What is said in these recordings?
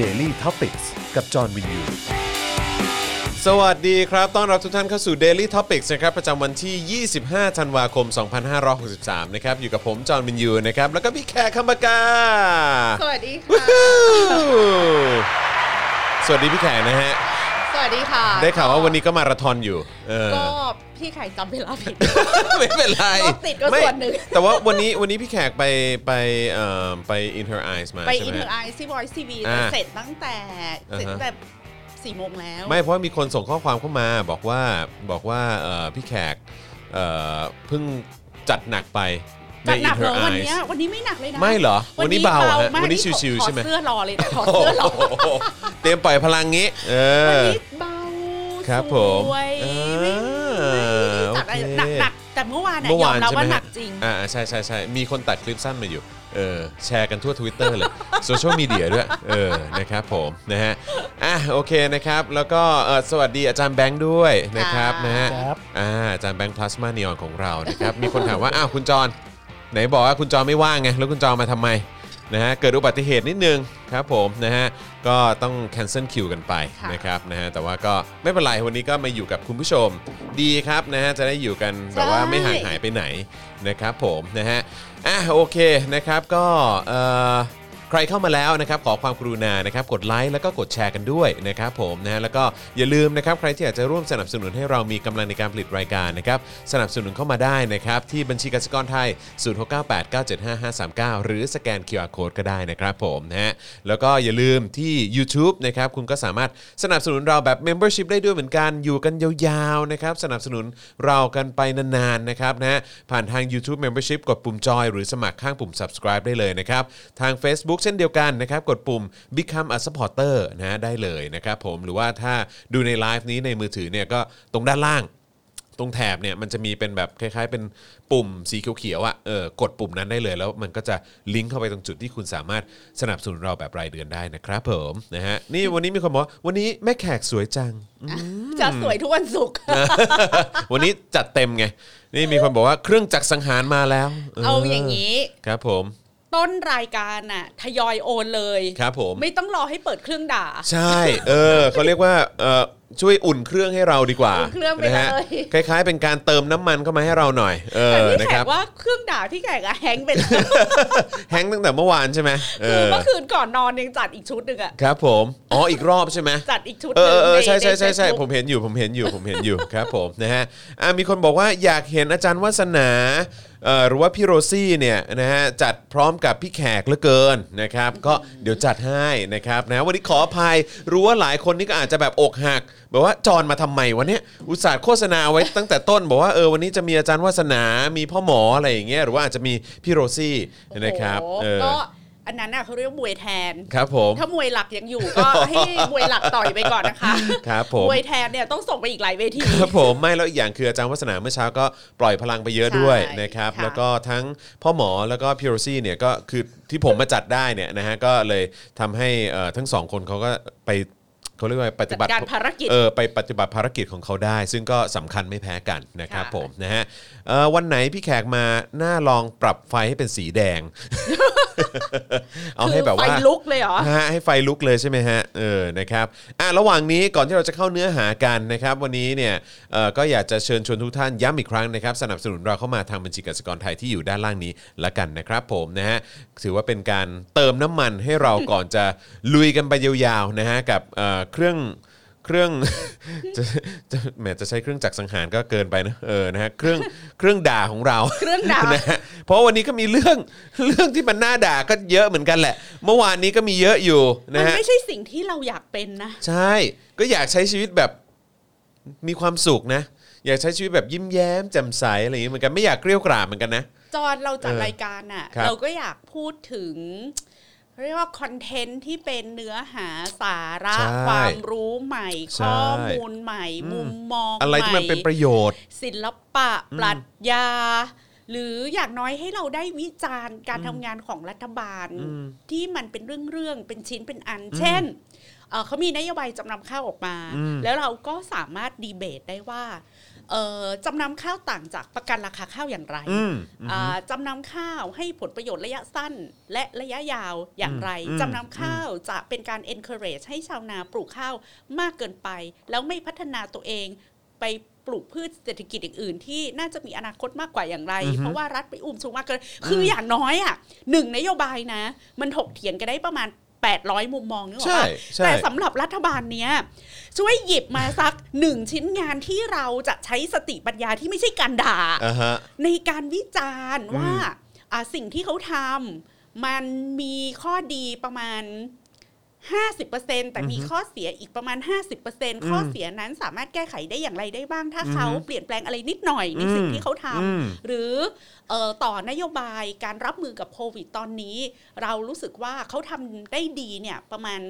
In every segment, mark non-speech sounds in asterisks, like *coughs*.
Daily t o p i c กกับจอห์นวินยู สวัสดีครับ ต้อนรับทุกท่านเข้าสู่ Daily Topics นะครับ ประจำวันที่ 25 ธันวาคม 2563 นะครับ อยู่กับผม จอห์นวินยู นะครับ แล้วก็พี่แขกคำปากา สวัสดี *laughs* ค่ะ สวัสดีพี่แขกนะฮะ สวัสดีค่ะ ได้ข่าวว่าวันนี้ก็มาราธอนอยู่ เอ *laughs* อ ก็พี่ไข่จำเวลาผิด ไม่เป็นไร รถติดก็ส่วนหนึ่ง ไม่แต่ว่าวันนี้วันนี้พี่แขกไปไปเอ่อไป In Her Eyes มา ไป ใช่ อิน ไหม เทอร์ไอซีบอยซีบี อ่า เสร็จตั้งแต่ อ่าฮะ เสร็จตั้งแต่สี่โมงแล้ว ไม่เพราะว่ามีคนส่งข้อความเข้ามาบอกว่าบอกว่าเอ่อพี่แขกเอ่อเพิ่งจัดหนักไปใน จัดหนั In กเหร Her อวันเนี้ย Eyes วันนี้ไม่หนักเลยนะ ไม่เหรอวันนี้เบาฮะ ก วันนี้ ขอ ชิวๆใช่ไหม ขอเสื้อรอเลยนะขอเสื้อรอ โโหเตรียมปล่อยพลังงี้ เอ วัน อ นี้เบา ครับผม สวย เออ ไม่โอเคไม่จัดอะไรหนักหนักๆแต่เมื่อวานเนี่ย เมื่อย อ วาม น รับ ใช่ไหม ว่าหนั ฮะ กจริง อ่าใช่ใช่ใช่มีคนตัดคลิปสั้นมาอยู่เออแชร์กันทั่ว Twitter เลยโซเชียลมีเดียด้วยเออนะครับผมนะฮะอ่ะโอเคนะครับ แล้วก็เอ่อสวัสดีอาจารย์แบงค์ด้วยนะครับ ครับ นะฮะ ครับ อ่าอาจารย์แบงค์พลาสมานีออนของเรานะครับ มีคนถามว่า อ้าวคุณจรไหนบอกว่าคุณจรไม่ว่างไงแล้วคุณจรมาทำไมนะฮะเกิดอุบัติเหตุนิดนึงครับผมนะฮะก็ต้อง cancel คิวกันไปนะครับนะฮะแต่ว่าก็ไม่เป็นไรวันนี้ก็มาอยู่กับคุณผู้ชมดีครับนะฮะจะได้อยู่กัน แบบว่าไม่ห่างหายไปไหนนะครับผมนะฮะอ่ะโอเคนะครับก็เอ่อใครเข้ามาแล้วนะครับขอความกรุณานะครับกดไลค์แล้วก็กดแชร์กันด้วยนะครับผมนะฮะแล้วก็อย่าลืมนะครับใครที่อยากจะร่วมสนับสนุนให้เรามีกำลังในการผลิตรายการนะครับสนับสนุนเข้ามาได้นะครับที่บัญชีกสิกรไทย 0698975539 หรือสแกน QR Code ก็ได้นะครับผมนะฮะแล้วก็อย่าลืมที่ YouTube นะครับคุณก็สามารถสนับสนุนเราแบบ Membership ได้ด้วยเหมือนกันอยู่กันยาวๆนะครับสนับสนุนเรากันไปนานๆนะครับนะฮะผ่านทาง YouTube Membership กดปุ่มจอยหรือสมัครข้างปุ่ม subscribe ได้เลยนะครับ ทาง Facebook เช่นเดียวกันนะครับ กดปุ่ม Become a supporter นะฮะได้เลยนะครับผมหรือว่าถ้าดูในไลฟ์นี้ในมือถือเนี่ยก็ตรงด้านล่าง ตรงแถบเนี่ยมันจะมีเป็นแบบคล้ายๆ เป็นปุ่มสีเขียวๆอ่ะเออกดปุ่มนั้นได้เลย แล้วมันก็จะลิงก์เข้าไปตรงจุดที่คุณสามารถสนับสนุนเราแบบรายเดือนได้นะครับผมนะฮะนี่วันนี้มีคนบอกว่าวันนี้แม่แขกสวยจัง จะสวยทุกวันศุกร์ วันนี้จัดเต็มไง นี่มีคนบอกว่าเครื่องจักรสังหารมาแล้ว เอาอย่างนี้ ครับผม ต้นรายการน่ะทยอยโอนเลย ครับผม ไม่ต้องรอให้เปิดเครื่องด่า ใช่เออเขาเรียกว่าเออช่วยอุ่นเครื่องให้เราดีกว่า อุ่นเครื่องไป นะฮะ เลย คล้ายๆ เป็นการเติมน้ำมันเข้ามาให้เราหน่อยเออ แต่พี่ นะ แข ครั ก บ ว่าเครื่องด่าพี่แขกอะแฮงก์ไปแล้ว แฮงค์ตั้งแต่เมื่อวานใช่ไหมเอ คือ อ เมื่อคืนก่อนนอนยังจัดอีกชุดหนึ่งอะ ครับผมอ๋ออีกรอบใช่ไหม จัดอีกชุดห เอ นึ่ องเออใช่ น ใช่ใช่ใช่ น Facebook ผมเห็นอยู่ผมเห็นอยู่ผมเห็นอยู่ *laughs* ครับผมนะฮะอ่ะมีคนบอกว่าอยากเห็นอาจารย์วัสนาเอ่อหรือว่าพี่โรซี่เนี่ยนะฮะจัดพร้อมกับพี่แขกเหลือเกินนะครับ ก็เดี๋ยวจัดให้นะครับนะวันนี้ขออภัยรู้ว่าหลายคนนี่ก็อาจจะแบบอกหักแบบว่าจอนมาทำไมวะเนี่ยอุตส่าห์โฆษณาไว้ตั้งแต่ต้น บอกว่าเออวันนี้จะมีอาจารย์วัสนา มีพ่อหมออะไรอย่างเงี้ยหรือว่าอาจจะมีพี่โรซี่นะครับ โอ้โห เออ ก็อันนั้นน่ะเขาเรียกว่ามวยแทน ครับผม ถ้ามวยหลักยังอยู่ก็ *laughs* ให้มวยหลักต่อยไปก่อนนะคะ ครับผม วยแทนเนี่ยต้องส่งไปอีกหลายเวที ครับผมไม่แล้วอีกอย่างคืออาจารย์วัฒนาเมื่อเช้าก็ปล่อยพลังไปเยอะด้วย ใช่ นะครับ ค่ะ แล้วก็ทั้งพ่อหมอแล้วก็พิโรซี่เนี่ยก็คือที่ผมมาจัดได้เนี่ยนะฮะก็เลยทำให้เอ่อทั้งสองคนเขาก็ไปเขาเรียกว่าปฏิบัติ จัดการภารกิจ เออไปปฏิบัติภารกิจของเขาได้ ซึ่งก็สำคัญไม่แพ้กันนะครับ ค่ะ ผมนะฮะเอ่อวันไหนพี่แขกมาหน้าลองปรับไฟให้เป็นสีแด *laughs* ง เอาให้แบบว่า คือไฟลุกเลยเหรอ ฮะให้ไฟลุกเลยใช่ไหมฮะเออนะครับอ่ะระหว่างนี้ก่อนที่เราจะเข้าเนื้อหากันนะครับ วันนี้เนี่ยเอ่อก็อยากจะเชิญชวนทุกท่านย้ำอีกครั้งนะครับ สนับสนุนเราเข้ามาทางบัญชีกสิกรไทยที่อยู่ด้านล่างนี้ละกันนะครับผมนะฮะถือว่าเป็นการเติมน้ำมันให้เราก่อนจะลุยกันไปยาวๆนะฮะกับเอ่อเครื่องเครื่อง *laughs* จะจะแหมจะใช้เครื่องจักรสังหารก็เกินไปนะเออนะฮะเครื่องเครื่องด่าของเรา เครื่องด่า นะฮะเพราะวันนี้ก็มีเรื่อง *laughs* เรื่องที่มันน่าด่าก็เยอะเหมือนกันแหละ เมื่อวานนี้ก็มีเยอะอยู่ มั นะ น ฮะ ไม่ใช่สิ่งที่เราอยากเป็นนะ ใช่ก็อยากใช้ชีวิตแบบมีความสุขนะ อยากใช้ชีวิตแบบยิ้มแย้มแจ่มใสอะไรอย่างเงี้ยเหมือนกันไม่อยากเกลี้ยวกล่อมเหมือนกันนะ จอนเราจัด เออ รายการน่ะ ครับ เราก็อยากพูดถึง เรียกว่าคอนเทนต์ที่เป็นเนื้อหาสาระ ใช่ ความรู้ใหม่ ใช่ ข้อมูลใหม่ มุมมอง อะไร ให ที่ ม่ มันเป็นประโยชน์ ศิลปะ ปรัชญา หรืออย่างน้อยให้เราได้วิจารณ์การทำงานของรัฐบาล ที่มันเป็นเรื่องๆเป็นชิ้นเป็นอัน เช่นเอ่อเขามีนโยบายจำนำข้าวออกมา อืม แล้วเราก็สามารถดีเบตได้ว่า เอ่อจำนำข้าวต่างจากประกันราคาข้าวอย่างไร อืมอืม อ่าจำนำข้าวให้ผลประโยชน์ระยะสั้นและระยะยาวอย่างไร อืม จำนำข้าวจะเป็นการ encourage ให้ชาวนาปลูกข้าวมากเกินไป แล้วไม่พัฒนาตัวเองไปปลูกพืชเศรษฐกิจอย่างอื่น ที่น่าจะมีอนาคตมากกว่าอย่างไร เพราะว่ารัฐไปอุ้มสูงมากเกินคืออย่างน้อยอ่ะหนึ่งนโยบายนะ มันถกเถียงกันได้ประมาณ 800 มุมมองนึกออก ใช่ ปะ ใช่ แต่สำหรับรัฐบาลเนี้ยช่วยหยิบมาสัก หนึ่งชิ้นงานที่เราจะใช้สติปัญญาที่ไม่ใช่การด่า อ่าฮะ ในการวิจารณ์ อืม ว่าอ่าสิ่งที่เขาทำมันมีข้อดีประมาณ 50%แต่มีข้อเสียอีกประมาณ 50%ข้อเสียนั้นสามารถแก้ไขได้อย่างไรได้บ้าง ถ้าเขาเปลี่ยนแปลงอะไรนิดหน่อยในสิ่งที่เขาทำ อืม หรือเออต่อนโยบายการรับมือกับโควิดตอนนี้ เรารู้สึกว่าเขาทำได้ดีเนี่ยประมาณ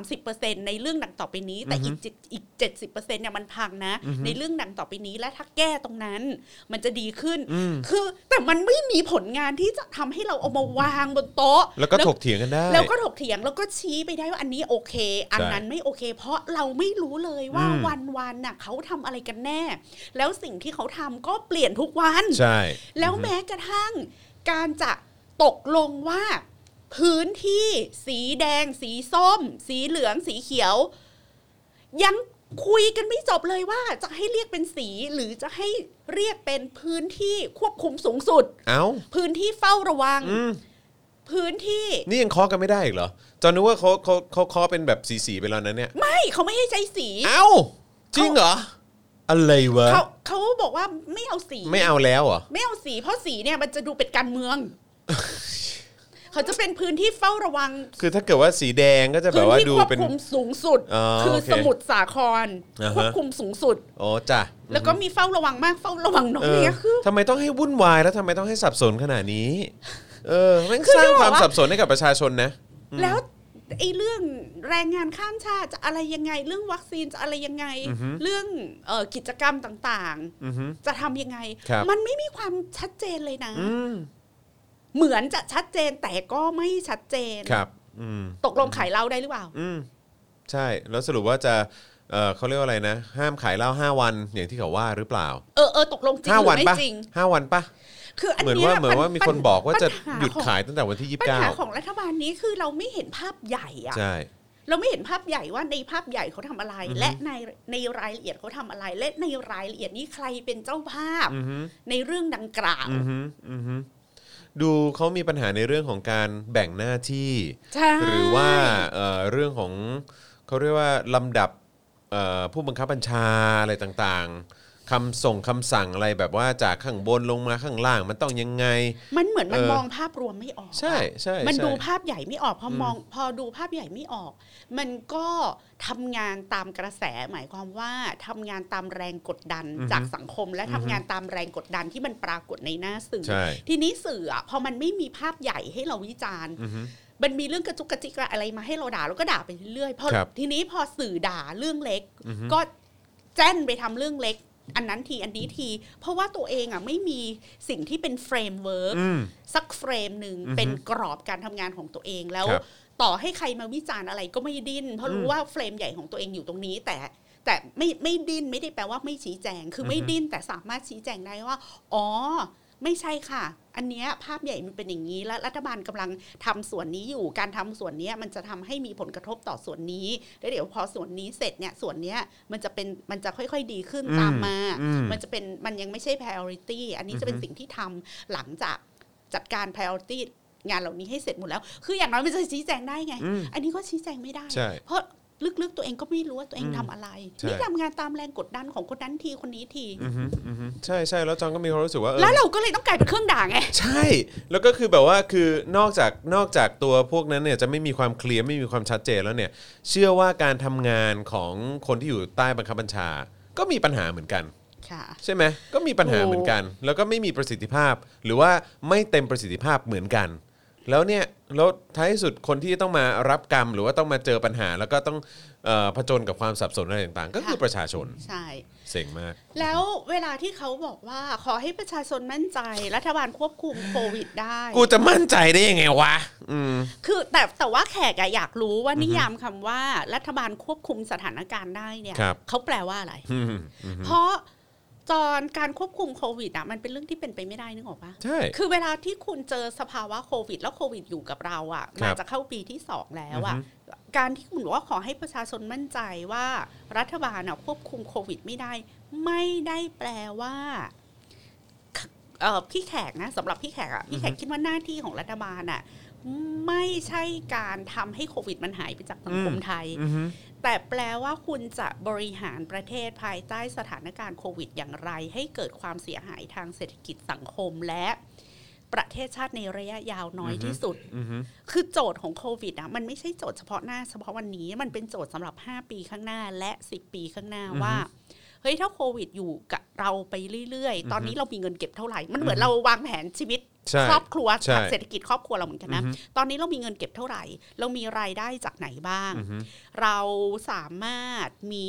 30%ในเรื่องดังต่อไปนี้ แต่อีกเจ็ดอีก70%เนี่ยมันพังนะ ในเรื่องดังต่อไปนี้และถ้าแก้ตรงนั้น มันจะดีขึ้น อืม คือแต่มันไม่มีผลงานที่จะทำให้เราเอามาวางบนโต๊ะ แล้วก็ถกเถียงกันได้ แล้วก็ถกเถียงแล้วก็ชี้ไปได้ว่าอันนี้โอเค อัน ใช่ นั้นไม่โอเค เพราะเราไม่รู้เลยว่า อืม วันวันๆน่ะเขาทำอะไรกันแน่ แล้วสิ่งที่เขาทำก็เปลี่ยนทุกวัน ใช่ แล้วแม้กระทั่งการจะตกลงว่า พื้นที่สีแดง สีส้ม สีเหลือง สีเขียว ยังคุยกันไม่จบเลยว่าจะให้เรียกเป็นสีหรือจะให้เรียกเป็นพื้นที่ควบคุมสูงสุด เอ้า พื้นที่เฝ้าระวัง อืม พื้นที่ นี่ยังเคอกันไม่ได้อีกเหรอ จอนนึกว่าเขาเขาเขาเคอเป็นแบบสีๆไปแล้วนะเนี่ย ไม่เขาไม่ให้ใช้สี เอ้า จริงเหรอ อะไรวะ เขาเขาบอกว่าไม่เอาสี ไม่เอาแล้วเหรอ ไม่เอาสีเพราะสีเนี่ยมันจะดูเป็นการเมือง *laughs* เขาจะเป็นพื้นที่เฝ้าระวัง คือถ้าเกิดว่าสีแดงก็จะแบ พื้ บ น ว่า ที่ ดู ควบ เป็น คุมสูงสุด อ๋อ คือ โอเค สมุทรสาคร อ่าฮะ ควบคุมสูงสุด อ๋อจ้ะ แล้วก็มีเฝ้าระวังมากเฝ้าระวังน้อ เอย อ เนี่ยคือ ทำไมต้องให้วุ่นวายแล้วทำไมต้องให้สับสนขนาดนี้ เออแมัน คือ สร้าง จะบอก ความ ว่า สับสนให้กับประชาชนนะ แล้วไอ้เรื่องแรงงานข้ามชาติจะอะไรยังไง เรื่องวัคซีนจะอะไรยังไง เรื่องเอ่อกิจกรรมต่าง อือฮึ ๆ จะทำยังไง ครับ มันไม่มีความชัดเจนเลยนะ อืม เหมือนจะชัดเจนแต่ก็ไม่ชัดเจน ครับ อืม ตกลงขายเราได้หรือเปล่า อืมใช่ แล้วสรุปว่าจะเออเขาเรียกว่าอะไรนะ ห้ามขายเหล้าห้าวันอย่างที่เขาว่าหรือเปล่า เออเออตกลงจริง ห้า หรือ วัน ไม่ ปะ จริง ห้าวันปะ คืออัน เหมือน เนี้ย ว่าเหมือนว่ามีคนบอกว่าจะ ปัญา หยุด ของ ขายตั้งแต่วันที่ยี่สิ ปั บ ญ เก้า หาของรัฐบาลนี้คือเราไม่เห็นภาพใหญ่อะ ใช่ เราไม่เห็นภาพใหญ่ว่าในภาพใหญ่เขาทำอะไร อือฮึ และในในรายละเอียดเขาทำอะไร และในรายละเอียดนี้ใครเป็นเจ้าภาพ อือฮึ ในเรื่องดังกล่าว อือฮึอือฮึดูเขามีปัญหาในเรื่องของการแบ่งหน้าที่ ใช่ หรือว่าเอ่อเรื่องของเขาเรียกว่าลำดับเอ่อผู้บังคับบัญชาอะไรต่างๆคำส่งคำสั่งอะไรแบบว่าจากข้างบนลงมาข้างล่างมันต้องยังไง มันเหมือนมัน เออ มองภาพรวมไม่ออก ใช่ อะ ใช่ มัน ใช่ ดูภาพใหญ่ไม่ออกพอมองพอดูภาพใหญ่ไม่ออก มันก็ทำงานตามกระแสหมายความว่าทำงานตามแรงกดดัน อือฮึ จากสังคม และ อือฮึ ทำงานตามแรงกดดันที่มันปรากฏในหน้าสื่อ ใช่ ทีนี้สื่ออะพอมันไม่มีภาพใหญ่ให้เราวิจารณ์ อือฮึ มันมีเรื่องกระจุกกระจิกอะไรมาให้เราด่าเราก็ด่าไปเรื่อยๆพอ ครับ ทีนี้พอสื่อด่าเรื่องเล็ก อือฮึ ก็แจ้นไปทำเรื่องเล็ก อันนั้นทีอันนี้ที เพราะว่าตัวเองอ่ะไม่มีสิ่งที่เป็นเฟรมเวิร์ก อืม สักเฟรมหนึ่ง อือฮึ เป็นกรอบการทำงานของตัวเองแล้ว ครับ ต่อให้ใครมาวิจารณ์อะไรก็ไม่ดิ้นเพราะรู้ว่าเฟรมใหญ่ของตัวเองอยู่ตรงนี้ แต่แต่ไม่ไม่ดิ้นไม่ได้แปลว่าไม่ชี้แจง คือไม่ อือฮึ ดิ้นแต่สามารถชี้แจงได้ว่า อ๋อ ไม่ใช่ค่ะ อันเนี้ยภาพใหญ่มันเป็นอย่างนี้ และรัฐบาลกำลังทำส่วนนี้อยู่ การทำส่วนเนี้ยมันจะทำให้มีผลกระทบต่อส่วนนี้ แล้วเดี๋ยวพอส่วนนี้เสร็จเนี่ย ส่วนเนี้ยมันจะเป็นมันจะค่อยๆดีขึ้น อืม ตามมา อืม มันจะเป็นมันยังไม่ใช่ priority อันนี้จะเป็นสิ่งที่ทำหลังจากจัดการ priority งานเหล่านี้ให้เสร็จหมดแล้ว คืออย่างน้อยมันจะชี้แจงได้ไง อืม อันนี้ก็ชี้แจงไม่ได้ ใช่ เพราะลึกๆตัวเองก็ไม่รู้ว่าตัวเอง อืม ทำอะไร ใช่ นี่ทำงานตามแรงกดดันของคนนั้นทีคนนี้ที อือฮึอือฮึใช่ใช่แล้วจองก็มีความรู้สึกว่าเออ แล้วเราก็เลยต้องกลายเป็นเครื่องด่าไง ใช่ แล้วก็คือแบบว่าคือนอกจากนอกจากตัวพวกนั้นเนี่ยจะไม่มีความเคลียร์ไม่มีความชัดเจนแล้วเนี่ย เชื่อว่าการทำงานของคนที่อยู่ใต้บังคับบัญชา ก็มีปัญหาเหมือนกัน ค่ะ ใช่ไหมก็มีปัญหาเหมือนกัน แล้วก็ไม่มีประสิทธิภาพ หรือว่าไม่เต็มประสิทธิภาพเหมือนกัน แล้วเนี่ยแล้วท้ายสุดคนที่ต้องมารับกรรม หรือว่าต้องมาเจอปัญหา แล้วก็ต้องเอ่อผจญกับความสับสนอะไรต่างๆ ก็คือ ค่ะ ประชาชน ใช่ เซ็งมาก แล้วเวลาที่เขาบอกว่าขอให้ประชาชนมั่นใจ รัฐบาลควบคุมโควิดได้ กูจะมั่นใจได้ยังไงวะ อืม คือแต่แต่ว่าแขกอะอยากรู้ว่านิยามคำว่า รัฐบาลควบคุมสถานการณ์ได้เนี่ย ครับ เขาแปลว่าอะไร อืมอืม เพราะ จอนการควบคุมโควิดอ่ะมันเป็นเรื่องที่เป็นไปไม่ได้นึกออกปะ ใช่ คือเวลาที่คุณเจอสภาวะโควิด แล้วโควิดอยู่กับเราอะ่ะ ครั มา บ จะเข้าปีที่สองแล้วอะ่ะการที่คุณบอกว่าขอให้ประชาชนมั่นใจว่ารัฐบาลอะควบคุมโควิดไม่ได้ ไม่ได้แปลว่าเอ่อพี่แขกนะสำหรับพี่แขกอะพี่แขกคิดว่าหน้าที่ของรัฐบาลอะไม่ใช่การทำให้โควิดมันหายไปจากสังคม อืม ไทย อือฮึ แต่แปลว่าคุณจะบริหารประเทศภายใต้สถานการณ์โควิดอย่างไร ให้เกิดความเสียหายทางเศรษฐกิจสังคมและประเทศชาติในระยะยาวน้อยที่สุด อือฮึ คือโจทย์ของโควิดอ่ะมันไม่ใช่โจทย์เฉพาะหน้าเฉพาะวันนี้ มันเป็นโจทย์สำหรับ 5 ปีข้างหน้าและ 10 ปีข้างหน้าว่า เฮ้ยถ้าโควิดอยู่กับเราไปเรื่อยๆ ตอนนี้เรามีเงินเก็บเท่าไหร่ มันเหมือนเราวางแผนชีวิต ใช่ ครอบครัว ใช่ จากเศรษฐกิจครอบครัวเราเหมือนกันนะ อือฮึ ตอนนี้เรามีเงินเก็บเท่าไหร่ เรามีรายได้จากไหนบ้าง อือฮึ เราสามารถมี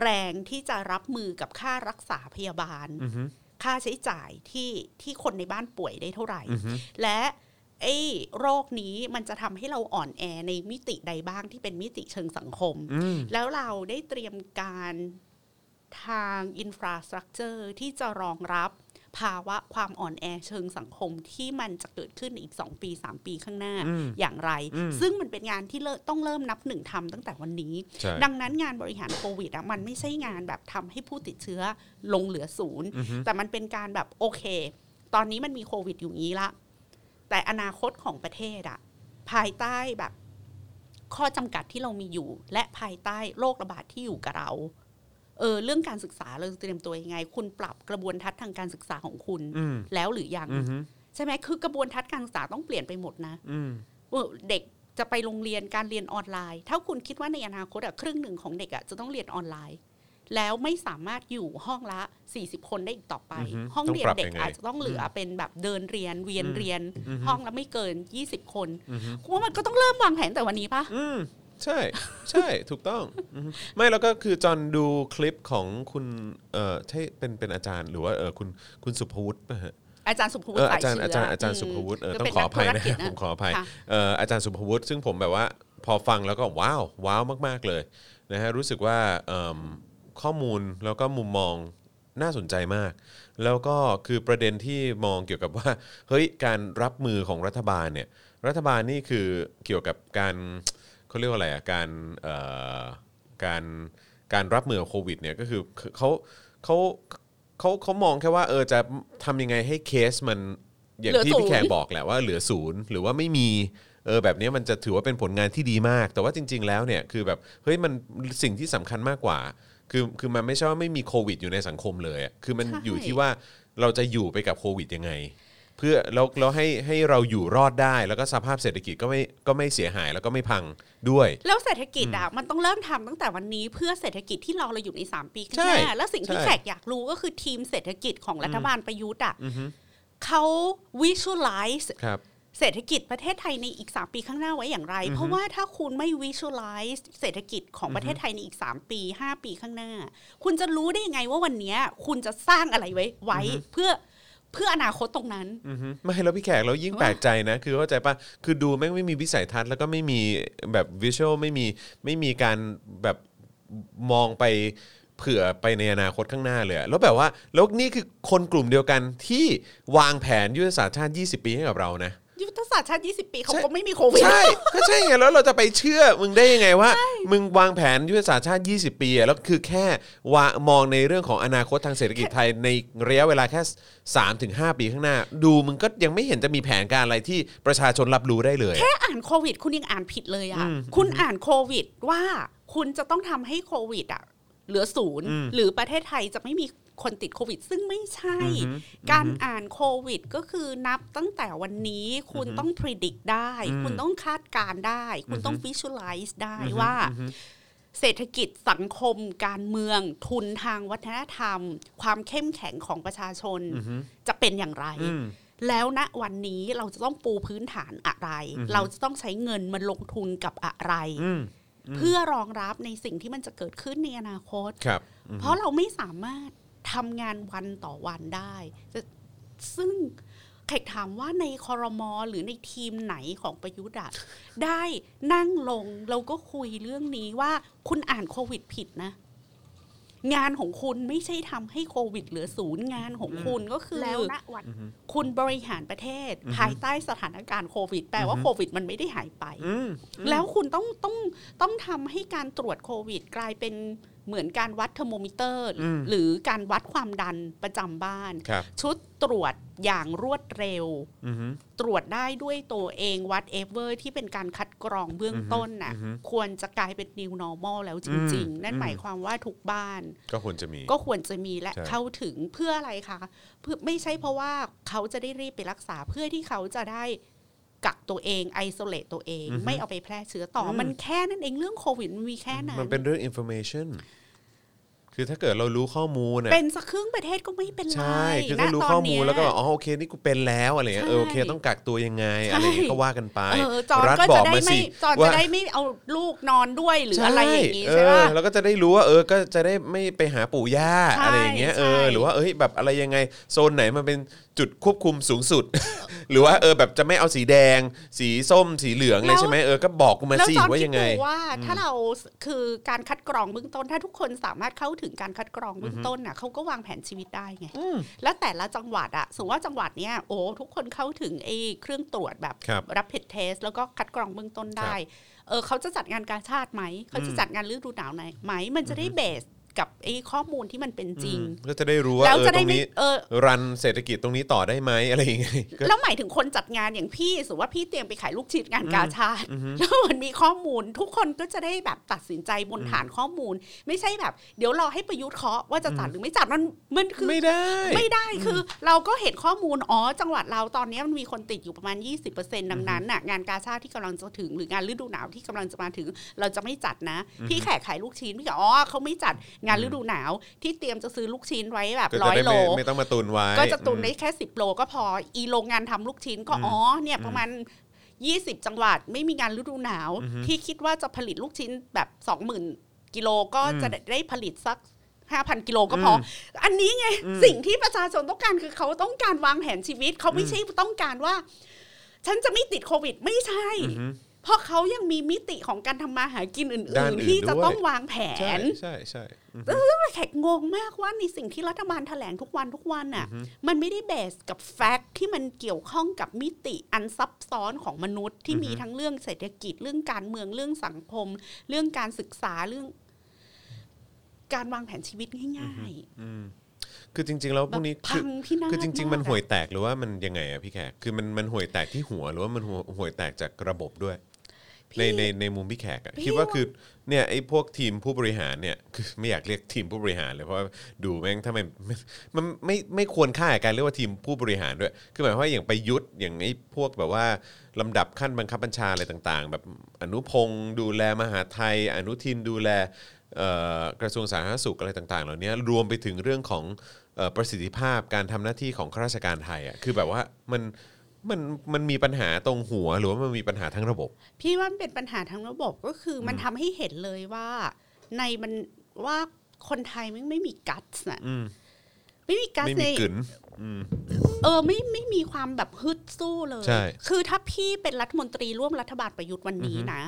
แรงที่จะรับมือกับค่ารักษาพยาบาล อือฮึ ค่าใช้จ่ายที่ที่คนในบ้านป่วยได้เท่าไหร่ อือฮึ และไอ้โรคนี้มันจะทำให้เราอ่อนแอในมิติใดบ้างที่เป็นมิติเชิงสังคม อืม แล้วเราได้เตรียมการทางอินฟราสตรักเจอร์ที่จะรองรับภาวะความอ่อนแอเชิงสังคมที่มันจะเกิดขึ้นในอีก 2 ปี 3 ปีข้างหน้า อืม อย่างไร อืม ซึ่งมันเป็นงานที่เลิต้องเริ่มนับหนึ่งทำตั้งแต่วันนี้ ใช่ ดังนั้นงานบริหารโควิดอะมันไม่ใช่งานแบบทำให้ผู้ติดเชื้อลงเหลือศูนย์ อือฮึ แต่มันเป็นการแบบโอเค ตอนนี้มันมีโควิดอยู่งี้ละ แต่อนาคตของประเทศอะภายใต้แบบข้อจำกัดที่เรามีอยู่ และภายใต้โรคระบาดที่อยู่กับเรา เออเรื่องการศึกษาเราจะเตรียมตัวยังไง คุณปรับกระบวนทัศน์ทางการศึกษาของคุณ อืม แล้วหรือยัง อือฮึ ใช่ไหมคือกระบวนทัศน์การศึกษาต้องเปลี่ยนไปหมดนะ อืม เอ่อเด็กจะไปโรงเรียนการเรียนออนไลน์ ถ้าคุณคิดว่าในอนาคตอะครึ่งหนึ่งของเด็กอะจะต้องเรียนออนไลน์ แล้วไม่สามารถอยู่ห้องละ 40 คนได้อีกต่อไป อือฮึ ห้องเรียนเด็ ต้ ก องปรับยังไง อาจจะต้องเหลืออเป็นแบบเดินเรียนเวียนเรียน อือฮึ ห้องละไม่เกิน 20 คน อือฮึ คุณว่ามันก็ต้องเริ่มวางแผนแต่วันนี้ปะ อืมใช่ใช่ถูกต้องอืมไม่แล้วก็คือจอนดูคลิปของคุณเอ่อใช่เป็นเป็นอาจารย์หรือว่าเออคุณคุณสุภวุฒิป่ะฮะ อาจารย์สุภวุ เอ ฒิ ออา สาย จารย์ เชื้อ อาจารอาย์อาจารย์สุภวุฒิเออต้องขออภัยนะผมขออภัย ค่ะ เอ่ออาจารย์สุภวุฒิซึ่งผมแบบว่าพอฟังแล้วก็ว้าวว้าวมาก ๆ เลยนะฮะรู้สึกว่าเอิ่มข้อมูลแล้วก็มุมมองน่าสนใจมาก แล้วก็คือประเด็นที่มองเกี่ยวกับว่า *laughs* เฮ้ยการรับมือของรัฐบาลเนี่ย รัฐบาลนี่คือเกี่ยวกับการเขาเรียกว่าอะไรอ่ะการเอ่อการการรับมือกับโควิดเนี่ยก็คือเขาเขาเขาเขามองแค่ว่าเออจะทำยังไงให้เคสมันอย่างที่ เหลือศูนย์ พี่แขกบอกแหละว่าเหลือศูนย์หรือว่าไม่มีเออแบบเนี้ยมันจะถือว่าเป็นผลงานที่ดีมาก แต่ว่าจริง ๆ แล้วเนี่ยคือแบบเฮ้ยมันสิ่งที่สำคัญมากกว่า คือคือมันไม่ใช่ว่าไม่มีโควิดอยู่ในสังคมเลยอะคือมันอยู่ที่ว่าเราจะอยู่ไปกับโควิดยังไง เพื่อแล้วแล้วให้ให้เราอยู่รอดได้แล้วก็สภาพเศรษฐกิจก็ไม่ก็ไม่เสียหายแล้วก็ไม่พังด้วย แล้วเศรษฐกิจอ่ะมันต้องเริ่มทำตั้งแต่วันนี้เพื่อเศรษฐกิจที่เราเราอยู่ใน 3 ปีข้างห ใช่ น้าแล้วสิ่งที่ ใช่ แขกอยากรู้ก็คือทีมเศรษฐกิจของรัฐบาลประยุทธ์อ่ะเขา visualize ครับ เศรษฐกิจประเทศไทยในอีก 3 ปีข้างหน้าไว้อย่างไร เพราะว่าถ้าคุณไม่ visualize เศรษฐกิจของประเทศไทยในอีก 3 ปี 5 ปีข้างหน้า คุณจะรู้ได้ยังไงว่าวันเนี้ยคุณจะสร้างอะไรไว้ไว้เพื่อเพื่ออนาคตตรงนั้น ไม่แล้วพี่แขกเรายิ่งแปลกใจนะ คือเข้าใจปะคือดูแม่งไม่มีวิสัยทัศน์แล้วก็ไม่มีแบบวิชวลไม่มีไม่มีการแบบมองไปเผื่อไปในอนาคตข้างหน้าเลยอะแล้วแบบว่าแล้วนี่คือคนกลุ่มเดียวกันที่วางแผนยุทธศาสตร์ชาติ 20 ปีให้กับเรานะ ยุทธศาสตร์ชาติ 20 ปีเขา ใช่ ก็ไม่มีโควิด ใช่ ก็ใช่ไงแล้วเราจะไปเชื่อมึงได้ยังไงว่า มึงวางแผนยุทธศาสตร์ชาติ 20 ปีอะแล้วคือแค่วามองในเรื่องของอนาคตทางเศรษฐกิจไทยในระยะเวลาแค่ 3-5 ปีข้างหน้า ดูมึงก็ยังไม่เห็นจะมีแผนการอะไรที่ประชาชนรับรู้ได้เลย แค่อ่านโควิด คุณยังอ่านผิดเลยอะ่ะ คุณอ่านโควิดว่าคุณจะต้องทำให้โควิดอ่ะเหลือศูนย์หรือประเทศไทยจะไม่มีคนติดโควิด ซึ่งไม่ใช่ การอ่านโควิดก็คือนับตั้งแต่วันนี้คุณต้องพิจิตรได้ คุณต้องคาดการณ์ได้ คุณต้อง visualize ได้ว่า เศรษฐกิจสังคม การเมือง ทุนทางวัฒนธรรม ความเข้มแข็งของประชาชนจะเป็นอย่างไร แล้วณวันนี้เราจะต้องปูพื้นฐานอะไร เราจะต้องใช้เงินมันลงทุนกับอะไร เพื่อรองรับในสิ่งที่มันจะเกิดขึ้นในอนาคต ครับ เพราะเราไม่สามารถทำงานวันต่อวันได้แต่ซึ่งใครถามว่าในคอรมอหรือในทีมไหนของประยุทธ์อะ ได้นั่งลงเราก็คุยเรื่องนี้ว่าคุณอ่านโควิดผิดนะ งานของคุณไม่ใช่ทำให้โควิดเหลือศูนย์งานของคุณก็คือ แล้วณวัน คุณบริหารประเทศ ภายใต้สถานการณ์โควิด แปลว่าโควิดมันไม่ได้หายไป อืม แล้วคุณต้องต้องต้องทำให้การตรวจโควิด กลายเป็นเหมือนการวัดเทอร์โมมิเตอร์ อืม หรือการวัดความดันประจำบ้าน ครับ ชุดตรวจอย่างรวดเร็ว อืม ตรวจได้ด้วยตัวเองวัดเอเวอร์ที่เป็นการคัดกรองเบื้องต้นน่ะ อือฮึอือฮึ ควรจะกลายเป็น new normal แล้วจริง อืม ๆ นั่น อืม หมายความว่าทุกบ้าน ก็ควรจะมี ก็ควรจะมีและ ใช่ เข้าถึงเพื่ออะไรคะเพื่อไม่ใช่เพราะว่าเขาจะได้รีบไปรักษาเพื่อที่เขาจะได้กักตัวเองไอโซเลตตัวเอง ไม่เอาไปแพร่เชื้อต่ออมันแค่นั้นเองเรื่องโควิดมันมีแค่นั้น มันเป็นเรื่อง information คือถ้าเกิดเรารู้ข้อมูลนะ เป็นสักครึ่งประเทศก็ไม่เป็นไร ใช่คือถ้า ณ รู้ ตน ข้อมูล เนี้ย แล้วก็แบบอ๋อโอเคนี่กูเป็นแล้วอะไรเงี้ยเออ ใช่ โอเคต้องกักตัวยังไงอะไรเงี้ย ใช่ ก็ว่ากันไป เออจอน รัฐ ก็ บ จะ อก ได้ มา ไม่ สิ จอน ว่า จะได้ไม่เอาลูกนอนด้วยหรืออะไรอย่างนี้ เอ ใช่ อ ปะ แล้วก็จะได้รู้ว่าเออก็จะได้ไม่ไปหาปู่ย่า ใช่ อะไรอย่างเงี้ยเออ ใช่ หรือว่าเอ้ยแบบอะไรยังไงโซนไหนมันเป็นจุดควบคุมสูงสุด *laughs* หรือว่าเออแบบจะไม่เอาสีแดง สีส้มสีเหลืองเลยใช่ไหมเออก็บอกกูมา แล้ว สิ จอน ว่า คิ ยั ด งไง ดูว่าถ้าเราคือการคัดกรองเบื้องต้น ถ้าทุกคนสามารถเข้าถึงการคัดกรองเบื้องต้นน่ะเขาก็วางแผนชีวิตได้ไงแล้วแต่ละจังหวัดอะสมมติว่าจังหวัดเนี้ยโอ้ทุกคนเข้าถึงไอ้เครื่องตรวจแบบ ครับ รับผิดเทส แล้วก็คัดกรองเบื้องต้นได้เออเขาจะจัดงานการชาติไหมเขาจะจัดงานฤดูหนาวไหนไหมมันจะได้เบสกับไอ้ข้อมูลที่มันเป็นจริง อืมก็จะได้รู้ว่า แล้ว เออ จะ ต ได้ รง ไม่ นี้ เออ รันเศรษฐกิจตรงนี้ต่อได้ไหมอะไรอย่างเงี้ยก็ แล้วหมายถึงคนจัดงานอย่างพี่สมมติว่าพี่เตรียมไปขายลูกชิ้นงานกาชาติแล้วมันมีข้อมูล ทุกคนก็จะได้แบบตัดสินใจบนฐานข้อมูล ไม่ใช่แบบ เดี๋ยวรอให้ประยุทธ์เคาะว่าจะจัดหรือไม่จัดมันมันคือ ไม่ได้ ไม่ได้คือ เราก็เห็นข้อมูลอ๋อจังหวัดเราตอนนี้มันมีคนติดอยู่ประมาณ 20%ดังนั้นน่ะงานกาชาติที่กำลังจะถึงหรืองานฤดูหนาวที่กำลังจะมาถึง เราจะไม่จัดนะ พี่แขกขายลูกชิ้นพี่ก็อ๋อเขาไม่จัดงานฤดูหนาว ที่เตรียมจะซื้อลูกชิ้นไว้แบบ ก็ ร้ จะ อย ได้ โล ไม่ไม่ต้องมาตุนไว้ ก็จะตุนได้แค่ 10 โลก็พอ อีโรงงานทำลูกชิ้นก็อ๋อเนี่ยประมาณ 20 จังหวัดไม่มีงานฤดูหนาว ที่คิดว่าจะผลิตลูกชิ้นแบบ 20,000 กิโลก็จะได้ผลิตสัก 5,000 กิโลก็พอออันนี้ไงสิ่งที่ประชาชนต้องการคือเขาต้องการวางแผนชีวิต เขาไม่ใช่ต้องการว่า ฉันจะไม่ติดโควิดไม่ใช่ เพราะเขายังมีมิติของการทำมาหากินอ ด้า ื่ น น อื่น ๆ ที่จะ ด้วย ต้องวางแผ ใช่ น ใช่ใช่อืม แขกงงมากว่าในสิ่งที่รัฐบาลแถลงทุกวันทุกวันน่ะ มันไม่ได้เบสกับแฟกต์ที่มันเกี่ยวข้องกับมิติอันซับซ้อนของมนุษย์ที่มีทั้งเรื่องเศรษฐกิจเรื่องการเมืองเรื่องสังคม เรื่องการศึกษาเรื่อง การวางแผนชีวิตง่าย คือจริง ๆ แล้วพๆแบ ว บ กนี้ พั คือง พี่นาศ คือจริง ๆ มัน าก ห่วย อะ แตกหรือว่ามันยังไงอะพี่แขกคือมันมันห่วยแตกที่หัวหรือว่ามันห่วยแตกจากระบบด้วย พี่ ในในในมุมพี่แขกอะ พี่ คิดว่า ว่า คือเนี่ยไอ้พวกทีมผู้บริหารเนี่ยคือไม่อยากเรียกทีมผู้บริหารเลยเพราะว่าดูแม่งถ้ามันมันมันไม่ไม่ควรค่ากับการเรียกว่าทีมผู้บริหารด้วย คือหมายความว่าอย่างประยุทธ์อย่างไอ้พวกแบบว่าลำดับขั้นบังคับบัญชาอะไรต่างๆ แบบอนุพงศ์ดูแลมหาไทย อนุทินดูแลเอ่อกระทรวงสาธารณสุขอะไรต่างๆ เหล่านี้รวมไปถึงเรื่องของเอ่อประสิทธิภาพการทำหน้าที่ของข้าราชการไทยอ่ะคือแบบว่ามันมันมันมีปัญหาตรงหัวหรือว่ามันมีปัญหาทั้งระบบ พี่ว่ามันเป็นปัญหาทั้งระบบก็คือมันทำให้เห็นเลยว่า ในมันว่าคนไทยมันไม่มีกัตส์น่ะ อืม ไม่มีกัต ไม่ ส์ มี ใน กลืน เออไม่ไม่มีความแบบฮึดสู้เลย ใช่ คือถ้าพี่เป็นรัฐมนตรีร่วมรัฐบาลประยุทธ์วันนี้นะ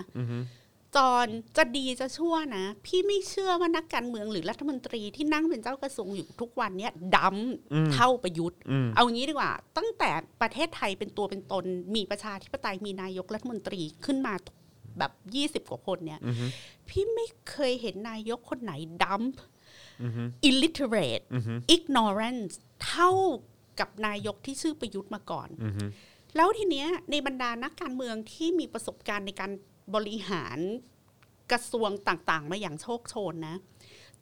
จอนจะดีจะชั่วนะ พี่ไม่เชื่อว่านักการเมืองหรือรัฐมนตรีที่นั่งเป็นเจ้ากระทรวงอยู่ทุกวันเนี้ยดำเท่าประยุทธ์ เอางี้ดีกว่า ตั้งแต่ประเทศไทยเป็นตัวเป็นตน มีประชาธิปไตยมีนายกรัฐมนตรีขึ้นมาแบบยี่สิบ20 กว่าคนเนี่ย พี่ไม่เคยเห็นนายกคนไหนดัม illiterate ignorance เท่ากับนายกที่ชื่อประยุทธ์มาก่อน แล้วทีเนี้ยในบรรดานักการเมืองที่มีประสบการณ์ในการบริหารกระทรวงต่างๆ มาอย่างโชคโชนนะ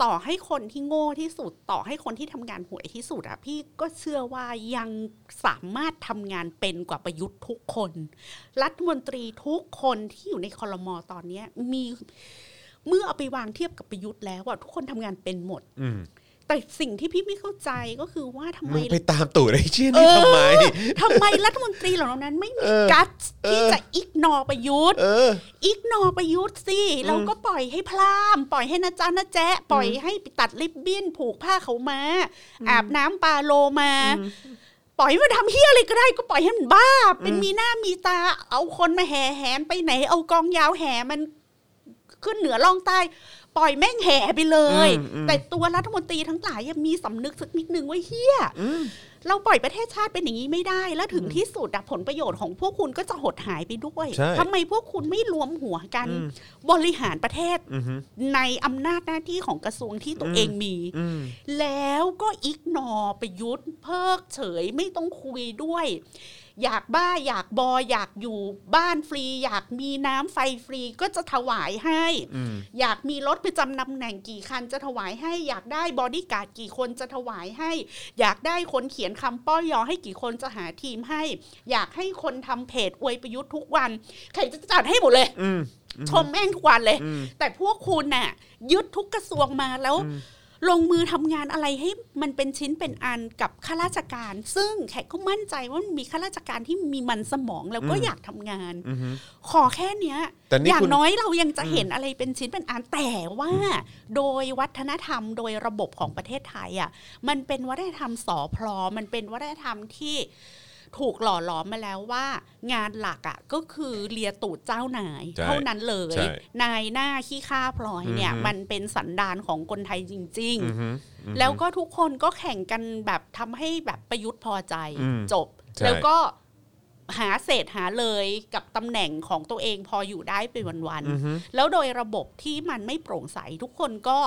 ต่อให้คนที่โง่ที่สุด ต่อให้คนที่ทำงานห่วยที่สุดอะพี่ก็เชื่อว่ายังสามารถทำงานเป็นกว่าประยุทธ์ทุกคน รัฐมนตรีทุกคนที่อยู่ในคอรมอตอนเนี้ยมีเมื่อเอาไปวางเทียบกับประยุทธ์แล้วอะทุกคนทำงานเป็นหมด อืม แต่สิ่งที่พี่ไม่เข้าใจก็คือว่าทำไม มึงไปตามตู่ไอ้เชี่ยนี่ทำไม *laughs* ทำไมรัฐมนตรีเหล่านั้นไม่มี เออ กัตที่ เออ จะอิกนอประยุทธ์ เออ อิกนอประยุทธ์สิเราก็ปล่อยให้พลาม ปล่อยให้นะจ๊ะนะแจ๊ะปล่อยให้ไปตัดริบบิ้นผูกผ้าเขาวมา อาบน้ำปลาโลมา ปล่อยให้มันทำเฮียอะไรก็ได้ก็ปล่อยให้มันบ้า เป็นมีหน้ามีตา เอาคนมาแห่แหนไปไหน เอากองยาวแห่มัน ขึ้นเหนือล่องใต้ ปล่อยแม่งแห่ไปเลย อืมอืม แต่ตัวรัฐมนตรีทั้งหลายยังมีสำนึกสักนิดนึงว่าเฮียเราปล่อยประเทศชาติเป็นอย่างนี้ไม่ได้ แล้วถึงที่สุดอะผลประโยชน์ของพวกคุณก็จะหดหายไปด้วย ใช่ ทำไมพวกคุณไม่รวมหัวกัน อืม บริหารประเทศ อือฮึ ในอำนาจหน้าที่ของกระทรวงที่ตัวเองมี อืม แล้วก็อิกนอประยุทธ์เพิกเฉยไม่ต้องคุยด้วย อยากบ้าอยากบออยากอยู่บ้านฟรี อยากมีน้ำไฟฟรีก็จะถวายให้ อืม อยากมีรถประจำนำแหน่งกี่คันจะถวายให้ อยากได้บอดี้การ์ดกี่คนจะถวายให้ อยากได้คนเขียนคำป้อยยอให้กี่คนจะหาทีมให้ อยากให้คนทำเพจอวยประยุทธ์ทุกวันใครจะจัดให้หมดเลย อืม ชมแม่งทุกวันเลย อืม แต่พวกคุณน่ะ ยึดทุกกระทรวงมาแล้ว ลงมือทำงานอะไรให้มันเป็นชิ้นเป็นอันกับข้าราชการ ซึ่งแขกก็มั่นใจว่ามันมีข้าราชการที่มีมันสมองแล้วก็อยากทำงาน อือฮึ ขอแค่เนี้ย แต่นี่ อย่าง คุณ น้อยเรายังจะเห็นอะไรเป็นชิ้นเป็นอันแต่ว่า โดยวัฒนธรรมโดยระบบของประเทศไทยอ่ะมันเป็นวัฒนธรรมสอพลอมันเป็นวัฒนธรรมที่ถูกหล่อหลอมมาแล้วว่า งานหลักอ่ะก็คือเลียตูดเจ้านาย ใช่ เท่านั้นเลย ใช่ นายหน้าขี้ข้าพลอยเนี่ย อือฮึ มันเป็นสันดานของคนไทยจริง อือฮึ ๆ แล้วก็ทุกคนก็แข่งกันแบบทำให้แบบประยุทธ์พอใจ อืม จบ ใช่ แล้วก็หาเศษหาเลยกับตำแหน่งของตัวเองพออยู่ได้ไปวัน ๆ อือฮึ แล้วโดยระบบที่มันไม่โปร่งใสทุกคนก็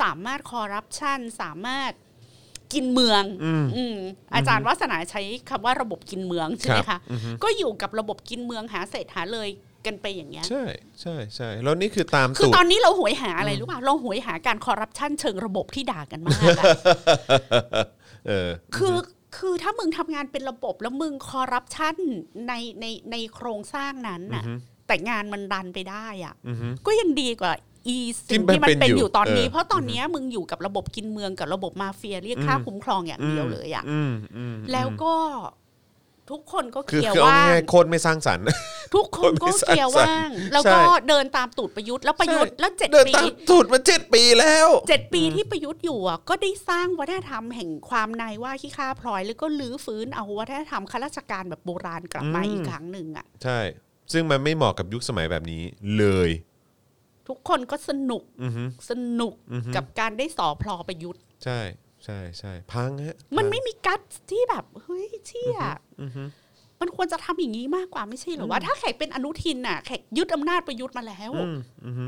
สามารถคอร์รัปชันสามารถกินเมือง อืม อืมอาจารย์วัฒนาใช้คำว่าระบบกินเมืองใช่ไหม ครั คะ บอือฮึ ก็อยู่กับระบบกินเมืองหาเศษหาเลยกันไปอย่างเงี้ย ใช่ใช่ใช่แล้วนี่คือตาม คือ สูต ตอ ร นนี้เราหวยหาอะไรรู้ป่ะเราหวยหาการคอร์รัปชันเชิงระบบที่ด่ากันมากอะ เออ คือคือถ้ามึงทำงานเป็นระบบแล้วมึงคอร์รัปชันในในในโครงสร้างนั้นน่ะ อือฮึ แต่งานมันดันไปได้อ่ะ อือฮึ ก็ยังดีกว่าอี ที่ สิ่ง มัน ที่มัน เป็ เป็นน อ อยู่ ยู่ตอนนี้ เออ เพราะตอนเนี้ยมึงอยู่กับระบบกินเมืองกับระบบมาเฟียเรียก อืม ค่าคุ้มครองอย่างเดียวเลยอะ อืมอืม แล้วก็ทุกคนก็ คือ เคลียร์ คือเอา ว่าง ง่ายๆโคตรไม่สร้างสรรค์ ทุกคนก็ คนไม่ เคลียร์ สร้าง ว่าง แล้ว ใช่ ก็เดินตามตูดประยุทธ์แล้วประยุทธ์ ใช่ แล้วเจ็ด เดิน ปี ตามสูตรมาเจ็ดปีแล้ว เจ็ดปีที่ประยุทธ์อยู่อะก็ได้สร้างวัฒนธรรมแห่งความนายว่าขี้ข้าพลอย แล้วก็ลื้อฟื้นเอาวัฒนธรรมข้าราชการแบบโบราณกลับมา อืม อีกครั้งหนึ่งอะ ใช่ ซึ่งมันไม่เหมาะกับยุคสมัยแบบนี้เลย ทุกคนก็สนุก อือฮึ สนุก อือฮึ กับการได้สอพลอประยุทธ์ ใช่ใช่ใช่พังฮะ มัน พัง ไม่มีกัตที่แบบเฮ้ยเชี่ย อือฮึ มันควรจะทำอย่างนี้มากกว่าไม่ใช่เหรอว่าถ้าแขกเป็นอนุทินน่ะแขกยึดอำนาจประยุทธ์มาแล้ว อืมอือฮึ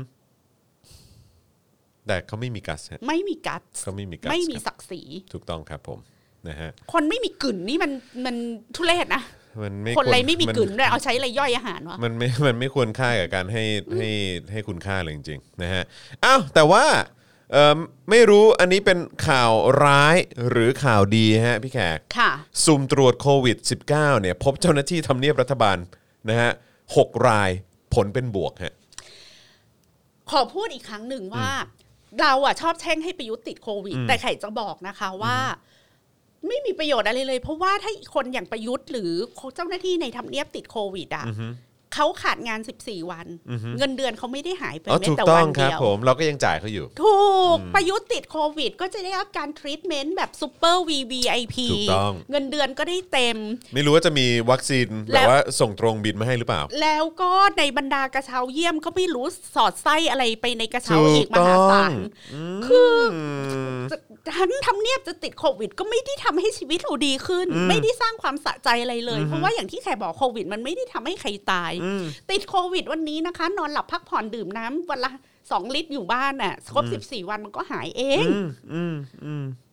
แต่เขาไม่มีกัสฮะ ไม่มีกัต เขาไม่มีกัส ไม่มี ครับ ศักดิ์ศรี ถูกต้องครับผมนะฮะ คนไม่มีกึ่นนี่มันมันทุเรศนะ มันไม่ คน ว อะไรไม่มีกึ่น น ด้วยเอาใช้อะไรย่อยอาหารวะ มันไม่ *laughs* มันไม่ควรค่ากับการให้ให้ให้คุณค่าเลยจริงๆนะฮะอ้าวแต่ว่าเอ่อไม่รู้อันนี้เป็นข่าวร้ายหรือข่าวดีฮะพี่แขก ค่ะ สุ่มตรวจโควิด -19 เนี่ยพบเจ้าหน้าที่ทำเนียบรัฐบาลนะฮะหกรายผลเป็นบวกฮะ ขอพูดอีกครั้งหนึ่งว่า เราอ่ะชอบแช่งให้ประยุทธ์ติดโควิด แต่ไข่จะบอกนะคะว่า ไม่มีประโยชน์อะไรเลย เพราะว่าถ้าคนอย่างประยุทธ์ หรือเจ้าหน้าที่ในทำเนียบติดโควิดอ่ะเขาขาดงาน 14 วัน เงินเดือนเขาไม่ได้หายไป อ๋อ แม้ ถูก แต่ ต้อ วั ง น ครั เดี บ ยว ผมเราก็ยังจ่ายเขาอยู่ ถูก ประยุทธ์ติดโควิด ก็จะได้รับการทรีทเมนต์แบบซูเปอร์ VVIP ถูกต้อง เงินเดือนก็ได้เต็ม ไม่รู้ว่าจะมีวัคซีนแบ แล้ว บว่าส่งตรงบินมาให้หรือเปล่า แล้วก็ในบรรดากระเช้าเยี่ยมก็ไม่รู้สอดไส้อะไรไปในกระเช้า ถูก อีกมหาศา ต้อลง คือ อืม จะทั้งทำเนียบจะติดโควิด ก็ไม่ได้ทำให้ชีวิตเราดีขึ้น ไม่ได้สร้างความสะใจอะไรเลย เพราะว่าอย่างที่แขกบอกโควิด มันไม่ได้ทำให้ใครตาย ติดโควิดวันนี้นะคะ นอนหลับพักผ่อนดื่มน้ำวันละสองลิตรอยู่บ้านน่ะครบสิบสี่วันมันก็หายเอง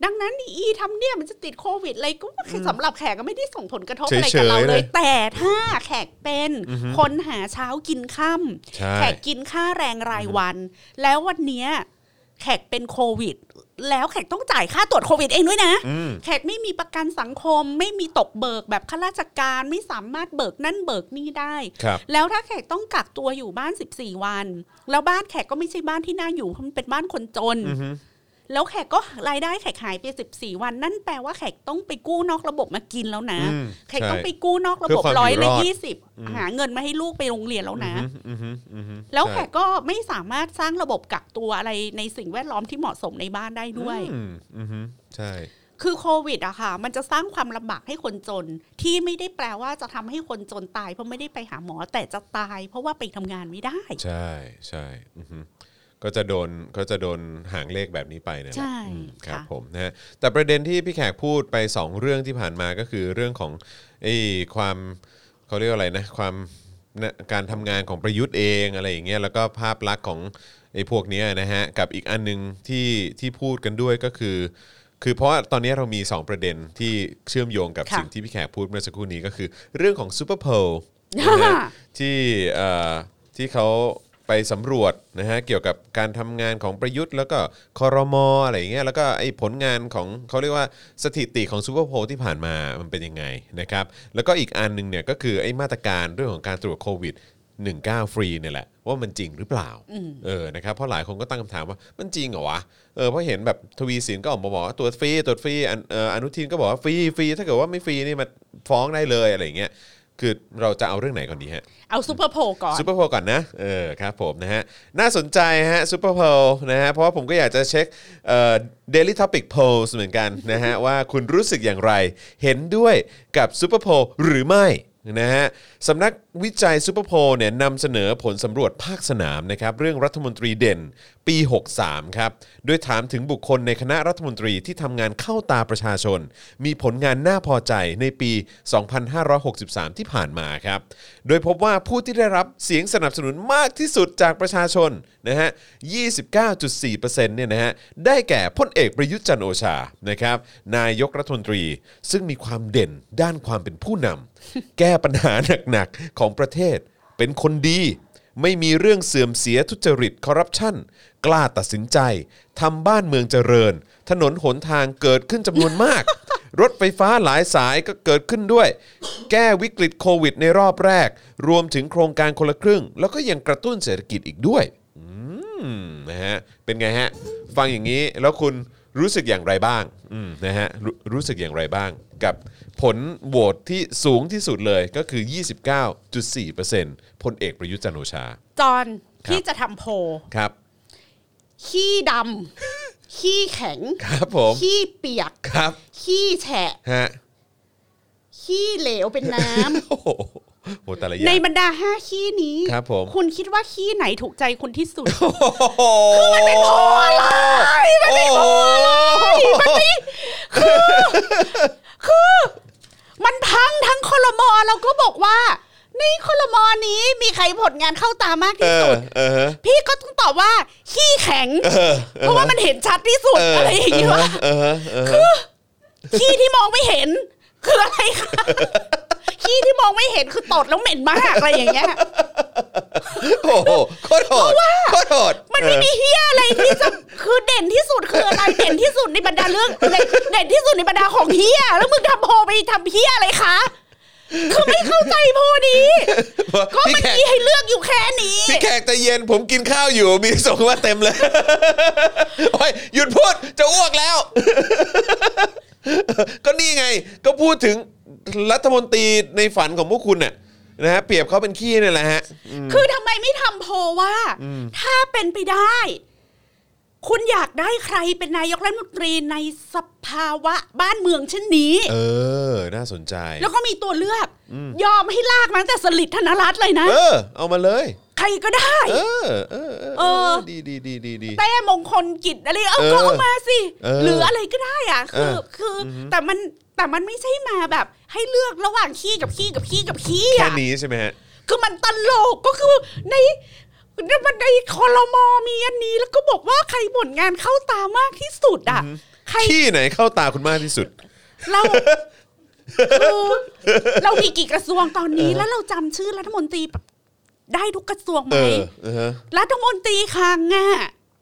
ดังนั้นอีทำเนียบมันจะติดโควิดอะไรก็คือสำหรับแขกก็ไม่ได้ส่งผลกระทบอะไรกับเรา เฉยๆเล เลย ย แต่ถ้าแขกเป็นคนหาเช้ากินค่ ใช่ ำแขกกินค่าแรงรายวัน แล้ววันเนี้ยแขกเป็นโควิด แล้วแขกต้องจ่ายค่าตรวจโควิดเองด้วยนะ อืม แขกไม่มีประกันสังคม ไม่มีตกเบิกแบบข้าราชการไม่สามารถเบิกนั่นเบิกนี่ได้ ครับ แล้วถ้าแขกต้องกักตัวอยู่บ้าน 14 วัน แล้วบ้านแขกก็ไม่ใช่บ้านที่น่าอยู่เพราะมันเป็นบ้านคนจน แล้วแขกก็รายได้แขกหายไป 14 วัน นั่นแปลว่าแขกต้องไปกู้นอกระบบมากินแล้วนะ อืม แขกต้อง ใช่ ไปกู้นอกระ เพื่ บ อบความอยู่ ร้อย ร ละ อด ยี่สิบหาเงินมาให้ลูกไปโรงเรียนแล้วนะ อืมอืมอืม แล้ว ใช่ แขกก็ไม่สามารถสร้างระบบกักตัวอะไรในสิ่งแวดล้อมที่เหมาะสมในบ้านได้ด้วย อืมอืมใช่ คือโควิดอะค่ะ มันจะสร้างความลำบากให้คนจน ที่ไม่ได้แปลว่าจะทำให้คนจนตาย เพราะไม่ได้ไปหาหมอแต่จะตาย เพราะว่าไปทำงานไม่ได้ ใช่ใช่อือฮึก็จะโดนก็จะโดนหางเลขแบบนี้ไปนะ ใช่ ครับ ค่ะ ผมนะฮะแต่ประเด็นที่พี่แขกพูดไป 2 เรื่องที่ผ่านมาก็คือเรื่องของไอ้ความเขาเรียกว่าอะไรนะความนะการทำงานของประยุทธ์เองอะไรอย่างเงี้ยแล้วก็ภาพลักษณ์ของไอ้พวกเนี้ยนะฮะกับอีกอันหนึงที่ที่พูดกันด้วยก็คือ คือเพราะว่าตอนนี้เรามี 2 ประเด็นที่เชื่อมโยงกับ ค่ะ สิ่งที่พี่แขกพูดเมื่อสักครู่นี้ก็คือ เรื่องของซูเปอร์โพลนะฮะ ที่เอ่อที่เขาไปสำรวจนะฮะเกี่ยวกับการทำงานของประยุทธ์ แล้วก็คอรมออะไรอย่างเงี้ยแล้วก็ไอ้ผลงานของเขาเรียกว่าสถิติของซูเปอร์โพลที่ผ่านมามันเป็นยังไงนะครับแล้วก็อีกอันหนึงเนี่ยก็คือไอ้มาตรการเรื่องของการตรวจโควิด 19 ฟรีเนี่ยแหละ ว่ามันจริงหรือเปล่าเออนะครับเพราะหลายคนก็ตั้งคำถามว่ามันจริงเหรอวะเออเพราะเห็นแบบทวีสินก็ออกมาบอกว่าตรวจฟรีตรวจฟรีอันเอ่ออนุทินก็บอกว่าฟรีฟรีถ้าเกิดว่าไม่ฟรีนี่มาฟ้องได้เลยอะไรอย่างเงี้ยคือเราจะเอาเรื่องไหนก่อนดีฮะ เอาซูเปอร์โพลก่อน ซูเปอร์โพลก่อนนะ เออครับผมนะฮะ น่าสนใจฮะซูเปอร์โพลนะฮะ เพราะว่าผมก็อยากจะเช็คเอ่อ daily topic polls เหมือนกันนะ *laughs* ฮะ ว่าคุณรู้สึกอย่างไร เห็นด้วยกับซูเปอร์โพลหรือไม่นะฮะสำนักวิจัยซูเปอร์โพลเนี่ยนำเสนอผลสำรวจภาคสนามนะครับ เรื่องรัฐมนตรีเด่นปี 63 ครับ โดยถามถึงบุคคลในคณะรัฐมนตรีที่ทำงานเข้าตาประชาชน มีผลงานน่าพอใจในปี 2563 ที่ผ่านมาครับ โดยพบว่าผู้ที่ได้รับเสียงสนับสนุนมากที่สุดจากประชาชนนะฮะ 29.4%เนี่ยนะฮะ ได้แก่พลเอกประยุทธ์จันทร์โอชา นะครับ นายกรัฐมนตรี ซึ่งมีความเด่นด้านความเป็นผู้นำ แก้ปัญหาหนักๆ ของประเทศ เป็นคนดี ไม่มีเรื่องเสื่อมเสียทุจริตคอร์รัปชันกล้าตัดสินใจทำบ้านเมืองเจริญ ถนนหนทางเกิดขึ้นจำนวนมาก *laughs* รถไฟฟ้าหลายสายก็เกิดขึ้นด้วย แก้วิกฤตโควิดในรอบแรก รวมถึงโครงการคนละครึ่ง แล้วก็ยังกระตุ้นเศรษฐกิจอีกด้วย อืมนะฮะ เป็นไงฮะ ฟังอย่างนี้แล้วคุณรู้สึกอย่างไรบ้างอืมนะฮะรรู้สึกอย่างไรบ้าง กับผลโหวตที่สูงที่สุดเลยก็คือ 29.4%พลเอกประยุทธ์จันทร์โอชา จอห์น ครับ ที่จะทำโพล ครับ ขี้ดำ ขี้แข็ง ครับผม ขี้เปียก ครับ ขี้แฉะ ฮะ ขี้เหลวเป็นน้ โอ้โหโหแต่ละอ *laughs* ำ ใน ย่าง บรรดาห้าขี้นี้ ครับผม คุณคิดว่าขี้ไหนถูกใจคุณที่ *laughs* สุด คือมันเป็นโพอะไรมันเป็นโพอะไร มันพังทั้งคอรมอแล้วก็บอกว่า ในคอรมอนี้มีใครผลงานเข้าตามาก เอ ที่ อ สุด เออฮะ พี่ก็ต้องตอบว่า ขี้แข็ง เออ เพราะว่ามันเห็นชัดที่สุดอะไรอย่างเงี้ย เออฮะเออฮะ ขี้ที่มองไม่เห็น คืออะไรคะ *laughs* ขี้ที่มองไม่เห็นคือตดแล้วเหม็นมากอะไรอย่างเงี้ย โอ้โหโคตรโหดโคตรโหด มันไม่มีเฮียอะไรที่ *laughs* จะคือเด่นที่สุดคืออะไรเด่นที่สุดในบรรดาเรื่องอะไรเด่นที่สุดในบรรดาของเฮียแล้วมึงทำโพลไปทำเฮียอะไรคะคือไม่เข้าใจโพลนี้ *laughs* เออ ก็ พี่ มัน แขก มีให้เลือกอยู่แค่นี้ พี่แขกใจเย็นผมกินข้าวอยู่มีส่งมาเต็มเลย *laughs* โอ้ยหยุดพูดจะอ้วกแล้ว *laughs* ก็นี่ไง ก็พูดถึงรัฐมนตรีในฝันของพวกคุณน่ะนะฮะเปรียบเขาเป็นขี้นี่แหละฮะ *laughs* คือทำไมไม่ทำโพลว่า ถ้าเป็นไปได้ คุณอยากได้ใครเป็นนายกรัฐมนตรีในสภาวะบ้านเมืองเช่นนี้ เออ น่าสนใจ แล้วก็มีตัวเลือก ยอมให้ลากมาตั้งแต่สลิดธนรัตน์เลยนะ เออ เอามาเลย ใครก็ได้ เออ เออเออ เออ ดีดีดีดีดี เต้มงคลกิจอะไรเอา เออ ก็เอามาสิ เออ หรืออะไรก็ได้อ่ะ คือ เออ คืออแต่มันแต่มันไม่ใช่มาแบบ ให้เลือกระหว่างขี้กับขี้กับขี้กับขี้ แค่ อ่ะ นี้ใช่ไหมฮะ คือมันตลกก็คือในมันในคอรมอมีอันนี้แล้วก็บอกว่าใครผลงานเข้าตามากที่สุดอ่ะ ใคร ขี้ไหนเข้าตาคุณมากที่สุด *laughs* เราคือเรามีกี่กระทรวงตอนนี้ แล้วเราจำชื่อรัฐมนตรีแบบได้ทุกกระทรวงไหม เออ เออฮะ รัฐมนตรีคลังอ่ะ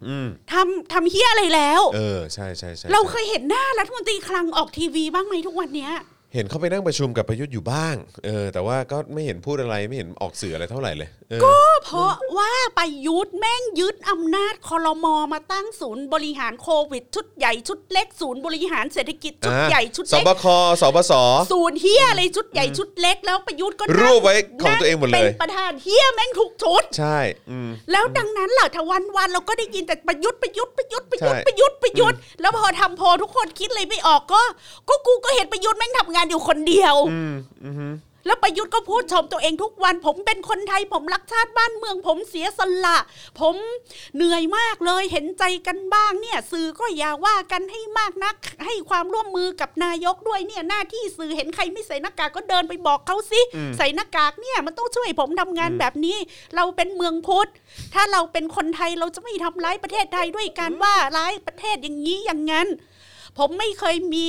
อืม ทำทำเฮียอะไรแล้ว เออ ใช่ใช่ใช่ เรา ใช่ เคยเห็นหน้ารัฐมนตรีคลังออกทีวีบ้างไหมทุกวันเนี้ย เห็นเขาไปนั่งประชุมกับประยุทธ์อยู่บ้าง เออ แต่ว่าก็ไม่เห็นพูดอะไรไม่เห็นออกสื่ออะไรเท่าไหร่เลยเออ ก็เพราะว่าประยุทธ์แม่งยึดอำนาจคอรมอมาตั้งศูนย์บริหารโควิด ชุดใหญ่ชุดเล็กศูนย์บริหารเศรษฐกิจชุด อ่ะ ใหญ่ชุด ส เล็ก บค สบส ศูนย์เฮียอะไรชุดใหญ่ชุดเล็กแล้วประยุทธ์ก็นั่ง รูปไว้ของตัวเองหมดเลย เป็นประธานเฮียแม่งทุกชุด ใช่อืม แล้วดังนั้นเหล่าทวันวันๆเราก็ได้ยินแต่ประยุทธ์ประยุทธ์ประยุทธ์ประยุทธ์ ใช่ ประยุทธ์ประยุทธ์แล้วพอทำโพลทุกคนคิดเลยไม่ออกก็ ก็กูก็เห็นประยุทธ์แม่งทำงานอยู่คนเดียว อืมอืม แล้วประยุทธ์ก็พูดชมตัวเองทุกวัน ผมเป็นคนไทย ผมรักชาติบ้านเมือง ผมเสียสละ ผมเหนื่อยมากเลยเห็นใจกันบ้างเนี่ย สื่อก็อย่าว่ากันให้มากนัก ให้ความร่วมมือกับนายกด้วยเนี่ยหน้าที่สื่อเห็นใครไม่ใส่หน้ากากก็เดินไปบอกเขาสิ อืม ใส่หน้ากากเนี่ยมันต้องช่วยผมทำงานแบบนี้ เราเป็นเมืองพุทธ ถ้าเราเป็นคนไทยเราจะไม่ทำร้ายประเทศไทยด้วยการว่าร้ายประเทศอย่างนี้อย่างนั้น ผมไม่เคยมี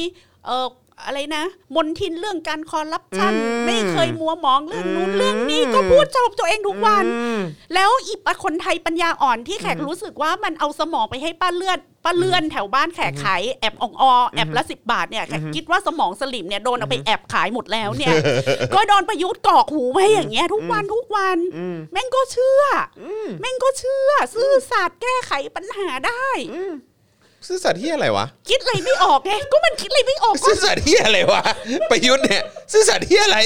เอ่ออะไรนะ มนทินเรื่องการคอร์รัปชัน อืม ไม่เคยมัวหมองเรื่องนู้น อืม เรื่องนี้ก็พูดชมตัวเองทุกวัน อืม แล้วอีปะคนไทยปัญญาอ่อนที่แขกรู้สึกว่ามันเอาสมองไปให้ป้าเลือดป้าเลือนแถวบ้านแขกขายแอบอ่องอแอบละสิบบาทเนี่ยแขกคิดว่าสมองสลิมเนี่ยโดนเอาไปแอบขายหมดแล้วเนี่ย ก็โดนประยุทธ์กรอกหูไว้อย่างเงี้ยทุกวันทุกวัน อืม แม่งก็เชื่ออแม่งก็เชื่อ ซื่อสัตย์แก้ไขปัญหาได้ ซื่อสัตย์ที่อะไรวะ คิดอะไรไม่ออกไงก็มันคิดอะไรไม่ออก *laughs* ก็ซื่อสัตย์ที่อะไรวะ ประยุทธ์เนี่ย ซื่อสัตย์ที่อะไร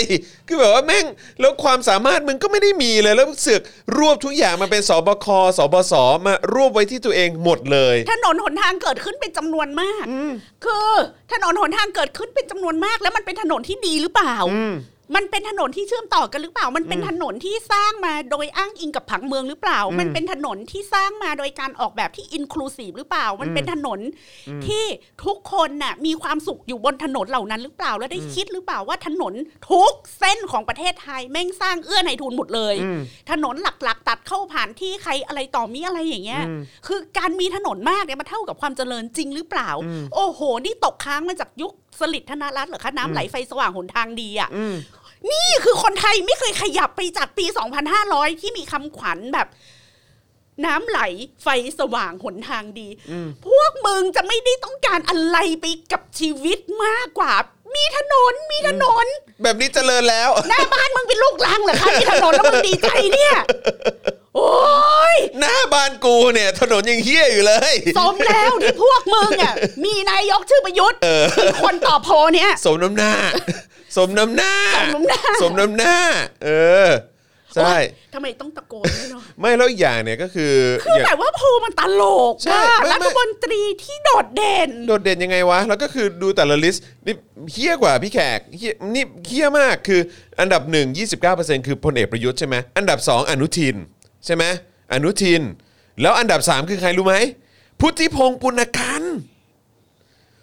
คือแบบว่าแม่ง แล้วความสามารถมึงก็ไม่ได้มีเลย แล้วเสือกรวบทุกอย่างมาเป็นสบค สบส มารวบไว้ที่ตัวเองหมดเลย ถนนหนทางเกิดขึ้นเป็นจำนวนมาก คือถนนหนทางเกิดขึ้นเป็นจำนวนมาก แล้วมันเป็นถนนที่ดีหรือเปล่า มันเป็นถนนที่เชื่อมต่อกันหรือเปล่า มันเป็นถนนที่สร้างมาโดยอ้างอิงกับผังเมืองหรือเปล่า มันเป็นถนนที่สร้างมาโดยการออกแบบที่อินคลูซีฟหรือเปล่า มันเป็นถนนที่ทุกคนน่ะมีความสุขอยู่บนถนนเหล่านั้นหรือเปล่า แล้วได้คิดหรือเปล่าว่าถนนทุกเส้นของประเทศไทยแม่งสร้างเอื้อในายทุนหมดเลย ถนนหลักๆ ตัดเข้าผ่านที่ใครอะไรต่อมีอะไรอย่างเงี้ย คือการมีถนนมากเนี่ยมันเท่ากับความเจริญจริงหรือเปล่า โอ้โห นี่ตกค้างมาจากยุคสลิดธนรัตน์เหรอคะน้ำไหลไฟสว่างหนทางดีอ่ะ นี่คือคนไทยไม่เคยขยับไปจากปี 2,500 ที่มีคำขวัญแบบ น้ำไหลไฟสว่างหนทางดี พวกมึงจะไม่ได้ต้องการอะไรไปกับชีวิตมากกว่า มีถนน มีถนน แบบนี้เจริญแล้ว *laughs* หน้าบ้านมึงเป็นลูกลังเหรอคะมีถนนแล้วมึงดีใจเนี่ย โอ้ย หน้าบ้านกูเนี่ย ถนนยังเฮี้ยอยู่เลย สมแล้วที่พวกมึงอ่ะ มีนายกชื่อประยุทธ์เป็นคนตอบโพลเนี่ย สมน้ำหน้า สมน้ำหน้า สมน้ำหน้า สมน้ำหน้า เออ ใช่ โอ๊ยทำไมต้องตะโกนด้วยเนาะ ไม่แล้วอีกอย่างเนี่ยก็คือ คืออย่าง แบบว่าโพลมันตลก ใช่ มาก ไม่ไม่ รัฐมนตรีที่โดดเด่น โดดเด่นยังไงวะ แล้วก็คือดูแต่ละลิสต์นี่เฮี้ยกว่าพี่แขกเหี้ยนี่เฮี้ยมากคืออันดับ 1 29%คือพลเอกประยุทธ์ใช่ไหมอันดับ 2 อนุทิน ใช่ไหมอนุทิน แล้วอันดับ 3 คือใครรู้ไหมพุทธิพงษ์ปุณกันต์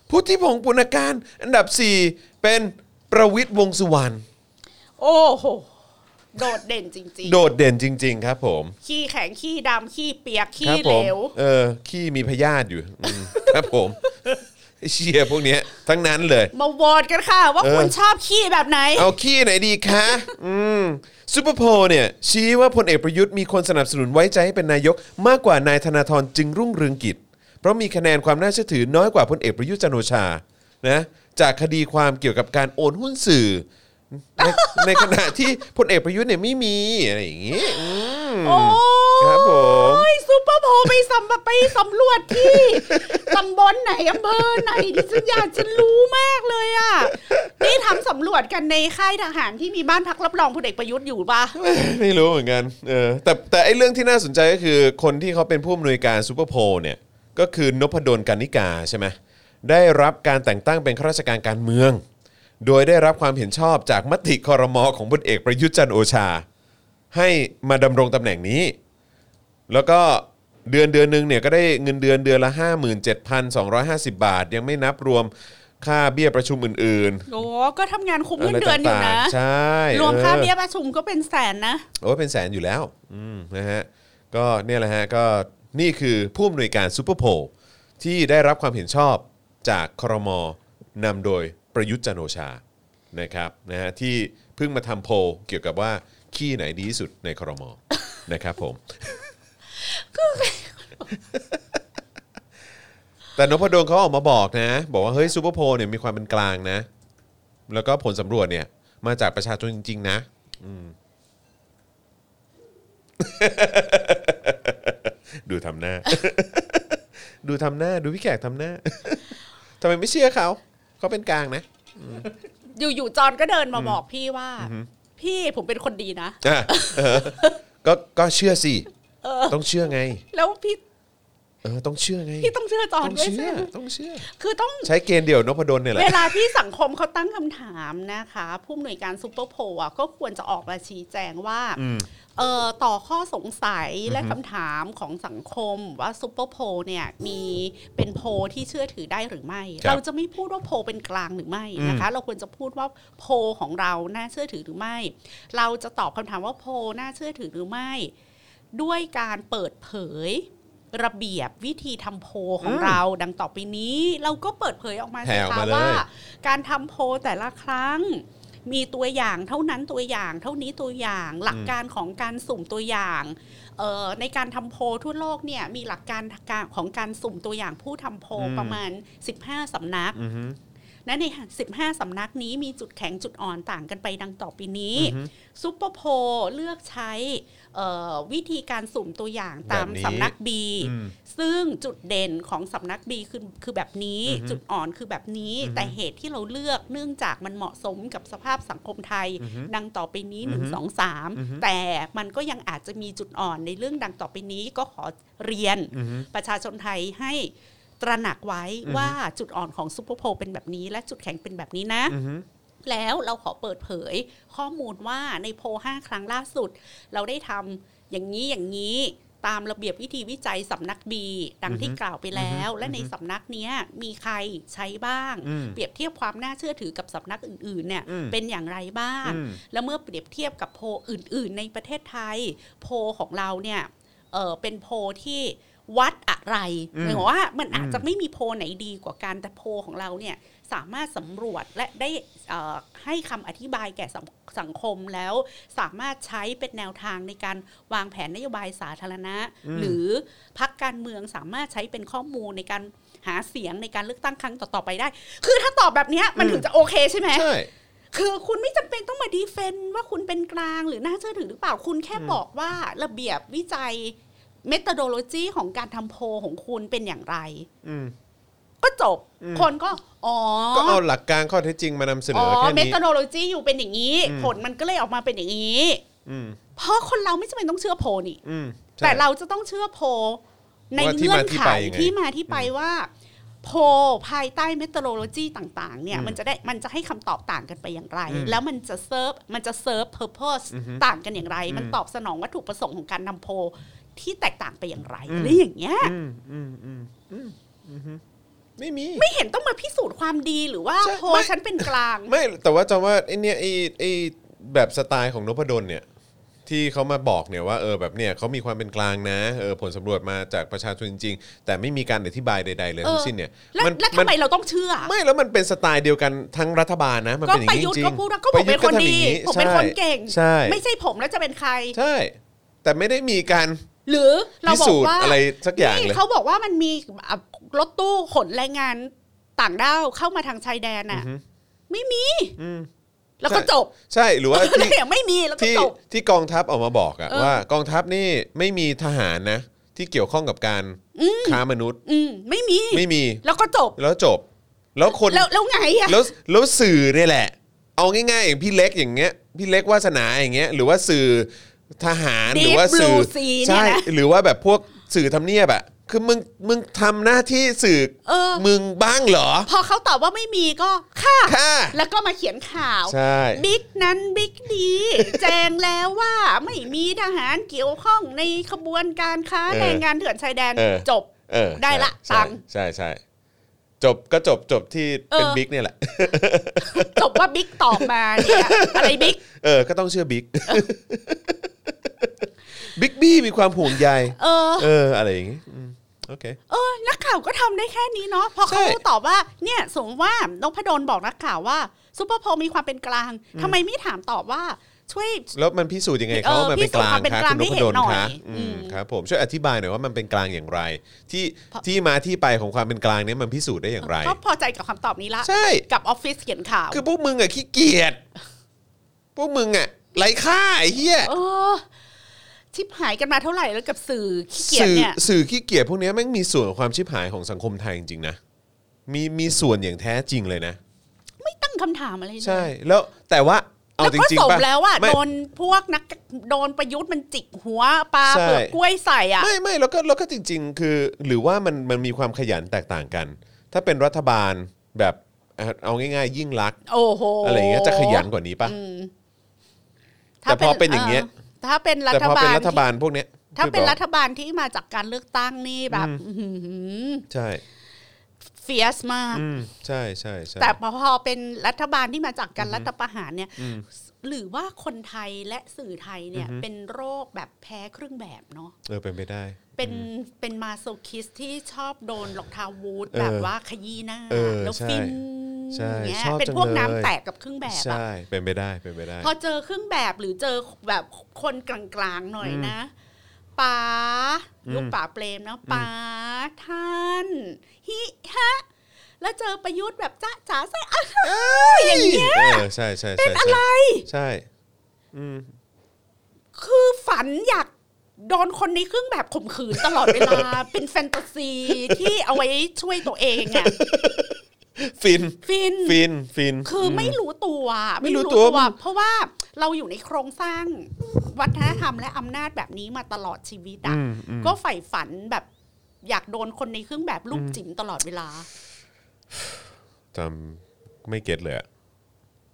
พุทธิพงษ์ปุณกันต์อันดับ 4 เป็นประวิทย์วงษ์สุวรรณ โอ้โห โดดเด่นจริง โดดเด่นจริง ๆ ครับผม ๆ ขี้แข็งขี้ดำขี้เปียก ค ขี้ รับ เห ผ ล ม ว เออ ขี้มีพยาธิอยู่อืมครับผมไอ้เชียพวกเนี้ยทั้งนั้นเลย มาวอดกันค่ะ ว่า เออ คุณชอบขี้แบบไหน เอาขี้ไหนดีคะ อืมซูเปอร์โพลเนี่ย ชี้ว่าพลเอกประยุทธ์มีคนสนับสนุนไว้ใจให้เป็นนายก มากกว่านายธนาธรจึงรุ่งเรืองกิจ เพราะมีคะแนนความน่าเชื่อถือน้อยกว่าพลเอกประยุทธ์จันทร์โอชานะจากคดีความเกี่ยวกับการโอนหุ้นสื่อ ในในขณะที่พลเอกประยุทธ์เนี่ยไม่มีอะไรอย่างงี้อืม โอ้ ครับผม ยซูเปอร์โพลไปสำไปสำรวจที่ *laughs* ตำบลไหนอำเภอไหนดิฉันอยากจะรู้มากเลยอ่ะ นี่ทำสำรวจกันในค่ายทหารที่มีบ้านพักรับรองพลเอกประยุทธ์อยู่ปะ *laughs* ไม่รู้เหมือนกัน เออ แต่แต่ไอ้เรื่องที่น่าสนใจก็คือคนที่เขาเป็นผู้อำนวยการซูเปอร์โพลเนี่ย ก็คือนพดลการนิกาใช่ไหมได้รับการแต่งตั้งเป็นข้าราชการการเมือง โดยได้รับความเห็นชอบจากมติคอรมอของพลเอกประยุทธ์จันทร์โอชา ให้มาดำรงตำแหน่งนี้ แล้วก็เดือนเดือนหนึ่งเนี่ยก็ได้เงินเดือนเดือนละ 57,250 บาท ยังไม่นับรวมค่าเบี้ยประชุมอื่น โอ้ก็ทำงานคุ้ม ๆ เงินเดือนอยู่นะ ใช่ รวมค่า ออ เบี้ยประชุมก็เป็นแสน *laughs* นะ โอ้ยเป็นแสนอยู่แล้วอืมนะฮะ ก็เนี่ยแหละฮะ ก็นี่คือผู้อำนวยการซูเปอร์โพลที่ได้รับความเห็นชอบจากครมนำโดยประยุทธ์จันทร์โอชา นะครับนะฮะที่เพิ่งมาทำโพลเกี่ยวกับว่า ขี้ไหนดีที่สุดในครม นะครับผม แต่นพดลเขาออกมาบอกนะ บอกว่า เฮ้ยซูเปอร์โพลเนี่ยมีความเป็นกลางนะ แล้วก็ผลสำรวจเนี่ย มาจากประชาชนจริง ๆ นะอืม *laughs* ดูทำหน้า *laughs* ดูทำหน้า ดูพี่แขกทำหน้า *laughs* ทำไมไม่เชื่อเขา เขาเป็นกลางนะ อยู่ๆจอนก็เดินมาบอกพี่ว่า พี่ผมเป็นคนดีนะ อ่ะเออก็ก็เชื่อสิ เออ ต้องเชื่อไง แล้วพี่ เออ ต้องเชื่อไง พี่ต้องเชื่อจอน ต้อง ด้วย เชื่ ใช่ อ ไหม ต้องเชื่อ คือต้อง ใช้เกณฑ์เดี่ยวนพดลเนี่ยแห เว ละ ลาที่สังคมเขาตั้งคำถามนะคะ ผู้อำนวยการซูเปอร์โพลอ่ะก็ควรจะออกมาชี้แจงว่าเอ่อต่อข้อสงสัยและคำถามของสังคมว่าซูเปอร์โพลเนี่ยมีเป็นโพลที่เชื่อถือได้หรือไม่ ครับ เราจะไม่พูดว่าโพลเป็นกลางหรือไม่นะคะ เราควรจะพูดว่าโพลของเราน่าเชื่อถือหรือไม่ เราจะตอบคำถามว่าโพลน่าเชื่อถือหรือไม่ ด้วยการเปิดเผยระเบียบวิธีทำโพลของ อืม เราดังต่อไปนี้ เราก็เปิดเผยออกมา แผ่ สิ ออก คะ มาเลย ว่า การทำโพลแต่ละครั้ง มีตัวอย่างเท่านั้นตัวอย่าง เท่านี้ตัวอย่าง หลักการของการสุ่มตัวอย่างเอ่อในการทำโพลทั่วโลกเนี่ยมีหลักการของการสุ่มตัวอย่างผู้ทำโพลประมาณ 15สำนัก อือฮึ และใน 15 สำนักนี้มีจุดแข็งจุดอ่อนต่างกันไปดังต่อไปนี้ซูเปอร์โพลเลือกใช้เอ่อวิธีการสุ่มตัวอย่างตาม แบบนี้ สำนัก B อืม ซึ่งจุดเด่นของสำนัก B คือคือแบบนี้ จุดอ่อนคือแบบนี้ แต่เหตุที่เราเลือกเนื่องจากมันเหมาะสมกับสภาพสังคมไทย ดังต่อไปนี้ 1 2 3 แต่มันก็ยังอาจจะมีจุดอ่อนในเรื่องดังต่อไปนี้ก็ขอเรียนประชาชนไทยให้ ตระหนักไว้ว่าจุดอ่อนของซูเปอร์โพลเป็นแบบนี้ และจุดแข็งเป็นแบบนี้นะ แล้วเราขอเปิดเผยข้อมูลว่าในโพล5ครั้งล่าสุด เราได้ทำอย่างนี้อย่างนี้ตามระเบียบวิธีวิจัยสำนักบีดังที่กล่าวไปแล้ว และในสำนักเนี้ยมีใครใช้บ้าง อืม เปรียบเทียบความน่าเชื่อถือกับสำนักอื่นๆเนี่ย อืม เป็นอย่างไรบ้าง อืม แล้วเมื่อเปรียบเทียบกับโพลอื่น ๆ ในประเทศไทย โพลของเราเนี่ย เออเป็นโพลที่วัดอะไร อืม หมายความว่ามันอาจจะไม่มีโพลไหนดีกว่ากันแต่โพลของเราเนี่ยสามารถสำรวจและได้เอ่อให้คำอธิบายแก่สังสังคมแล้ว สามารถใช้เป็นแนวทางในการวางแผนนโยบายสาธารณะ อืม หรือพักการเมืองสามารถใช้เป็นข้อมูลในการหาเสียงในการเลือกตั้งครั้งต่อๆไปได้ คือถ้าตอบแบบเนี้ยมันถึงจะโอเคใช่ไหม ใช่ คือคุณไม่จำเป็นต้องมาดีเฟนต์ว่าคุณเป็นกลางหรือน่าเชื่อถือหรือเปล่าคุณแค่บอกว่าระเบียบวิจัยเม t โดโลจีของการทำโพลของคุณเป็นอย่างไร อืม ก็จบ อืม คนก็ อ๋อ ก็เอาหลักการข้อเท็จจริงมานำเสน อ๋ อ อ แค่ เม นี้ ทาโดโลจีอยู่เป็นอย่างนี้ อืม ผลมันก็เลยออกมาเป็นอย่างนี้ อืม เพราะคนเราไม่จำเป็นต้องเชื่อโพลนี่ อืมใช่ แต่เราจะต้องเชื่อโพลใน ว่าที่ เงื่อ มาน ที่ ไข ไปยังไง ที่มาที่ไปว่า โพลภายใต้เมทรโลจีต่างๆ เนี่ย อืม มันจะได้มันจะให้คำตอบต่างกันไปอย่างไร อืม แล้วมันจะเซิร์ฟมันจะเซิร์ฟเพอร์เพสต่างกันอย่างไร มันตอบสนองวัตถุประสงค์ของการนำโพลที่แตกต่างไปอย่างไร อืม อะไรอย่างเงี้ย อืมอืมอืมอืมอืมฮึไม่มี ไม่เห็นต้องมาพิสูจน์ความดีหรือว่า ใช่ โพล ไม่ ฉันเป็นกลาง ไม่แต่ว่าจำว่าไอเนี่ยไอไอแบบสไตล์ของนพดลเนี่ย ที่เขามาบอกเนี่ยว่าเออแบบเนี่ยเขามีความเป็นกลางนะเออผลสำรวจมาจากประชาชนจริงๆ แต่ไม่มีการอธิบายใด ๆ เลย เออ ทั้งสิ้นเนี่ย แล้ว มัน แล้ว มั ทำไมเราต้องเชื่อ ไม่แล้วมันเป็นสไตล์เดียวกันทั้งรัฐบาลนะมัน ก็ เป็นอย่างประ นี้ ยุทธ์ จริง ก็พูดว่าก็ผมเป็นคน ระยุทธ์ก็ทำ ดี อย่าง ผมเป็นคน ใช่ เก่ง ใช่ ไม่ใช่ผมแล้วจะเป็นใคร ใช่ แต่ไม่ได้มีการ หรือเรา พิ บอ สูจกน์ ว่า อะไรสักอย่างเลย เขาบอกว่ามันมีอ่ะรถตู้ขนแรงงานต่างด้าวเข้ามาทางชายแดนน่ะ อือฮึ ไม่มี อืม แล้วก็ ใช่ จบ ใช่หรือว่า แล้ ที่ วอย่างไม่มีแล้วก็ ที่ จบ ที่กองทัพออกมาบอกอะ เออ ว่ากองทัพนี่ไม่มีทหารนะ ที่เกี่ยวข้องกับการ อืม ค้ามนุษย์ อืมไม่มี ไม่มี แล้วก็จบ แล้วจบ แล้วคน แล้วแล้วไงอ่ะ แล้วแล้วสื่อเนี่ยแหละ เอาง่ายๆอย่างพี่เล็กอย่างเงี้ยพี่เล็กวาสนาอย่างเงี้ยหรือว่าสื่อทหารหรือว่า บลู สื่อ ซีเนี่ ใช่ ยนะ หรือว่าแบบพวกสื่อทำเนียบอะคือมึงมึงทำหน้าที่สื่อ เออ มึงบ้างเหรอ พอเขาตอบว่าไม่มีก็ค่ะ ค่ะ แล้วก็มาเขียนข่าว ใช่ บิ๊กนั้นบิ๊กดีแจงแล้วว่าไม่มีทหารเกี่ยวข้องในขบวนการค้า เออ แรงงานเถื่อนชายแดน เออ จบ เออ ได้ละ ใช่ ตังค์ ใช่ใช่ใช่จบก็จบจบที่เป็น เออ บิ๊กเนี่ยแหละ จบว่าบิ๊กตอบมาเนี่ยอะไรบิ๊ก เออ ก็ต้องเชื่อบิ๊ก *laughs* บิ๊กบี้มีความห่วง *laughs* ใย เออ เออ อะไรอย่างงี้อืมโอเค เออ นักข่าวก็ทำได้แค่นี้เนาะ พอเขา ใช่ ตอบว่า เนี่ย สมมติว่านพดลบอกนักข่าวว่าซูเปอร์โพลมีความเป็นกลาง ทำไมไม่ถามตอบว่า ช่วย แล้วมันพิสูจน์ยังไง เอ เขา อ ว่ามันเป็นกลาง พิสูจน์ความเป็น ครับ กลาง คุณนพให้เห็ ด น ล หน่อย คะ อื อื ม มครับผมช่วยอธิบายหน่อยว่ามันเป็นกลางอย่างไร ที่ เพราะ ที่มาที่ไปของความเป็นกลางเนี้ยมันพิสูจน์ได้อย่างไร ก็พอใจกับคำตอบนี้ละ ใช่ กับออฟฟิศเขียนข่าว คือพวกมึงอะขี้เกียจพวกมึงอะไร้ค่าไอ้เหี้ย เออชิบหายกันมาเท่าไหร่แล้วกับสื่อขี้เกียจ สื่อ เนี่ย สื่อขี้เกียจพวกเนี้ยแม่งมีส่วนกับความชิบหายของสังคมไทยจริงๆนะมีมีส่วนอย่างแท้จริงเลยนะ ไม่ตั้งคำถามอะไรเลย ใช่แล้วแต่ว่าเอา แล้ว จ ก็ ริง ส ๆ ม ป่ะ แล้วอ่ะ ไม่ โดนพวกนักโดนประยุทธ์มันจิกหัวปลา ใช่ เปลือกกล้วยใส่อ่ะ ไม่ไม่แล้วก็แล้วก็จริง ๆ คือ หรือว่ามันมันมีความขยันแตกต่างกัน ถ้าเป็นรัฐบาลแบบเอ่อเอาง่ายๆ ยิ่งรักษณ์ โอ้โห อะไรอย่างเงี้ยจะขยันกว่านี้ปะ อืม แต่พอเป็นอย่างเงี้ย ถ้าเป็นรั แต่พอบฐา เป็น ล รัฐบาลพวกเนี้ย ถ้าเป็น คือแบบ รัฐบาลที่มาจากการเลือกตั้งนี่แบบ ใช่ เฟียสมาก อืมใช่ใช่ใช่ แต่พอพอเป็นรัฐบาลที่มาจากการรัฐประหารเนี่ย หรือว่าคนไทยและสื่อไทยเนี่ย เป็นโรคแบบแพ้เครื่องแบบเนาะ เออเป็นไปได้ เป็นเป็นมาโซคิสที่ชอบโดนหลอกทาวูดแบบว่าขยี้หน้า เออ แล้ว ใช่ ฟิน ใช่ ย่างเงี้ย ชอบ เป็น จัง พวก เลย น้ำแตกกับเครื่องแบบ ใช่ อะ เป็นไปได้เป็นไปได้ พอเจอเครื่องแบบหรือเจอแบบคนกลางๆหน่อยนะป๋ายุคป๋าเปรมนะป๋าท่านฮิฮะแล้วเจอประยุทธ์แบบจ้าจ๋าใส่อะอย่างเงี้ย เออใช่ใช่เป็นอะไร ใช่ คือฝันอยากโดนคนในเครื่องแบบข่มขืนตลอดเวลา *laughs* เป็นแฟนตาซีที่เอาไว้ช่วยตัวเองอ่ะ ฟิน ฟิน ฟินฟิน คือไม่รู้ตัว ไม่รู้ตัวมัน เพราะว่าเราอยู่ในโครงสร้างวัฒนธรรมและอำนาจแบบนี้มาตลอดชีวิตอะก็ใฝ่ฝันแบบอยากโดนคนในเครื่องแบบลูกจิ๋มตลอดเวลา จำไม่เก็ตเลยอะ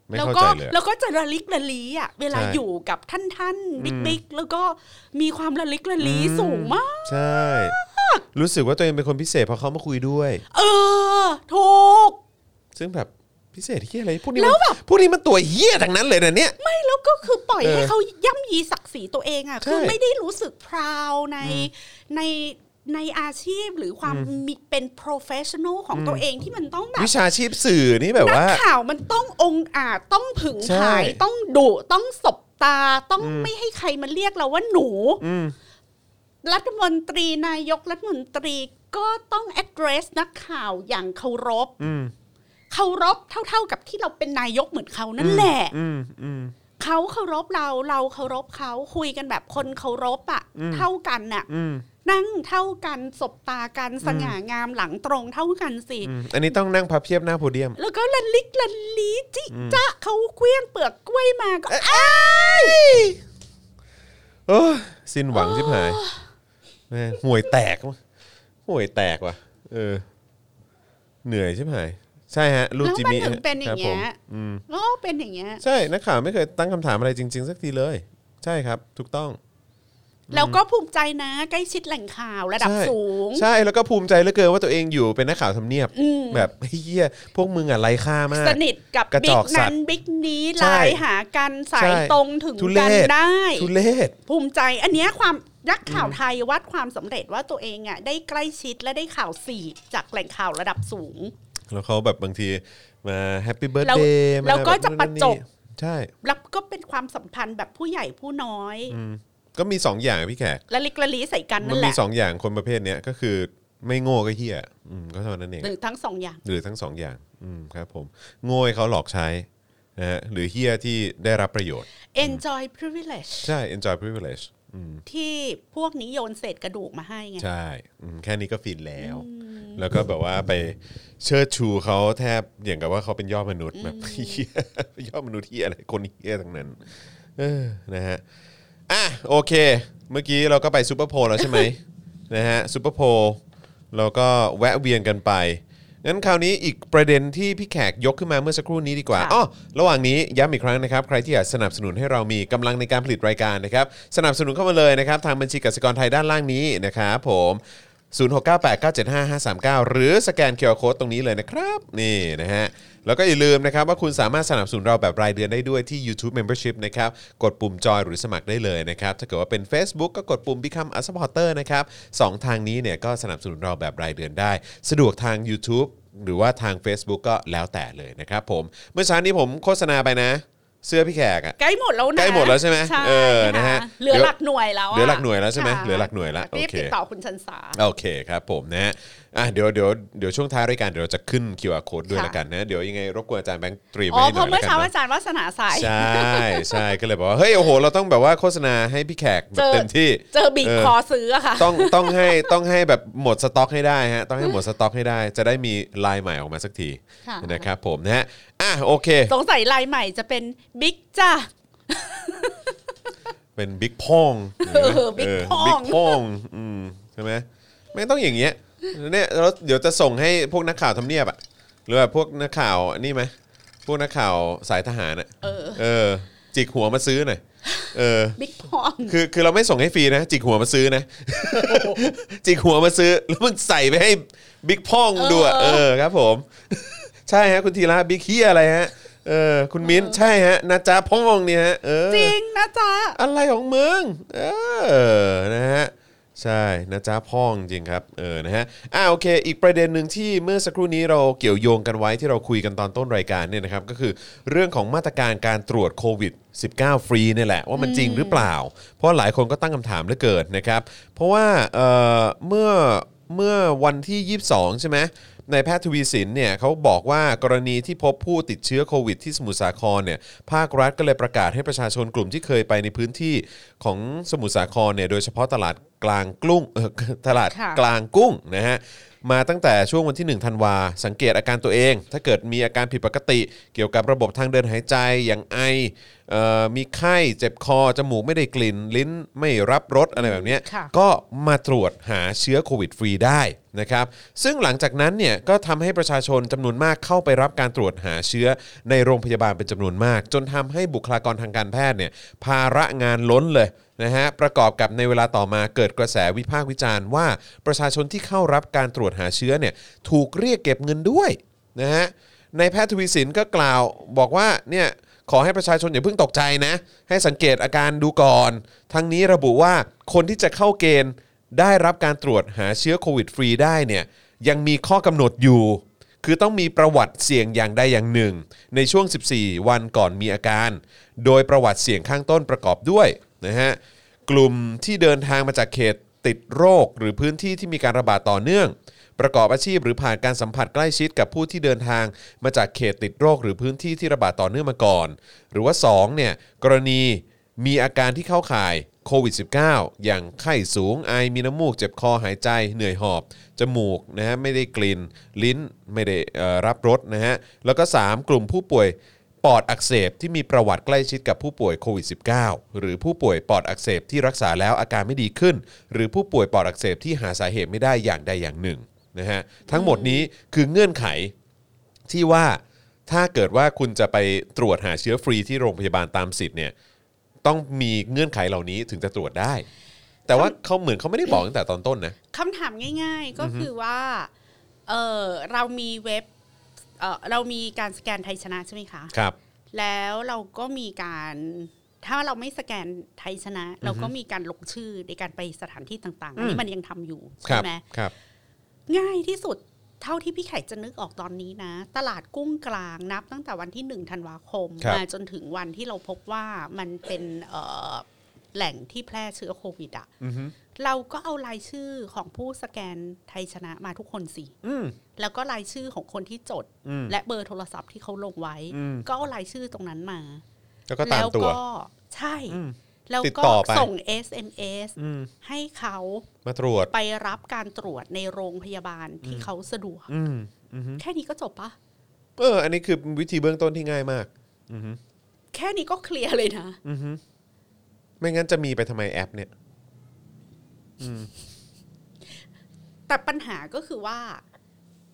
ไม่ แล้ว เข้า ก็ ใจเลยอะ แล้วก็จะระลิกระลีอ่ะเวลา ใช่ อยู่กับท่านท่านๆบิ๊กบิ๊กแล้วก็มีความระลิกระลีสูงมาก ใช่ รู้สึกว่าตัวเองเป็นคนพิเศษเพราะเขามาคุยด้วย เออถูก ซึ่งแบบพิเศษที่อะไรพวกนี้แล้วแบบพวกนี้มันตัวเหี้ยทั้งนั้นเลยนะเนี่ย ไม่แล้วก็คือปล่อย เออ ให้เขาย่ำยีศักดิ์ศรีตัวเองอ่ะ ใช่ คือไม่ได้รู้สึกพราวในในในอาชีพหรือความมีเป็น professional ของตัวเองที่มันต้องแบบ วิชาชีพสื่อนี่แบบ นั ว่า ข่าวมันต้ององอาจต้องผึ่ง ใช่ ผายต้องดุต้องสบตาต้องไม่ให้ใครมาเรียกเราว่าหนู รัฐมนตรีนายกรัฐมนตรีก็ต้อง address นักข่าวอย่างเคารพเคารพเท่า ๆกับที่เราเป็นนายกเหมือนเขานั่นแหละ อืมอืม เขาเคารพเราเราเคารพเขาคุยกันแบบคนเคารพอะเท่ากันน่ะ อืม นั่งเท่ากันสบตากันสง่างามหลังตรงเท่ากันสิ อืมอันนี้ต้องนั่งพับเพียบหน้าโพเดียม แล้วก็ลันลิกลันลีจิจะเขาเคลี้ยงเปลือกกล้วยมาก็อ้าย โอ้ยสิ้นหวังชิบหายแม่งห่วยแตกวะห่วยแตกว่ะ เออ เหนื่อยชิบหาย ใช่ฮะ ลูก แล้ว จิ มัน มี่ ถึงเป็นอย่างเงี้ย ครับผมอืม แล้วเป็นอย่างเงี้ย ใช่ นักข่าวไม่เคยตั้งคำถามอะไรจริง ๆ สักทีเลย ใช่ครับ ถูกต้อง แล้วก็ภูมิใจนะ ใกล้ชิดแหล่งข่าวระดับ ใช่ สูง ใช่แล้วก็ภูมิใจเหลือเกินว่าตัวเองอยู่เป็นนักข่าวทำเนียบ อืม แบบ *laughs* เฮียพวกมึงอะไร้ค่ามาก สนิทกับ กระจ บิ๊ อก กสั นั้ ต น ว์ บิ๊กนี้ ใช่ ไลน์หากันสาย ใช่ ตรงถึง ทุเร กัน ศ ได้ ทุเลศ ภูมิใจอันเนี้ยความนักข่าวไทยวัดความสำเร็จว่าตัวเองอ่ะได้ใกล้ชิดและได้ข่าวสีจากแหล่งข่าวระดับสูง แล้วเขาแบบบางทีมาแฮปปี้เบิร์ด แล้ว เดย์ แล้วก็จะประจบ ใช่ แล้วก็เป็นความสัมพันธ์แบบผู้ใหญ่ผู้น้อย ก็มี 2 อย่างอะพี่แขก และลิกละลีใส่กัน มันนั่นแห มี ละ สองอย่างคนประเภทเนี้ยก็คือไม่โง่ก็เฮียอืมก็เท่านั้นเอง หรือทั้งสองอย่าง หรือทั้งสองอย่างอืมครับผมโง่ให้เขาหลอกใช้นะฮะหรือเฮียที่ได้รับประโยชน์ enjoy privilege ใช่ enjoy privilege อืม ที่พวกนี้โยนเศษกระดูกมาให้ไง ใช่อืมแค่นี้ก็ฟินแล้ว แล้วก็แบบว่าไปเชิดชูเขาแทบอย่างกับว่าเขาเป็นยอดมนุษย์แบบ *laughs* เหี้ยยอดมนุษย์เฮียอะไรคนเฮียทั้งนั้นเออนะฮะอ่ะโอเค เมื่อกี้เราก็ไปซูเปอร์โพลแล้วใช่ไหม *laughs* นะฮะซูเปอร์โพลเราก็แวะเวียนกันไปงั้นคราวนี้อีกประเด็นที่พี่แขกยกขึ้นมาเมื่อสักครู่นี้ดีกว่า ค่ะ อ๋อ ระหว่างนี้ย้ำอีกครั้งนะครับ ใครที่อยากสนับสนุนให้เรามีกำลังในการผลิตรายการนะครับ สนับสนุนเข้ามาเลยนะครับ ทางบัญชีกสิกรไทยด้านล่างนี้นะครับผม 0698975539 หรือสแกนเคอร์โคตรงนี้เลยนะครับ นี่นะฮะ แล้วก็อย่าลืมนะครับว่าคุณสามารถสนับสนุนเราแบบรายเดือนได้ด้วยที่ YouTube Membership นะครับ กดปุ่มจอยหรือสมัครได้เลยนะครับ ถ้าเกิดว่าเป็น Facebook ก็กดปุ่ม Become a supporter นะครับสองทางนี้เนี่ยก็สนับสนุนเราแบบรายเดือนได้ สะดวกทาง YouTube หรือว่าทาง Facebook ก็แล้วแต่เลยนะครับผม เมื่อเช้านี้ผมโฆษณาไปนะ เสื้อพี่แขกอ่ะ ใกล้หมดแล้วนะ ใกล้หมดแล้วใช่ไหม ใช่ เออนะฮะ ค่เหลือ เหลือ หลักหน่วยแล้วะ เหลือหลักหน่วยแล้วใช่ไหม ค่ะ เหลือหลักหน่วยแล้ว รีโอบเค ติดต่อคุณชันสา โอเคครับผมนะฮะอ่ะเดี๋ยวเดี๋ยวเดี๋ยวช่วงท้ายรายการเดี๋ยวเราจะขึ้น QR code ด้วย ค่ะ ละกันนะเดี๋ยวยังไงรบกวนอาจารย์แบงค์เตรียม อ๋ ไว้ อ ให้ห เพ น่อ ราะ ย เมื่อ ละกั เช้าน อา นะ จารย์วัฒนาสาย ใช่ใช่ก็เลยบอกว่าเฮ้ยโอ้โห เราต้องแบบว่าโฆษณาให้พี่แขกแบบ เจอ เต็มที่ เจอบีบ เออ คอซื้ออะค่ะ ต้องต้องให้ต้องให้แบบหมดสต็อกให้ได้ฮะต้องให้หมดสต็อกให้ได้ จะได้มีลายใหม่ออกมาสักที ค่ะ นะครับผมนะฮะอ่ะโอเค สงสัยลายใหม่จะเป็นบิ๊กจ้า เป็นบิ๊กพ่อง เออ Big เ Pong บิ๊กพ่องอืมใช่ไหมไม่ต้องอย่างเงี้ยเนี่ยแล้วเดี๋ยวจะส่งให้พวกนักข่าวทำเนียบอะหรือว่าพวกนักข่าวนี่ไหมพวกนักข่าวสายทหารอะ เออ เออ จิกหัวมาซื้อหน่อยเออ บิ๊กพอง คือคือเราไม่ส่งให้ฟรีนะ จิกหัวมาซื้อนะ จิกหัวมาซื้อ แล้วมึงใส่ไปให้บิ๊กพ่องดูอะ เอ เอ อ อครับผม ใช่ฮะคุณธีระบิ๊กเฮียอะไรฮะเออคุณมิ้นใช่ฮะนาจาพ่องเนี่ยฮะเออ จริงนะจ๊ะ อะไรของมึง เออ นะฮะ ใช่นะจ๊ะพ่องจริงครับ เออ นะฮะ อ่าโอเค อีกประเด็นหนึ่งที่เมื่อสักครู่นี้เราเกี่ยวโยงกันไว้ที่เราคุยกันตอนต้นรายการเนี่ยนะครับ ก็คือเรื่องของมาตรการการตรวจโควิด 19 ฟรีเนี่ยแหละ ว่ามันจริงหรือเปล่า เพราะหลายคนก็ตั้งคำถามเหลือเกินนะครับ เพราะว่าเอ่อเมื่อ เมื่อวันที่ 22 ใช่ไหมนายแพทย์ทวีสินเนี่ยเขาบอกว่ากรณีที่พบผู้ติดเชื้อโควิดที่สมุทรสาครเนี่ยภาครัฐก็เลยประกาศให้ประชาชนกลุ่มที่เคยไปในพื้นที่ของสมุทรสาครเนี่ยโดยเฉพาะตลาดกลางกุ้งเอ่อ *laughs* ตลาด ค่ะ กลางกุ้งนะฮะมาตั้งแต่ช่วงวันที่ 1 ธันวา สังเกตอาการตัวเอง ถ้าเกิดมีอาการผิดปกติ เกี่ยวกับระบบทางเดินหายใจอย่างไอเอ่อมีไข้เจ็บคอจมูกไม่ได้กลิ่น ลิ้นไม่รับรสอะไรแบบเนี้ย ค่ะ ก็มาตรวจหาเชื้อโควิดฟรีได้นะครับ ซึ่งหลังจากนั้นเนี่ยก็ทำให้ประชาชนจำนวนมากเข้าไปรับการตรวจหาเชื้อในโรงพยาบาลเป็นจำนวนมาก จนทำให้บุคลากรทางการแพทย์เนี่ยภาระงานล้นเลยนะฮะประกอบกับในเวลาต่อมาเกิดกระแสวิพากษ์วิจารณ์ว่าประชาชนที่เข้ารับการตรวจหาเชื้อเนี่ยถูกเรียกเก็บเงินด้วยนะฮะในแพทย์ทวีสินก็กล่าวบอกว่าเนี่ย ขอให้ประชาชนอย่าเพิ่งตกใจนะ ให้สังเกตอาการดูก่อน ทั้งนี้ระบุว่าคนที่จะเข้าเกณฑ์ได้รับการตรวจหาเชื้อโควิดฟรีได้เนี่ยยังมีข้อกำหนดอยู่ คือต้องมีประวัติเสี่ยงอย่างใดอย่างหนึ่ง ในช่วง 14 วันก่อนมีอาการ โดยประวัติเสี่ยงข้างต้นประกอบด้วยนะฮะ กลุ่มที่เดินทางมาจากเขตติดโรค หรือพื้นที่ที่มีการระบาดต่อเนื่อง ประกอบอาชีพหรือผ่านการสัมผัสใกล้ชิดกับผู้ที่เดินทางมาจากเขตติดโรค หรือพื้นที่ที่ระบาดต่อเนื่องมาก่อน หรือว่า2เนี่ยกรณีมีอาการที่เข้าข่ายโควิด -19 อย่างไข้สูง ไอมีน้ำมูก เจ็บคอหายใจเหนื่อยหอบ จมูกนะฮะไม่ได้กลิ่น ลิ้นไม่ได้เอ่อรับรสนะฮะแล้วก็ 3 กลุ่มผู้ป่วย ปอดอักเสบที่มีประวัติใกล้ชิดกับผู้ป่วยโควิด -19 หรือผู้ป่วยปอดอักเสบที่รักษาแล้วอาการไม่ดีขึ้น หรือผู้ป่วยปอดอักเสบที่หาสาเหตุไม่ได้อย่างใดอย่างหนึ่งนะฮะทั้งหมดนี้คือเงื่อนไขที่ว่าถ้าเกิดว่าคุณจะไปตรวจหาเชื้อฟรีที่โรงพยาบาลตามสิทธิ์เนี่ยต้องมีเงื่อนไขเหล่านี้ถึงจะตรวจได้ แต่ว่าเขาเหมือนเขาไม่ได้บอกตั้งแต่ตอนต้นนะ คำถามง่ายๆก็คือว่าเออเรามีเว็บเออเรามีการสแกนไทยชนะใช่ไหมคะ ครับ แล้วเราก็มีการถ้าเราไม่สแกนไทยชนะ เราก็มีการลงชื่อในการไปสถานที่ต่างๆอัน อื นี้ ม มันยังทำอยู่ ค ใช่ รับ ไหม ครับ ง่ายที่สุดเท่าที่พี่ไข่จะนึกออกตอนนี้นะ ตลาดกุ้งกลางนับตั้งแต่วันที่หนึ่งธันวาคม ครับ มาจนถึงวันที่เราพบว่ามันเป็นเอ่อแหล่งที่แพร่เชื้อโควิดอะ อือฮึ เราก็เอารายชื่อของผู้สแกนไทยชนะมาทุกคนสิ อืม แล้วก็รายชื่อของคนที่จด อืม และเบอร์โทรศัพท์ที่เขาลงไว้ อืม ก็เอารายชื่อตรงนั้นมา แล้วก็ตามตัว แล้วก็ใช่ อืม แล้ว ติด ก็ ต่อไป ส่ง SMS อืม ให้เขา มาตรวจ ไปรับการตรวจในโรงพยาบาลที่เขาสะดวก อืมอือฮึ แค่นี้ก็จบปะ เออ อันนี้คือวิธีเบื้องต้นที่ง่ายมาก อือฮึ แค่นี้ก็เคลียร์เลยนะ อือฮึไม่งั้นจะมีไปทำไมแอปเนี่ย แต่ปัญหาก็คือว่า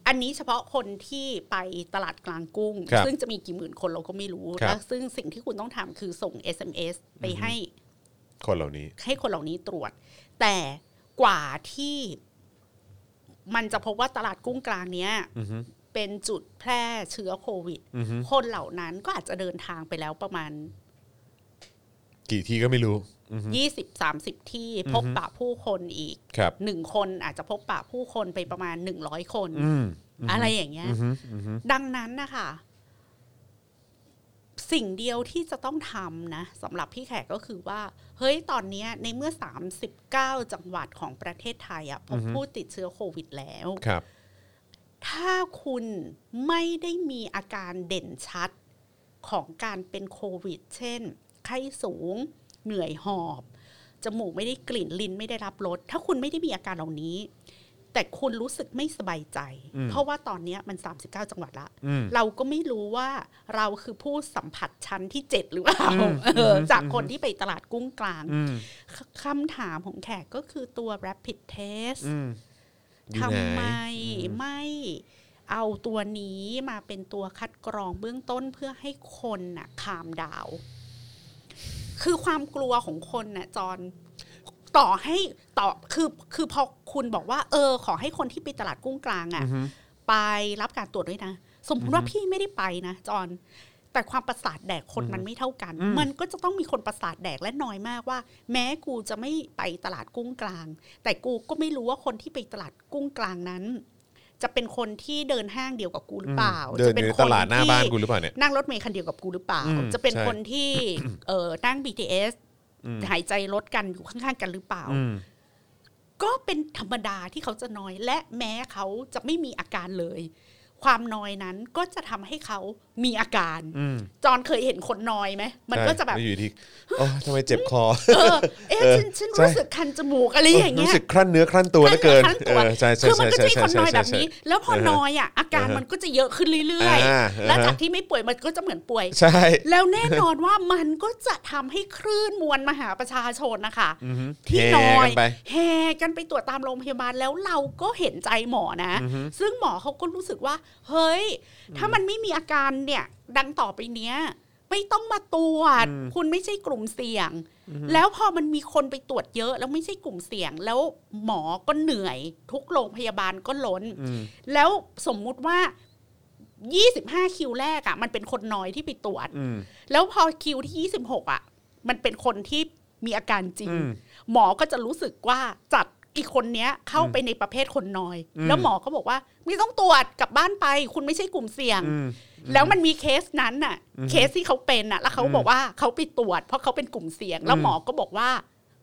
อันนี้เฉพาะคนที่ไปตลาดกลางกุ้ง ครับ ซึ่งจะมีกี่หมื่นคนเราก็ไม่รู้ ครับ แล้วซึ่งสิ่งที่คุณต้องทำคือส่ง SMS ไปให้ คนเหล่านี้ ให้คนเหล่านี้ตรวจ แต่กว่าที่มันจะพบว่าตลาดกุ้งกลางเนี้ย อือฮึ เป็นจุดแพร่เชื้อโควิด อือฮึ คนเหล่านั้นก็อาจจะเดินทางไปแล้วประมาณ กี่ที่ก็ไม่รู้ อือฮึ 20-30 ที่พบปะผู้คนอีก ครับ หนึ่งคนอาจจะพบปะผู้คนไปประมาณ 100 คน อืม อะไรอย่างเงี้ย อือฮึอือฮึ ดังนั้นนะคะ สิ่งเดียวที่จะต้องทำนะสำหรับพี่แขกก็คือว่า เฮ้ยตอนเนี้ยในเมื่อ 39 จังหวัดของประเทศไทยอะพบผู้ติดเชื้อโควิดแล้ว ครับ ถ้าคุณไม่ได้มีอาการเด่นชัดของการเป็นโควิด เช่น ไข้สูง เหนื่อยหอบ จมูกไม่ได้กลิ่นลิ้นไม่ได้รับรสถ้าคุณไม่ได้มีอาการเหล่านี้ แต่คุณรู้สึกไม่สบายใจ อืม เพราะว่าตอนเนี้ยมัน 39 จังหวัดละ อืม เราก็ไม่รู้ว่าเราคือผู้สัมผัสชั้นที่ 7 หรือเปล่า อืม เอออ ม จากคนที่ไปตลาดกุ้งกลาง อืม คคำถามของแขกก็คือตัว rapid test อืมอยู่ ทำ ไหน ไมไม่เอาตัวนี้มาเป็นตัวคัดกรองเบื้องต้นเพื่อให้คนน่ะคามดาว คือความกลัวของคนน่ะจอนต่อให้ต่อคือคือพอคุณบอกว่า เออ ขอให้คนที่ไปตลาดกุ้งกลางอะ่ะ อือฮึ ไปรับการตรวจด้วยนะ สมมติว่าพี่ไม่ได้ไปนะจอนแต่ความประสาทแดกคนมันไม่เท่ากัน มันก็จะต้องมีคนประสาทแดกและน้อยมากว่า แม้กูจะไม่ไปตลาดกุ้งกลาง แต่กูก็ไม่รู้ว่าคนที่ไปตลาดกุ้งกลางนั้น จะเป็นคนที่เดินห้างเดียวกับกูหรือเปล่า เดิน จะ อ เป็ ยู่ใน ค ตลาดหน้าบ้านกูหรือเปล่าเนี่ย นั่งรถเมล์คันเดียวกับกูหรือเปล่า อืม จะเป็น ใช่ คนที่เออนั่ง BTS อืม หายใจรถกันอยู่ข้างๆกันหรือเปล่า อืม ก็เป็นธรรมดาที่เขาจะน้อยและแม้เขาจะไม่มีอาการเลย ความน้อยนั้นก็จะทำให้เขามีอาการ อืม จอนเคยเห็นคนน้อยไหมมัน ใช่ ก็จะแบบ ล้วอยู่ดีโอ้ทำไมเจ็บคอ เออเอ๊ะฉันฉัน ใช่ รู้สึกคันจมูกอะไรอย่างเงี้ รู้ ย สึกครั่นเนื้อครั่นตัวเหลือเกิน ทั้ง เอ ตัว อใช่ใช่ คือมัน ใช่ ก็ ใช่ใช่จะมีคนน้อย ใช่ แบบ ใช่ นี้ แล้วพอ เออฮะ น้อยอ่ะอาการ เออฮะ มันก็จะเยอะขึ้นเรื่อย อ่า ๆ และ อ่าฮะ จากที่ไม่ป่วยมันก็จะเหมือนป่วย ใช่ แล้วแน่นอนว่ามันก็จะทำให้คลื่นมวลมหาประชาชนนะคะ อือฮึ ที่ แห่ น้อย กัไป แห่กันไปตรวจตามโรงพยาบาลแล้วเราก็เห็นใจหมอนะ อือฮึ ซึ่งหมอเขาก็รู้สึกว่า เฮ้ย ถ้ามันไม่มีอาการเนี่ย ดังต่อไปเนี้ย ไม่ต้องมาตรวจ คุณไม่ใช่กลุ่มเสี่ยง แล้วพอมันมีคนไปตรวจเยอะ แล้วไม่ใช่กลุ่มเสี่ยง แล้วหมอก็เหนื่อย ทุกโรงพยาบาลก็ล้น อืม แล้วสมมุติว่า 25 คิวแรกอะ่ะ มันเป็นคนน้อยที่ไปตรวจ อืม แล้วพอคิวที่ 26 อ่ะ มันเป็นคนที่มีอาการจริง อืม หมอก็จะรู้สึกว่าจัดอีกคนเนี้ยเข้าไปในประเภทคนน้อย อืม แล้วหมอก็บอกว่าไม่ต้องตรวจกลับบ้านไป คุณไม่ใช่กลุ่มเสี่ยง อืม แล้วมันมีเคสนั้นน่ะ อืม เคสที่เขาเป็นน่ะ แล้วเขา อืม บอกว่าเขาไปตรวจ เพราะเขาเป็นกลุ่มเสี่ยง แล้ว อืม หมอก็บอกว่า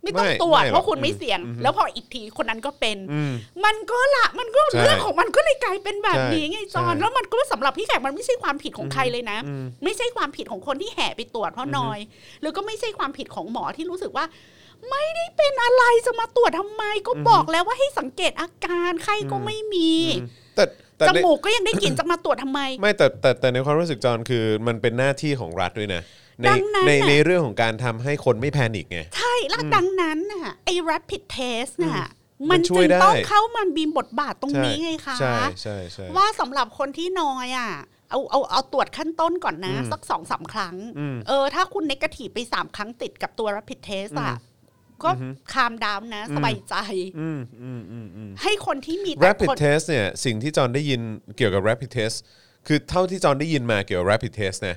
ไม่ต้อง ไม่ ตรวจ ไม่หรอก เพราะคุณไม่เสี่ยง อืม แล้วพออีกทีคนนั้นก็เป็น อืม มันก็ละมันก็ ใช่ เรื่องของมันก็เลยกลายเป็นแบบนี้ไงจอน ใช่ แล้วมันก็สำหรับพี่แขกมันไม่ใช่ความผิดของใครเลยนะ อืม ไม่ใช่ความผิดของคนที่แห่ไปตรวจเพราะน้อย หรือก็ไม่ใช่ความผิดของหมอที่รู้สึกว่า ไม่ได้เป็นอะไรจะมาตรวจทำไมก็ อืม บอกแล้วว่าให้สังเกตอาการไข้ก็ อืม ไม่มี อืมแต่แต่ จ ใน มูกก็ยังได้กลิ่นจะมาตรวจทำไม ไม่แต่แต่แต่ในความรู้สึกจอนคือมันเป็นหน้าที่ของรัฐด้วยนะ ใน ดังนั้น ใน น่ะ ในเรื่องของการทำให้คนไม่แพนิคไง ใช่และดังนั้นน่ะไอ้ rapid test น่ะ มั มัน น ช่ จึ วย ง ได้ ต้องเข้ามาบีมบทบาทตรง ใช่ นี้ไงคะ ใช่ใช่ใช่ ว่าสำหรับคนที่น้อยอ่ะเอาเอาเอาตรวจขั้นต้นก่อนนะ อืม สักสองสามครั้ง อืม เออถ้าคุณเนกาทีฟไปสามครั้งติดกับตัว rapid test อ่ะ ก็คามดาวน์นะ สบายใจ อืมอืมอืมอืม ให้คนที่มีแต่ rapid คน test เนี่ยสิ่งที่จอนได้ยินเกี่ยวกับ rapid test คือเท่าที่จอนได้ยินมาเกี่ยวกับ rapid test นะ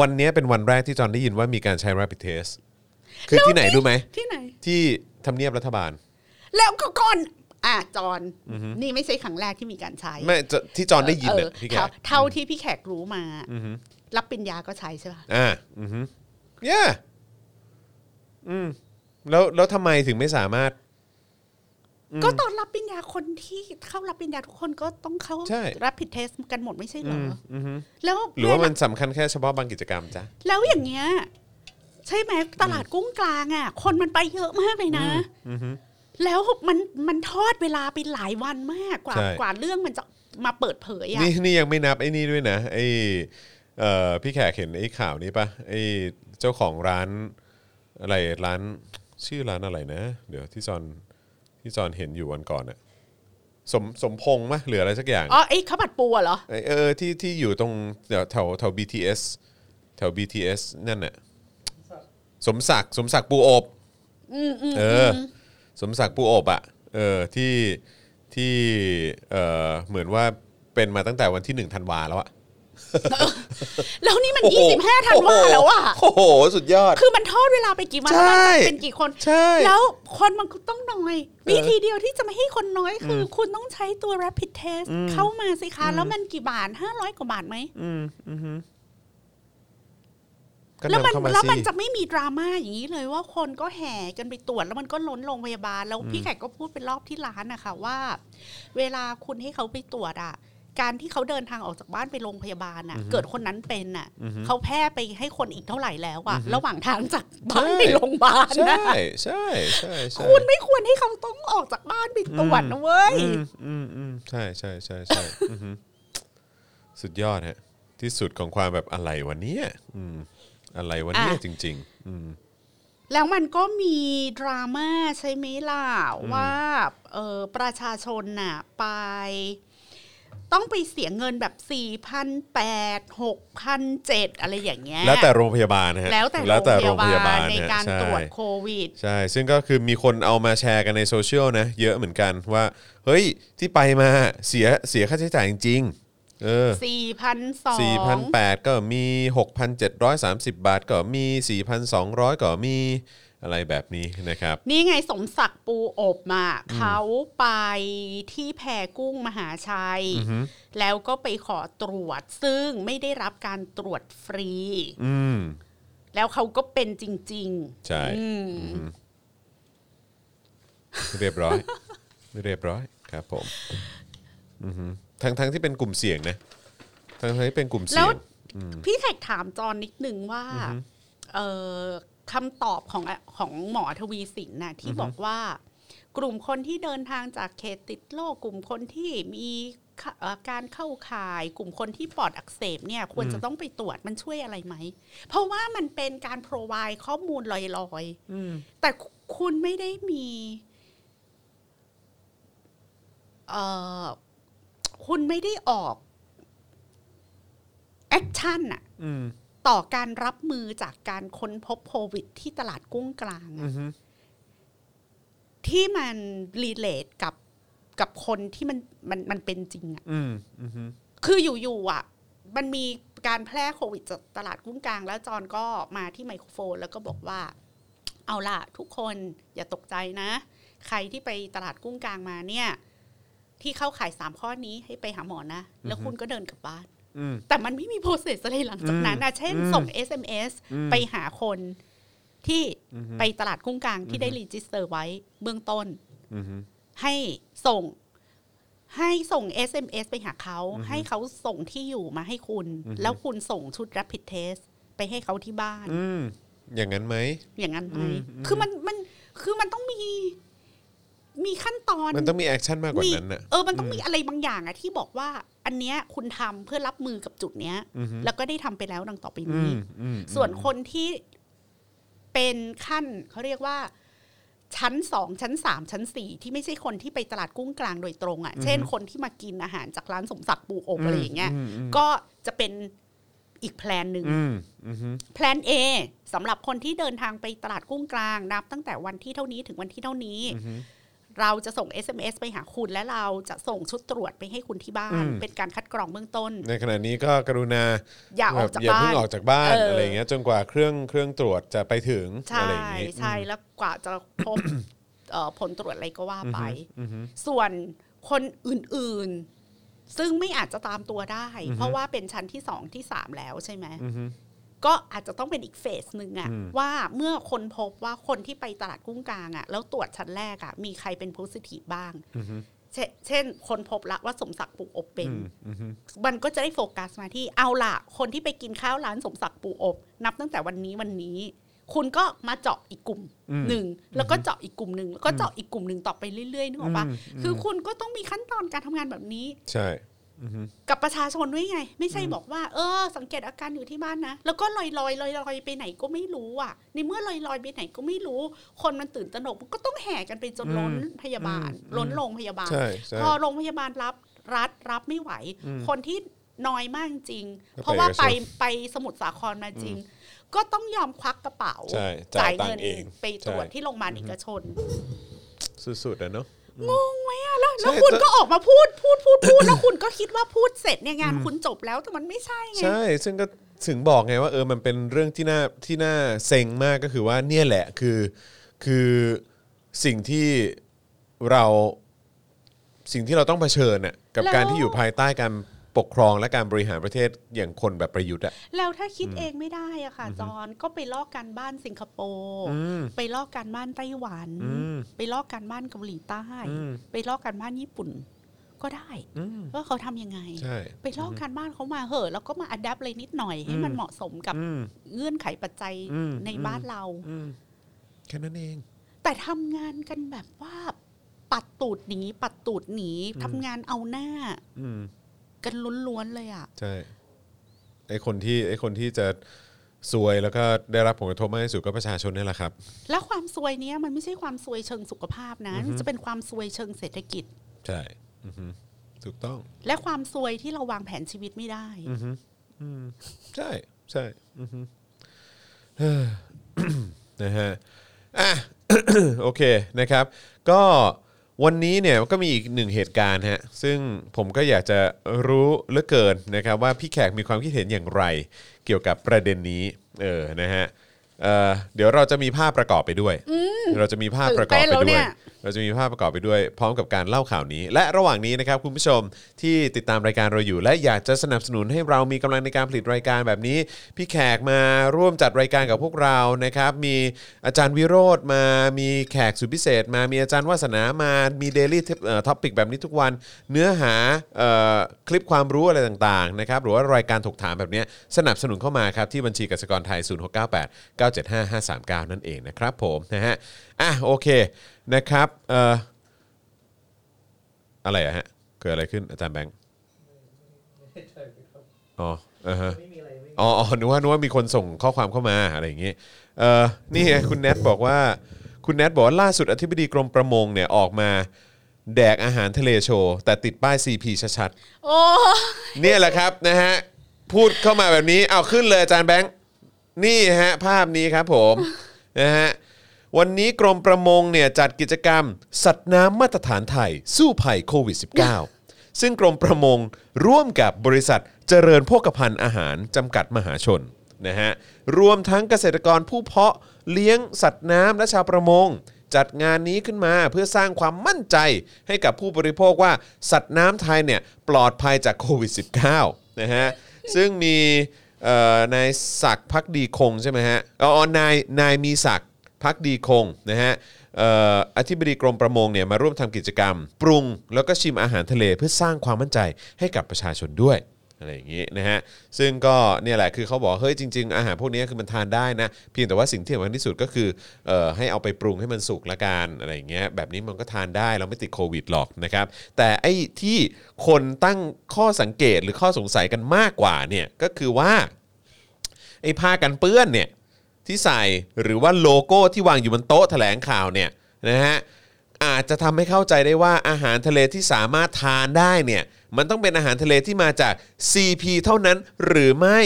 วันเนี้ยเป็นวันแรกที่จอนได้ยินว่ามีการใช้ rapid test คือที่ไหนรู้ไหม ที่ไหน ที่ทำเนียบรัฐบาล แล้วก็ก่อนอ่ะจอนนี่ไม่ใช่ครั้งแรกที่มีการใช้ ไม่จะที่จอนได้ยิน เอ น่ะ อ พี่แก เท่าเท่าที่พี่แขกรู้มา รับปริญญาก็ใช้ใช่ป่ะ อ่าอือฮึเย่อืมแล้วแล้วทำไมถึงไม่สามารถ ก็ตอนรับปริญญาคนที่เข้ารับปริญญาทุกคนก็ต้องเข้า ใช่ rapid test กันหมดไม่ใช่เหร อื อ ม อ อือฮึ แล้ว หรือว่ามันสำคัญแค่เฉพาะบางกิจกรรมจ้ะ แล้วอย่างเงี้ย ใช่ไหมตลาดกุ้งกลางอ่ะ คนมันไปเยอะมากเลยนะ อือฮึ แล้วมันมันทอดเวลาไปหลายวันมากกว่า ใช่ กว่าเรื่องมันจะมาเปิดเผยอ่ะ นี่นี่ยังไม่นับไอ้นี่ด้วยนะไอ้เอ่อพี่แขกเห็นไอ้ข่าวนี้ปะไอ้เจ้าของร้านอะไรร้านชื่อร้านอะไรนะ เดี๋ยวที่จอนที่จอนเห็นอยู่วันก่อนอะสมสมพงษ์มะหรืออะไรสักอย่าง อ๋อไอ้ข้าวผัดปู *laughs* อะเหรอ ไอ้เออที่ที่อยู่ตรงแถวแถวแถว BTS แถว BTS นั่นน่ะสมศักดิ์สมศักดิ์ปูอบเอออสมศักดิ์ปูอบอ่ะเออที่ที่เออเหมือนว่าเป็นมาตั้งแต่วันที่หนึ่งธันวาแล้วอ่ะ แล้วนี่มัน 25ธันวาแล้วอะ โอ้โห สุดยอด คือมันทอดเวลาไปกี่วัน ใช่ แล้วมันเป็นกี่คน ใช่ แล้วคนมันก็ต้องน้อย วิธีเดียวที่จะไม่ให้คนน้อยคืออคุณต้องใช้ตัว rapid test เข้ามาสิคะ แล้วมันกี่บาท 500 กว่าบาทไหม ก็ แล้วมัำนเข้ามา แล้ว สิ มันจะไม่มีดราม่าอย่างนี้เลยว่าคนก็แห่กันไปตรวจแล้วมันก็ล้นโรงพยาบาลแล้วพี่แขกก็พูดเป็นรอบที่ร้านนะคะว่า เวลาคุณให้เขาไปตรวจอ่ะ การที่เขาเดินทางออกจากบ้านไปโรงพยาบาลอ่ะ เกิดคนนั้นเป็นอ่ะเขาแพร่ไปให้คนอีกเท่าไหร่แล้วอ่ะระหว่างทางจากบ้าน ใช่ ไปโรงพยาบาล ใช่ นะ ใช่ใช่ใช่ คุณไม่ควรให้เขาต้องออกจากบ้านไปตรวจนะเว้ย อืมอืมอืมใช่ใช่ใช่ใช่อือหือสุดยอดฮะที่สุดของความแบบอะไรวันนี้อืมอะไรวันนี้ อ่ะ จริง ๆ อืม แล้วมันก็มีดราม่าใช่ไหมล่ะว่าเออประชาชนน่ะไป ต้องไปเสียเงินแบบ4 8 0 0 6 7 0อะไรอย่างเงี้ย แล้วแต่โรงพยาบาลนะฮะ แล้วแต่โรงพยาบาลใน ฮะ การ ใช่ ตรวจโควิด ใช่ ซึ่งก็คือมีคนเอามาแชร์กันในโซเชียลนะ เยอะเหมือนกันว่า เฮ้ย ที่ไปมาเสียเสียค่าใช้จ่ายจริงๆเออ 4,200 4,800 ก็มี 6,730 บาท ก็มี 4,200 ก็มีอะไรแบบนี้นะครับ นี่ไงสมศักดิ์ปูอบมาเขาไปที่แพกุ้งมหาชัย แล้วก็ไปขอตรวจซึ่งไม่ได้รับการตรวจฟรี อืม แล้วเขาก็เป็นจริง ๆ ใช่ อืม อืมเรียบร้อย เรียบร้อยครับผมอือหือทั้งทั้งที่เป็นกลุ่มเสี่ยงนะทั้งทั้งที่เป็นกลุ่ม แล้ เสี่ วย ง พี่แขกถามจอนนิดนึงว่าเอ่อคำตอบของของหมอทวีสินน่ะที่บอกว่า กลุ่มคนที่เดินทางจากเขตติดโรคกลุ่มคนที่มีค่ะเอ่อการเข้าข่าย กลุ่มคนที่ปอดอักเสบเนี่ย ควรจะต้องไปตรวจมันช่วยอะไรไหม เพราะว่ามันเป็นการ provide ข้อมูลลอยๆแต่คุณไม่ได้มีเอ่อคุณไม่ได้ออก แอคชั่นอะต่อการรับมือจากการค้นพบโควิดที่ตลาดกุ้งกลางอะที่มันรีเลทกับกับคนที่มันมันมันเป็นจริงอะคืออยู่ๆอะมันมีการแพร่โควิดจากตลาดกุ้งกลาง แล้วจอนก็มาที่ไมโครโฟน แล้วก็บอกว่า เอาล่ะ ทุกคนอย่าตกใจนะ ใครที่ไปตลาดกุ้งกลางมาเนี่ย ที่เข้าขายสามข้อนี้ให้ไปหาหมอนะ แล้วคุณก็เดินกลับบ้าน แต่มันไม่มีโปรเซสอะไรหลังจากนั้นนะเช่น ส่ง SMS ไปหาคนที่ไปตลาดกุ้งกลางที่ได้รีจิสเตอร์ไว้เบื้องต้น ให้ส่ง ให้ส่ง SMS ไปหาเขา ให้เขาส่งที่อยู่มาให้คุณ แล้วคุณส่งชุด Rapid Test ไปให้เขาที่บ้าน อืม อย่างนั้นไหม อย่างนั้นไหมคือมันมันคือมันต้องมี มีขั้นตอน มันต้องมีแอคชั่นมากกว่านั้นน่ะ เออ มันต้องมีอะไรบางอย่างอะที่บอกว่า อันเนี้ยคุณทำเพื่อรับมือกับจุดเนี้ย แล้วก็ได้ทำไปแล้วดังต่อไปนี้ ส่วนคนที่เป็นขั้นเขาเรียกว่า ชั้นสองชั้นสามชั้นสี่ที่ไม่ใช่คนที่ไปตลาดกุ้งกลางโดยตรงอะ่ะ เช่นคนที่มากินอาหารจากร้านสมศักดิ์ปูอบอะไรอย่างเงี้ยก็จะเป็นอีกแพลนหนึ่ง อืม อือฮึ แพลน A สำหรับคนที่เดินทางไปตลาดกุ้งกลาง นับตั้งแต่วันที่เท่านี้ถึงวันที่เท่านี้ เราจะส่ง SMS ไปหาคุณและเราจะส่งชุดตรวจไปให้คุณที่บ้าน อืม เป็นการคัดกรองเบื้องต้น ในขณะนี้ก็กรุณา อย่าออกจาก แบบอย่า บ้า เพิ่ น งออกจากบ้าน เอออ อะไรอย่างเงี้ยจนกว่าเครื่องเครื่องตรวจจะไปถึง ใช่ อะไรอย่างงี้ ใช่แล้วกว่าจะพบ *coughs* เอ่อผลตรวจอะไรก็ว่าไป ส่วนคนอื่นๆ ซึ่งไม่อาจจะตามตัวได้ เพราะว่าเป็นชั้นที่สองที่สามแล้วใช่ไหมก็อาจจะต้องเป็นอีกเฟสหนึ่งอะว่าเมื่อคนพบว่าคนที่ไปตลาดกุ้งกลางอะแล้วตรวจชั้นแรกอะมีใครเป็นโพสิทีฟบ้างเชเช่น คนพบละว่าสมศักดิ์ปูอบเป็น มันก็จะได้โฟกัสมาที่เอาล่ะ คนที่ไปกินข้าวร้านสมศักดิ์ปูอบ นับตั้งแต่วันนี้วันนี้ คุณก็มาเจาะอีกกลุ่มหนึ่งแล้วก็เจาะอีกกลุ่มหนึ่งแล้วก็เจาะอีกกลุ่มหนึ่งต่อไปเรื่อยๆนึกออกปะคือคุณก็ต้องมีขั้นตอนการทำงานแบบนี้ ใช่ กับประชาชนด้วยไง ไม่ใช่บอกว่า เออ สังเกตอาการอยู่ที่บ้านนะ แล้วก็ลอยลอยลอยลอยๆไปไหนก็ไม่รู้อ่ะ ในเมื่อลอยลอยๆไปไหนก็ไม่รู้ คนมันตื่นตระหนกมันก็ต้องแห่กันไปจนล้นพยาบาล ล้นโรงพยาบาล ใช่ใช่ พอโรงพยาบาลรับรัฐรับไม่ไหว คนที่น้อยมากจริง ก็ไป เพราะว่าไป เอกชน ไปสมุทรสาครมาจริง ก็ต้องยอมควักกระเป๋า ใช่จ่ายตังค์เอง ไปตรวจ ใช่ ที่โรงพยาบาลเอกชน สุดๆอะเนาะ งงไหมอะแล้วแล้ว ใช่ คุณ แต่ ก็ออกมาพูดพูดพูดพูด แล้วคุณก็คิดว่าพูดเสร็จเนี่ยงานคุณจบแล้วแต่มันไม่ใช่ไง ใช่ ซึ่งก็ถึงบอกไงว่าเออ มันเป็นเรื่องที่น่าที่น่าเซ็งมากก็คือว่าเนี่ยแหละคือคือสิ่งที่เราสิ่งที่เราต้องเผชิญน่ะกับ แล้ว การที่อยู่ภายใต้การ ปกครองและการบริหารประเทศอย่างคนแบบประยุทธ์อะ แล้วถ้าคิดเองไม่ได้อะค่ะ จอนก็ไปลอกการบ้านสิงคโปร์ อืม ไปลอกการบ้านไต้หวัน อืม ไปลอกการบ้านเกาหลีใต้ อืม ไปลอกการบ้านญี่ปุ่น ก็ได้ อืม *laughs* ว่าเขาทำยังไง ใช่ ไปลอกการบ้านเขามาเหอะแล้วก็มาอัดแอปอะไรนิดหน่อยให้มันเหมาะสมกับ อืม เงื่อนไขปัจจัย อืม ในบ้านเรา อืมแค่นั้นเอง แต่ทำงานกันแบบว่าปัดตูดหนีปัดตูดหนีทำงานเอาหน้า อืม กันล้วนๆเลยอ่ะ ใช่ไอคนที่ไอคนที่จะซวยแล้วก็ได้รับผลกระทบมากที่สุดก็ประชาชนนี่แหละครับ และความซวยเนี้ยมันไม่ใช่ความซวยเชิงสุขภาพนะมันจะเป็นความซวยเชิงเศรษฐกิจ ใช่อือฮึถูกต้อง และความซวยที่เราวางแผนชีวิตไม่ได้ ใช่ใช่อือฮึเฮ้อ *coughs* นะฮะอ่ะ *coughs* โอเคนะครับ ก็วันนี้เนี่ยก็มีอีกหนึ่งเหตุการณ์ฮะซึ่งผมก็อยากจะรู้เหลือเกินนะครับ ว่าพี่แขกมีความคิดเห็นอย่างไรเกี่ยวกับประเด็นนี้เออนะฮะเอ่อเดี๋ยวเราจะมีภาพประกอบไปด้วยเราจะมีภาพประกอบ ตื่นเต้ไปนแล้ว ด้ เนี่ วย ย เราจะมีภาพประกอบไปด้วยพร้อมกับการเล่าข่าวนี้ และระหว่างนี้นะครับคุณผู้ชมที่ติดตามรายการเราอยู่ และอยากจะสนับสนุนให้เรามีกำลังในการผลิตรายการแบบนี้ พี่แขกมาร่วมจัดรายการกับพวกเรานะครับ มีอาจารย์วิโรธมามีแขกสุดพิเศษ มามีอาจารย์วาสนามามีเดลี่ท็อปิกแบบนี้ทุกวัน เนื้อหาเอ่อคลิปความรู้อะไรต่างๆนะครับหรือว่ารายการถกถามแบบเนี้ยสนับสนุนเข้ามาครับที่บัญชีกสิกรไทย 0698975539 นั่นเองนะครับผมนะฮะอ่ะโอเค นะครับเอ่ออะไรอะฮะ เกิดอะไรขึ้นอาจารย์แบงค์อ๋อเออฮะอ๋ออ๋อนึกว่านึกว่ามีคนส่งข้อความเข้ามาอะไรอย่างงี้เออนี่ไงคุณแนทบอกว่า คุณแนทบอกว่าล่าสุดอธิบดีกรมประมงเนี่ยออกมา แดกอาหารทะเลโชว์ แต่ติดป้าย CP ชัด โอ้ ๆเนี่ยแหละครับนะฮะ พูดเข้ามาแบบนี้เอาขึ้นเลยอาจารย์แบงค์ นี่ฮะภาพนี้ครับผม *laughs* นะฮะวันนี้กรมประมงเนี่ยจัดกิจกรรม สัตว์น้ำมาตรฐานไทย สู้ภัยโควิด -19 *laughs* ซึ่งกรมประมงร่วมกับบริษัทเจริญโภคภัณฑ์อาหารจำกัดมหาชนนะฮะรวมทั้งเกษตรกรผู้เพาะเลี้ยงสัตว์น้ำและชาวประมง จัดงานนี้ขึ้นมาเพื่อสร้างความมั่นใจให้กับผู้บริโภคว่าสัตว์น้ำไทยเนี่ยปลอดภัยจากโควิด -19 นะฮะซึ่งมี เอ่อนายศักดิ์พักดีคงใช่ไหมฮะอ๋ออ๋อนายนายมีศักดิ์พักดีคงนะฮะเอ่ออธิบดีกรมประมงเนี่ยมาร่วมทำกิจกรรม ปรุงแล้วก็ชิมอาหารทะเลเพื่อสร้างความมั่นใจให้กับประชาชนด้วยอะไรอย่างนี้นะฮะซึ่งก็เนี่ยแหละคือเขาบอกเฮ้ยจริง ๆ อาหารพวกนี้คือมันทานได้นะ เพียงแต่ว่าสิ่งที่สำคัญที่สุดก็คือเอ่อให้เอาไปปรุงให้มันสุกละกันอะไรอย่างเงี้ยแบบนี้มันก็ทานได้เราไม่ติดโควิดหรอกนะครับแต่ไอ้ที่คนตั้งข้อสังเกตหรือข้อสงสัยกันมากกว่าเนี่ยก็คือว่า ไอ้ผ้ากันเปื้อนเนี่ยที่ใส่หรือว่าโลโก้ที่วางอยู่บนโต๊ะแถลงข่าวเนี่ยนะฮะอาจจะทำให้เข้าใจได้ว่าอาหารทะเลที่สามารถทานได้เนี่ยมันต้องเป็นอาหารทะเลที่มาจาก CP เท่านั้นหรือไม่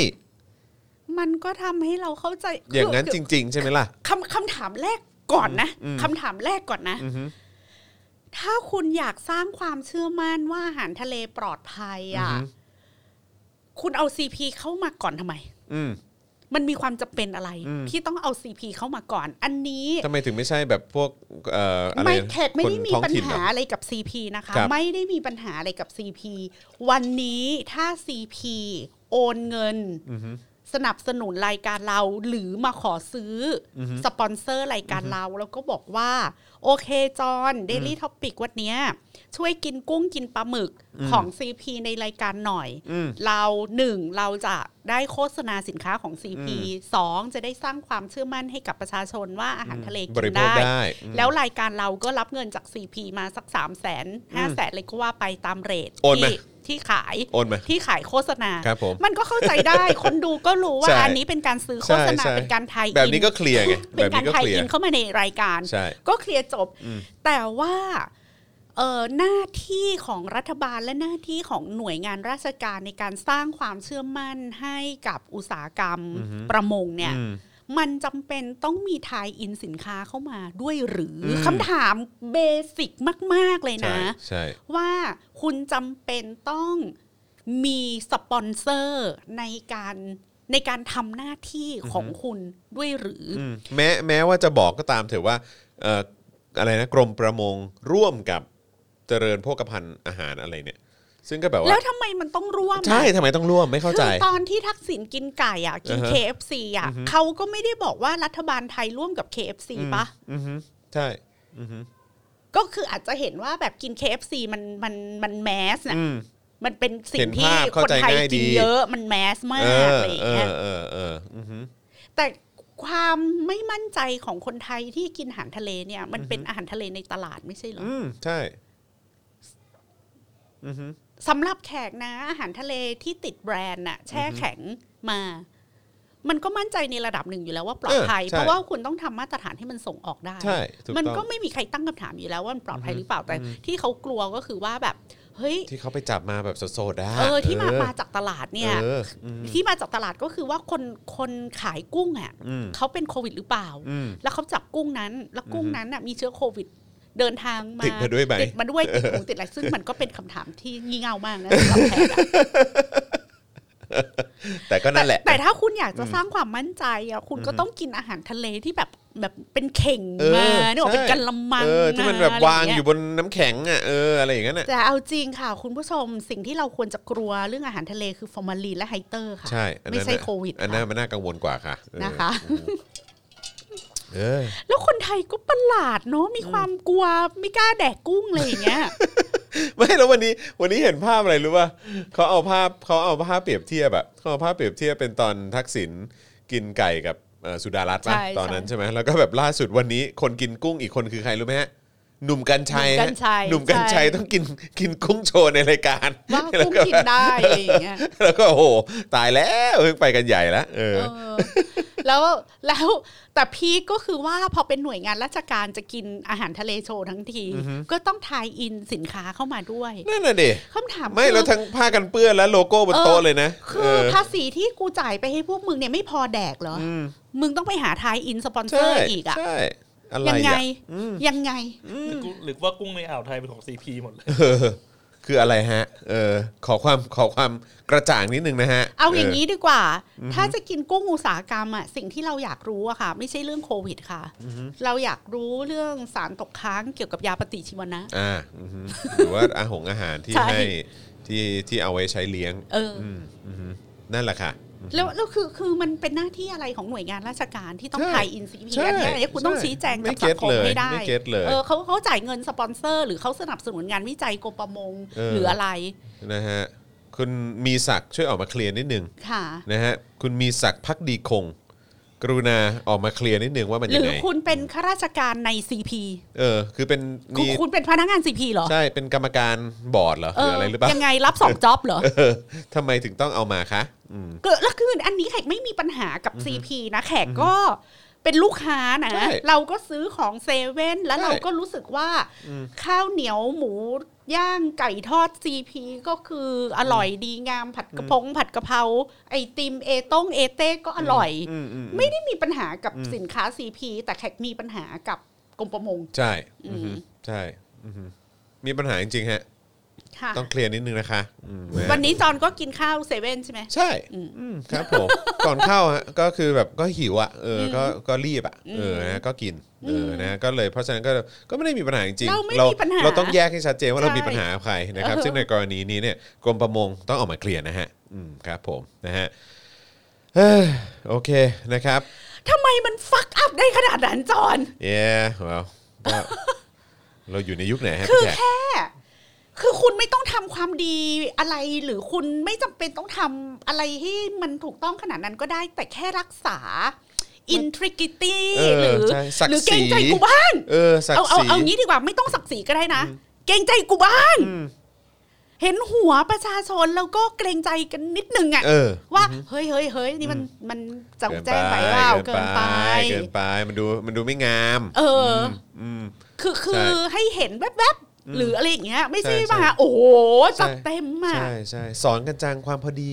มันก็ทำให้เราเข้าใจ อย่างนั้นจ คือ ริง ๆ ใช่ไหมล่ะ คำคำถามแรกก่อนนะคำถามแรกก่อนนะ ถ้าคุณอยากสร้างความเชื่อมั่นว่าอาหารทะเลปลอดภัยอ่ะ อือฮึ คุณเอาซีพีเข้ามาก่อนทำไม อืม มันมีความจำเป็นอะไร อืม ที่ต้องเอาซีพีเข้ามาก่อน อันนี้ ทำไมถึงไม่ใช่แบบพวกเอ่ออะไร ไม่แขกไม่ได้มี คนท้อง ปัญ ถิ่นเหรหาอ อะไรกับ CP นะคะ ครับ ไม่ได้มีปัญหาอะไรกับ CP วันนี้ถ้า CP โอนเงิน สนับสนุนรายการเราหรือมาขอซื้ออสปอนเซอร์รายการเรา แล้วก็บอกว่า โอเคจอห์น Daily Topic วันเนี้ย ช่วยกินกุ้งกินปลาหมึกของ CP ในรายการหน่อย เราหนึ่งเราจะได้โฆษณาสินค้าของ CP สองจะได้สร้างความเชื่อมั่นให้กับประชาชนว่าอาหารทะเล บ กิ ริ น โภค ได้ ได้อืม แล้วรายการเราก็รับเงินจาก CP มาสัก3ามแสนห้าแสนเลยก็ว่าไปตามเรท โอนไหม ที่ที่ขาย โอนมา ที่ขายโฆษณา ครับผม มันก็เข้าใจได้ คนดูก็รู้ว่า ใช่ อันนี้เป็นการซื้อโฆษณา ใช่ใช่ เป็นการไทยอิ แบบนี้ก็เคลี *laughs* ยร์ไง เป็ แบ น บ การ นี้ก็ ไทย เคลีย อิ ร์ นเข้ามาในรายการ ใช่ ก็เคลียร์จบ แต่ว่าเอ่อหน้าที่ของรัฐบาลและหน้าที่ของหน่วยงานราชการในการสร้างความเชื่อมั่นให้กับอุตสาหกรรมประมงเนี่ย อืม มันจำเป็นต้องมีทายอินสินค้าเข้ามาด้วยหรืออ ม คำถามเบสิกมาก ๆ เลย ใช่ นะ ใช่ ว่าคุณจำเป็นต้องมีสปอนเซอร์ในการในการทำหน้าที่ของคุณด้วยหรืออ อืมแม้แม้ว่าจะบอกก็ตามเถอะว่าเอ่ออะไรนะกรมประมงร่วมกับเจริญโภคภัณฑ์อาหารอะไรเนี่ย ซึ่งก็แบบ แล้ว ว่า ทำไมมันต้องร่วมอะ ใช่ทำไมต้องร่วมไม่เข้าใจ คือตอนที่ทักษิณกินไก่อ่ะกิน อ่าฮะ KFC อ่ะเขาก็ไม่ได้บอกว่ารัฐบาลไทยร่วมกับ KFC ปะ อือฮึใช่อือฮึ ก็คืออาจจะเห็นว่าแบบกิน KFC มันมันมันแมสน่ะ อืม มันเป็นสิ่ เห็ ง น ที่ ภาพ ค เข้านใจ ไทย ง่ายดี กินเยอะมันแมสมาก เออ อะไรอย่า เอง เงี้ย อเออเอออือฮึ แต่ความไม่มั่นใจของคนไทยที่กินอาหารทะเลเนี่ย มันเป็นอาหารทะเลในตลาดไม่ใช่เหรอ อืมใช่ อือฮึ สำหรับแขกนะ อาหารทะเลที่ติดแบรนด์น่ะ แช่แข็งมา มันก็มั่นใจในระดับหนึ่งอยู่แล้วว่าปลอด เออ ภัย ใช่ เพราะว่าคุณต้องทำมาตรฐานให้มันส่งออกได้ ใช่ถูก มัน ต้ ก็ อง ไม่มีใครตั้งคำถามอยู่แล้วว่ามันปลอดภัย อือฮึ หรือเปล่าแต่ อือฮึ ที่เขากลัวก็คือว่าแบบ เฮ้ย ที่เขาไปจับมาแบบสดๆนะ เออที่มามาจากตลาดเนี่ย เอออืม ที่มาจากตลาดก็คือว่าคนคนขายกุ้งอ่ะ อืม เขาเป็นโควิดหรือเปล่า อืม แล้วเขาจับกุ้งนั้น แล้วกุ้งนั้นน่ะมีเชื้อโควิด เดินทางมา ติดมาด้วยไหม ติดมาด้วยติดหูติดอะไรซึ่งมันก็เป็นคำถามที่งี่เง่ามากนะสำหรับแพทย์อะ แต่ก็นั่นแหละ ต่ถ้าคุณอยากจะสร้างความมั่นใจอ่ะคุณก็ต้องกินอาหารทะเลที่แบบแบบเป็นเข่ง เออ มาเนี่ย ใช่ เป็นกัละมัง เออที่มันแบบ ะไร วางอยู่บนน้ำแข็งอ่ะเอออะไรอย่างนั้นอ่ะ แต่เอาจริงค่ะ คุณผู้ชมสิ่งที่เราควรจะกลัวเรื่องอาหารทะเลคือฟอร์มาลีนและไฮเตอร์ค่ะ ใช่อันนั้น ไม่ใช่ น่ะ โควิด อันนั้น ค่ะ มันน่ากังวลกว่าค่ะเออ นะคะ เออ แล้วคนไทยก็ประหลาดเนาะมีความกลัวไม่กล้าแดกกุ้งอะไรอย่างเงี้ย ไม่แล้ววันนี้วันนี้เห็นภาพอะไรรู้ป่ะเขาเอาภาพเขาเอาภาพเปรียบเทียบอะเขาเอาภาพเปรียบเทียบเป็นตอนทักษิณกินไก่กับเอ่อสุดารัตน์ป่ะ ใช่ ตอนนั้น ใช่ ใช่ไหมแล้วก็แบบล่าสุดวันนี้คนกินกุ้งอีกคนคือใครรู้ไหมฮะหนุ่มกัญชัย หนุ่มกัญชัย ฮะหนุ่มกัญชัย ใช่ ต้องกินกินกุ้งโชว์ในรายการ ว่า *laughs* แล้ว กุ้ง ก็ กินได้อะไรอย่างเงี้ย แล้วก็โอ้โหตายแล้วเพิ่งไปกันใหญ่ละเออ เออแล้วแล้วแต่พีคก็คือว่าพอเป็นหน่วยงานราชการจะกินอาหารทะเลโชว์ทั้งที ก็ต้องทายอินสินค้าเข้ามาด้วย นั่นน่ะดิ คำถาม ไม่ คือ แล้วทั้งผ้ากันเปื้อนและโลโก้บนโต๊ะเลยนะ คื เอ อ อ ภาษีที่กูจ่ายไปให้พวกมึงเนี่ยไม่พอแดกเหรออ ม มึงต้องไปหาทายอินสปอนเซอ ใช่ ร์อีกอะ ใช่อะไร ยั อะ ไง ยังไง หรือกูหรือว่ากุ้งในอ่าวไทยเป็นของซีพีหมดเลย เออ *laughs* คืออะไรฮะ เออ ขอความขอความกระจ่างนิดนึงนะฮะ เอาอย่างนี้ดีกว่า ถ้าจะกินกุ้งอุตสาหกรรมอะสิ่งที่เราอยากรู้อะค่ะ ไม่ใช่เรื่องโควิดค่ะ เราอยากรู้เรื่องสารตกค้างเกี่ยวกับยาปฏิชีวนะ เอออ่าอือฮึหรือว่าอาหงอาหารที่ ใช่ ให้ที่ที่เอาไว้ใช้เลี้ยง เอออ อืมอือฮึนั่นแหละค่ะ แล้วแล้วคือคือมันเป็นหน้าที่อะไรของหน่วยงานราชการที่ต้อง ใช่ ถ่ายอินซีพี ใช่ อันเนี้ยอันเนี้ยคุณต้อง ใช่ ชี้แจง ไม่ กับ เก็ตสังคม เลย ให้ได้ ไม่เก็ตเลย เออเขาเขาจ่ายเงินสปอนเซอร์ หรือเขาสนับสนุนงานวิจัยกรมประมง เออ หรืออะไร นะฮะ คุณมีศักดิ์ช่วยออกมาเคลียร์นิดนึง ค่ะ นะฮะ คุณมีศักดิ์พักดีคง กรุณาออกมาเคลียร์นิดนึงว่ามัน ห ยั รื ง อ ไง คุณเป็นข้าราชการในซีพี เออ คือเป็น คุณ มี คุณเป็นพนักงานซีพีเหรอ ใช่เป็นกรรมการบอร์ดเหรอห เอ รือ อ อะไรหรือเปล่า ยังไงรับสอง *laughs* จ็อบเหรอ เออทำไมถึงต้องเอามาคะอืม ก็แล้วคืออันนี้แขกไม่มีปัญหากับซีพีนะแขกก็เป็นลูกค้านะ ใช่ เราก็ซื้อของเซเว่นแล้ว ใช่ เราก็รู้สึกว่า อืม ข้าวเหนียวหมูย่างไก่ทอดซีพีก็คืออร่อยดีงามผัดกระพง ผัดกะเพราไอติมเอต้งเอเต้ก็อร่อย อืมอืมอืม ไม่ได้มีปัญหากับ อืม สินค้าซีพีแต่แขกมีปัญหากับกรมประมง ใช่ อืม อือฮึใช่อือฮึมีปัญหาจริงๆฮะ ค่ะ ต้องเคลียร์นิดนึงนะคะอืมะฮะ วันนี้จอนก็กินข้าวเซเว่นใช่ไหม ใช่ อืม อืมครับผม ก่อนเข้าฮะก็คือแบบก็หิวอ่ะเออก็ก็รีบอ่ะเออนะก็กินเออนะก็เลยเพราะฉะนั้นก็ก็ไม่ได้มีปัญหาจริงๆ เราไม่มีปัญหา เราต้องแยกให้ชัดเจนว่าเรา ใช่ มีปัญหากับใครนะครับ เออ ซึ่งในกรณีนี้เนี่ยกรมประมงต้องออกมาเคลียร์นะฮะอืมครับผมนะฮะเอ้ยโอเคนะครับ ทำไมมันฟักอัพได้ขนาดนั้นจอน yeah well ก็ *laughs* เราอยู่ในยุคไหนฮะ คือ พี่แขก แค่ คือคุณไม่ต้องทำความดีอะไรหรือคุณไม่จำเป็นต้องทำอะไรให้มันถูกต้องขนาดนั้นก็ได้ แต่แค่รักษา อินทริกิตี้ เห รือ ใช่ศัก หรือ ดิ์ศ เกร รี งใจกูบ้าง เออศัก เอา ดิ์ศรีเอาเอางี้ดีกว่าไม่ต้องศักดิ์ศรีก็ได้นะ เกรงใจกูบ้าง เห็นหัวประชาชนแล้วก็เกรงใจกันนิดนึงอะ เออ ว่าเฮ้ยเฮ้ยเฮ้ยนี่มันมันจะแจ้งไป เกิน ว่า เกิ เกิ น น ไป ไป เกินไปมันดูมันดูไม่งาม เอออ อืม คือคื ใช่ อให้เห็นแวบๆหรืออะไรอย่างเงี้ย ไม่ใช่ ใช่ ว่า ใช่ โอ้โหจัดเต็มอ่ะ ใช่ใช่สอนกันจังความพอดี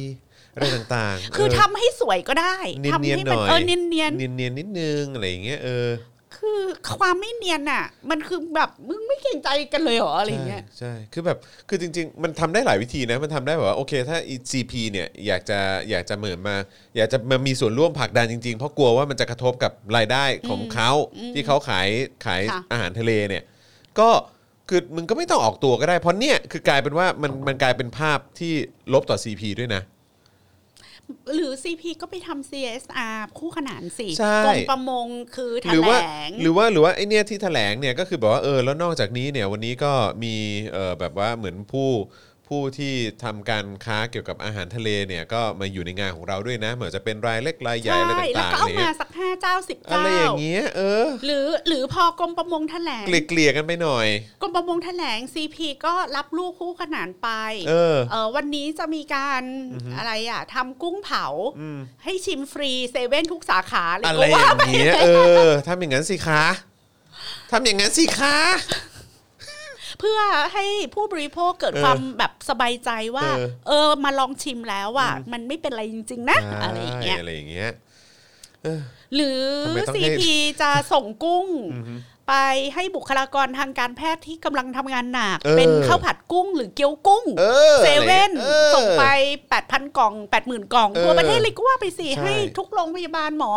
อะไรต่างๆ คือ เ ทำให้สวยก็ได้ เนียน ทำ เนียน ให้ ๆห มัน น่อย เออเนียนเนียน เนียนเนียนๆนิดนึงอะไรอย่างเงี้ยเออ ๆคือความไม่เนียนอ่ะ มันคือแบบมึงไม่เกรงใจกันเลยเหรออะไรอย่างเงี้ย ใช่ใช่คือแบบคือจริง ๆ มันทำได้หลายวิธีนะมันทำได้แบบว่าโอเคถ้า ECP เนี่ยอยากจะอยากจะเหมือนมา อยากจะมามีส่วนร่วมผลักดันจริงๆ เพราะกลัวว่ามันจะกระทบกับรายได้ของเขาที่เขาขายขาย ค่ะ อาหารทะเลเนี่ย ก็ คือมึงก็ไม่ต้องออกตัวก็ได้ เพราะเนี่ยคือกลายเป็นว่ามันมันกลายเป็นภาพที่ลบต่อ CP ด้วยนะ หรือ CP ก็ไปทำ CSR คู่ขนานสิ ใช่ กรมประมงคือแถ หรือ ล ว่าง หรือว่าหรือว่าไอเนี่ยที่แถลงเนี่ยก็คือแบบว่าเออแล้วนอกจากนี้เนี่ยวันนี้ก็มีเออแบบว่าเหมือนผู้ผู้ที่ทำการค้าเกี่ยวกับอาหารทะเลเนี่ยก็มาอยู่ในงานของเราด้วยนะ เหมือนจะเป็นรายเล็กรายใหญ่อะไร ช่แล้ว ต่าง ก็ ๆ เอา เนี่ มาย สักห้าเจ้าสิบ อะ เจ้า ไรอย่างเงี้ยเออ หรือหรือพอกรมประมงแถลง เกลี่ยเกลี่ยๆกันไปหน่อย กรมประมงแถลง CP ก็รับลูกคู่ขนานไป เออ เออวันนี้จะมีการอะไรอ่ะทำกุ้งเผา ให้ชิมฟรีเซเว่นทุกสาขาเลย อะไร ก็ อ ว่า ย่างเงี้ยเออทำอย่างนั้นสิคะทำอย่างนั้นสิคะ เพื่อให้ผู้บริโภคเกิด เออ ความแบบสบายใจว่า เออ เออมาลองชิมแล้วอ่ะมันไม่เป็นไรจริง ๆ นะ อะไรอย่างเงี้ย ใช่อะไรอย่างเงี้ย หรือ ทำไมต้องให้ CP จะส่งกุ้ง ไปให้บุคลากรทางการแพทย์ที่กำลังทำงานหนัก เออ เป็นข้าวผัดกุ้งหรือเกี๊ยวกุ้ง เออ เซเว่น ออ ส่งไป 8,000 กล่อง 80,000 กล่อง เออ ทั่วประเทศเลยก็ว่าไปสิ ใช่ ให้ทุกโรงพยาบาลหมอ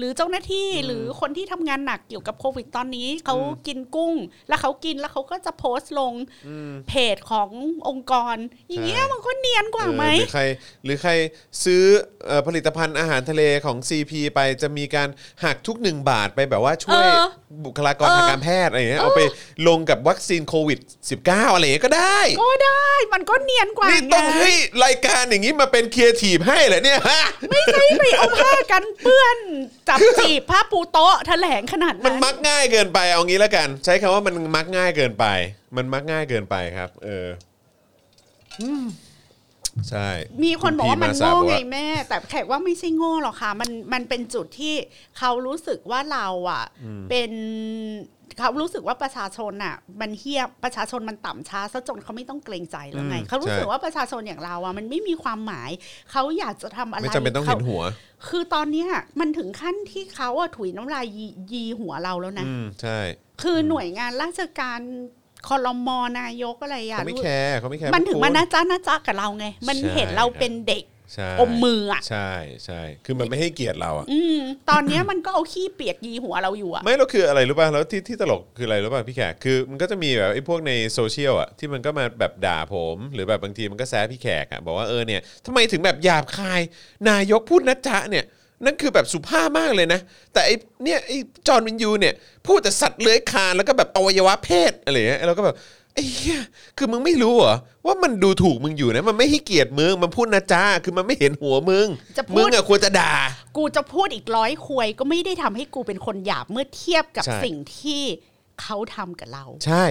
หรือเจ้าหน้าที่หรือคนที่ทำงานหนักเกี่ยวกับโควิดตอนนี้ เขากินกุ้ง แล้วเขากินแล้วเขาก็จะโพสต์ลงเพจขององค์กร อย่างเงี้ยมันก็เนียนกว่าไหม เออหรือใครหรือใครซื้อเอ่อผลิตภัณฑ์อาหารทะเลของ CP ไปจะมีการหักทุกหนึ่งบาทไปแบบว่าช่วย เออ บุคลากรทางการแพทย์อะไรอย่างเงี้ยเอาไปลงกับวัคซีนโควิด -19 อะไรอย่างเงี้ยก็ได้ ก็ได้มันก็เนียนกว่า นี่ต้อง ไง ให้รายการอย่างนี้มาเป็นเคลียร์ทีฟให้เหรอเนี่ย *laughs* ฮะ ไม่ใช่ไปเอาผ้ากันเปื้อน จับจีบผ้าปูโต๊ะแถลงขนาด มัน นั้น มักง่ายเกินไปเอางี้แล้วกัน ใช้คำว่ามันมักง่ายเกินไป มันมักง่ายเกินไปครับ เอออืมใช่ มีคนบอกว่ามัน คุณพี่มาโง่สาบอก ไง ว่า แม่ แต่แขกว่าไม่ใช่โง่หรอกค่ะ มันมันเป็นจุดที่เขารู้สึกว่าเราอ่ะ เป็นเขารู้สึกว่าประชาชนอ่ะ มันเฮี้ยประชาชนมันต่ำช้าซะจนเขาไม่ต้องเกรงใจแล้วไง อืม เขารู้สึก ใช่ ว่าประชาชนอย่างเราอ่ะมันไม่มีความหมายเขาอยากจะทำอะไร ไม่จำเป็นต้องเห็น ขา หัว คือตอนเนี้ยมันถึงขั้นที่เขาอ่ะถุยน้ำลายยียีหัวเราแล้วนะ อืมใช่ คือหน่วยงานราชการคอรมนายกอะไรอ่ะ เขาไม่แคร์เขาไม่แคร์ มันถึงพมาวกคุณ นะจ๊ะนะจ๊ะกับเราไง มัน ใช่ เห็นเราเป็นเด็ก ใช่ อมมืออ่ะ ใช่ใช่คือมันไม่ให้เกียรติเราอ่ะ อืม ตอนเนี้ยมันก็เอาขี้เปียกยีหัวเราอยู่อ่ะ ไม่แล้วคืออะไรรู้ป่ะแล้วที่ที่ตลกคืออะไรรู้ป่ะพี่แขกคือมันก็จะมีแบบไอ้พวกในโซเชียลอ่ะที่มันก็มาแบบด่าผม หรือแบบบางทีมันก็แซะพี่แขกอ่ะบอกว่าเออเนี่ยทำไมถึงแบบหยาบคาย นายกพูดนะจ๊ะเนี่ยนั่นคือแบบสุภาพมากเลยนะ แต่ไอ้เนี่ยไอ้จอห์นวินยูเนี่ยพูดแต่สัตว์เลื้อยคลานแล้วก็แบบอวัยวะเพศอะไรอย่างเงี้ยแล้วก็แบบไอ้เหี้ยคือมึงไม่รู้เหรอว่ามันดูถูกมึงอยู่นะมันไม่ให้เกียรติมึงมันพูดนะจ๊ะคือมันไม่เห็นหัวมึง จะพูด มึงอะควรจะด่า กูจะพูดอีกร้อยควยก็ไม่ได้ทำให้กูเป็นคนหยาบเมื่อเทียบกับ ใช่ สิ่งที่เขาทำกับเรา ใช่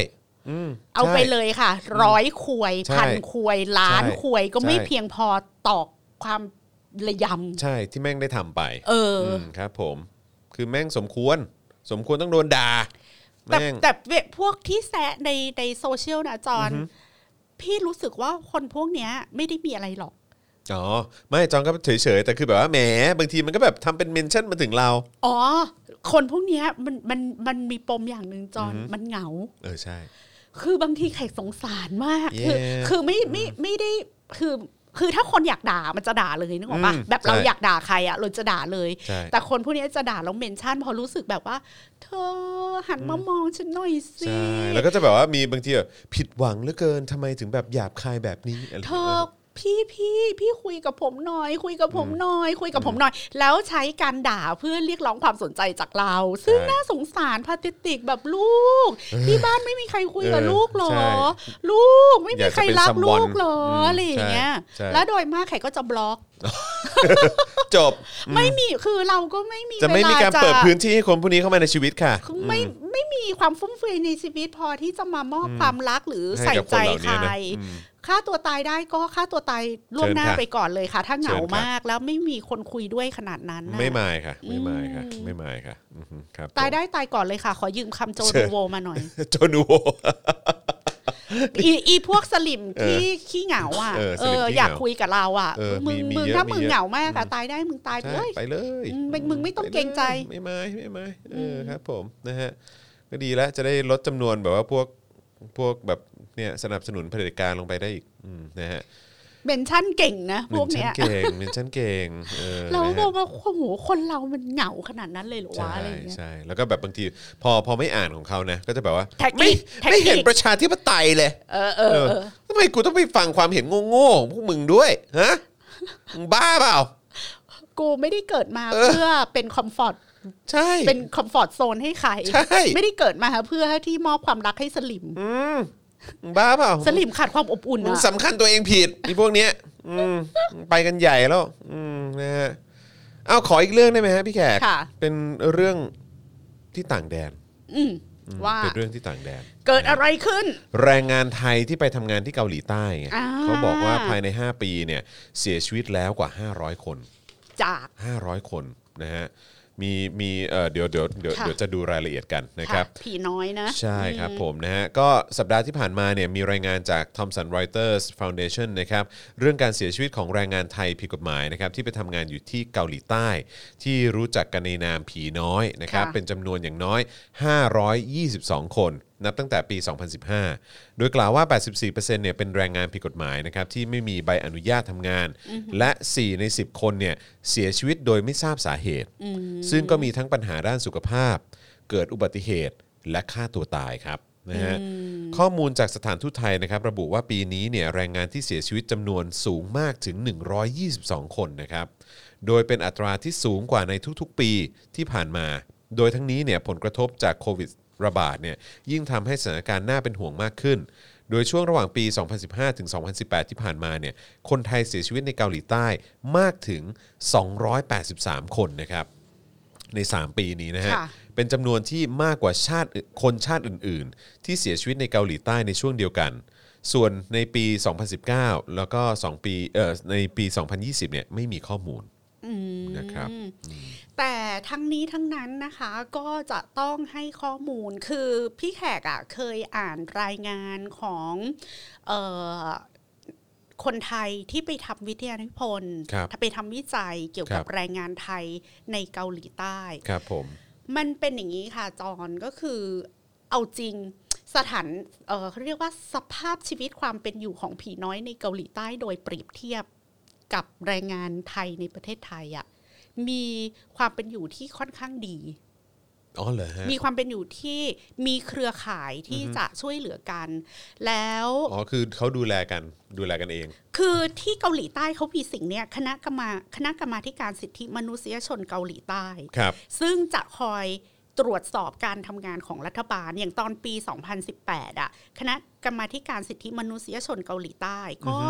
อืม เอาไป ใช่ เลยค่ะ ร้อยควย ใช่ พันควย ล้าน ใช่ ควยก็ไม่ ใช่ เพียงพอต่อความระย ใช่ที่แม่งได้ทำไป ำเอออ มครับผมคือแม่งสมควร สมควรต้องโดนด่า แต่ แม่ง แต่เวพวกที่แซะในในโซเชียลนะจอนพี่รู้สึกว่าคนพวกเนี้ยไม่ได้มีอะไรหรอก อ๋อ ไม่จองก็เฉยๆ แต่คือแบบว่าแหมบางทีมันก็แบบทำเป็นเมนชั่นมาถึงเรา อ๋อ คนพวกเนี้ยมันมันมันมีปมอย่างหนึ่งจอนมันเหงา เออ ใช่ คือบางทีแขกสงสารมาก Yeah คือคือไม่ไม่ไม่ได้คือคือถ้าคนอยากด่ามันจะด่าเลยนึกออกปะ อืม แบบเรา ใช่ อยากด่าใครอะเราจะด่าเลย ใช่ แต่คนพวกเนี้ยจะด่าแล้วเมนชั่น พอรู้สึกแบบว่า เธอหันมามองฉันหน่อยสิ ใช่ แล้วก็จะแบบว่ามีบางทีแบบผิดหวังเหลือเกินทำไมถึงแบบหยาบคายแบบนี้อะไร เธอพี่พี่พี่คุยกับผมหน่อย คุยกับผมหน่อย คุยกับผมหน่อย แล้วใช้การด่าเพื่อเรียกร้องความสนใจจากเรา ซึ่งน่าสงสารพาติติกแบบลูก ที่บ้านไม่มีใครคุยกับลูกหรอ ลูกไม่มีใครรักลูกหรออะไรอย่างเงี้ย แล้วโดยมากใครก็จะบล็อก จบ ไม่มีคือเราก็ไม่มี จะไม่มีการเปิดพื้นที่ให้คนพวกนี้เข้ามาในชีวิตค่ะ คือไม่ไม่มีความฟุ่มเฟือยในชีวิตพอที่จะมามอบความรักหรือ ให้ ใส่ กับคนเหใจล่า ใค นี้ ร นะอืม ฆ่าตัวตายได้ก็ฆ่าตัวตายล่วงหน้า เชิญค่ะ ไปก่อนเลยค่ะ ถ้าเหงา เชิญค่ะ มากแล้วไม่มีคนคุยด้วยขนาดนั้นน่ะ ไม่มายค่ะ ไม่มายค่ะ อืม ไม่มายค่ะอือฮึครับผม ตายได้ตายก่อนเลยค่ะ ขอยืมคำโจ เชิ ดู ญ โวมาหน่อย โจนูโว อีอีพวกสลิมที่ขี้เหงาอ่ะ เออสลิมขี้เหงา อยากคุยกับเราอ่ะ เออ มึง มีมี มึง เยอะ ถ้า มี มึง เยอะ เหงามากอะตายได้มึงตายไป ใช่ เลย ไปเลย อืมมึงมึงไม่ต้อง ปลย เกรงใจ ไม่ไม่ไม่ไม่เอออครับ ผมนะฮะก็ดีแล้วจะได้ลดจำนวนแบบว่าพวกพวกแบบเนี่ยสนับสนุนเผด็จการลงไปได้อีกอืมนะฮะ เมนชั่นเก่งนะ เห พ มื ว อก นฉั เนี้ น ย เก่งเหมือนฉันเก่งเออ เราก็ นะฮะบอกว่าโอ้โหคนเรามันเหงาขนาดนั้นเลยเหรอ ใช่ วะอะไรอย่างเงี้ย ใช่แล้วก็แบบบางทีพอพอไม่อ่านของเขานะ ก็จะแบบว่า แท็กอีก ไม่ แท็กอีก ไม่เห็นประชาธิปไตยเลย เออเออ เออ เออ ทำไมกูต้องไปฟังความเห็นโง่ๆของพวกมึงด้วยฮะมึงบ้าเปล่า กูไม่ได้เกิดมา เออ เพื่อเป็นคอมฟอร์ต ใช่ เป็นคอมฟอร์ตโซนให้ใคร ใช่ ไม่ได้เกิดมาเพื่อที่มอบความรักให้สลิม อืมมึงบ้าเปล่า สลิมขาดความอบอุ่น มึง อะ สำคัญตัวเองผิดไอีพวกเนี้ยอืมไปกันใหญ่แล้ว อืมนะฮะเอาขออีกเรื่องได้ไหมฮะพี่แขก ค่ะ เป็นเรื่องที่ต่างแดน อืม อืม ว่า เป็นเรื่องที่ต่างแดน เกิดอะไรขึ้น แรงงานไทยที่ไปทำงานที่เกาหลีใต้ไง อ่า เขาบอกว่าภายใน 5 ปีเนี่ยเสียชีวิตแล้วกว่า 500 คน จาก 500 คนนะฮะมีมีเอ่อเดี๋ยวเดี๋ยวเดี๋ยว ค่ะ เดี๋ยวจะดูรายละเอียดกันนะครับ ค่ะผีน้อยนะ ใช่ครับผมนะฮะก็สัปดาห์ที่ผ่านมาเนี่ยมีรายงานจาก Thomson Reuters Foundation นะครับเรื่องการเสียชีวิตของแรงงานไทยผิดกฎหมายนะครับที่ไปทำงานอยู่ที่เกาหลีใต้ ที่รู้จักกันในนามผีน้อยนะครับ ค่ะ เป็นจำนวนอย่างน้อย 522 คน นับตั้งแต่ปี 2015 โดยกล่าวว่า 84%เนี่ยเป็นแรงงานผิดกฎหมายนะครับที่ไม่มีใบอนุญาตทำงาน และ 4 ใน 10 คนเนี่ยเสียชีวิตโดยไม่ทราบสาเหตุ ซึ่งก็มีทั้งปัญหาด้านสุขภาพ เกิดอุบัติเหตุและฆ่าตัวตายครับนะฮะข้อมูลจากสถานทูตไทยนะครับ ระบุว่าปีนี้เนี่ยแรงงานที่เสียชีวิตจำนวนสูงมากถึง 122 คนนะครับ โดยเป็นอัตราที่สูงกว่าในทุกๆปีที่ผ่านมา โดยทั้งนี้เนี่ยผลกระทบจากโควิดระบาดเนี่ยยิ่งทำให้สถานการณ์น่าเป็นห่วงมากขึ้น โดยช่วงระหว่างปี 2015 ถึง 2018 ที่ผ่านมาเนี่ยคนไทยเสียชีวิตในเกาหลีใต้มากถึง 283 คนนะครับ ใน 3 ปีนี้นะฮะ ค่ะ เป็นจำนวนที่มากกว่าชาติอื่นคนชาติอื่น ๆ ที่เสียชีวิตในเกาหลีใต้ในช่วงเดียวกัน ส่วนในปี 2019 แล้วก็ 2 ปีเอ่อในปี 2020 เนี่ยไม่มีข้อมูลนะครับ แต่ทั้งนี้ทั้งนั้นนะคะก็จะต้องให้ข้อมูลคือพี่แขกอ่ะเคยอ่านรายงานของเออคนไทยที่ไปทำวิทยานิพนธ์ ครับ ไปทำวิจัยเกี่ยวกับ ครับ แรงงานไทยในเกาหลีใต้ ครับผม มันเป็นอย่างนี้ค่ะจอนก็คือเอาจริงสถานเอ่อเขาเรียกว่าสภาพชีวิตความเป็นอยู่ของผีน้อยในเกาหลีใต้โดยเปรียบเทียบกับแรงงานไทยในประเทศไทยอะ่ะมีความเป็นอยู่ที่ค่อนข้างดี อ๋อเหรอฮะ มีความเป็นอยู่ที่มีเครือข่ายที่จะช่วยเหลือกัน แล้ว อ๋อ คือเขาดูแลกันดูแลกันเอง คือที่เกาหลีใต้เขามีสิ่งเนี้ยคณะกรรมาคณะกรรมาธิการสิทธิมนุษยชนเกาหลีใต้ ครับ ซึ่งจะคอยตรวจสอบการทำงานของรัฐบาลอย่างตอนปี 2018 อ่ะ คณะกรรมาธิการสิทธิมนุษยชนเกาหลีใต้ ก็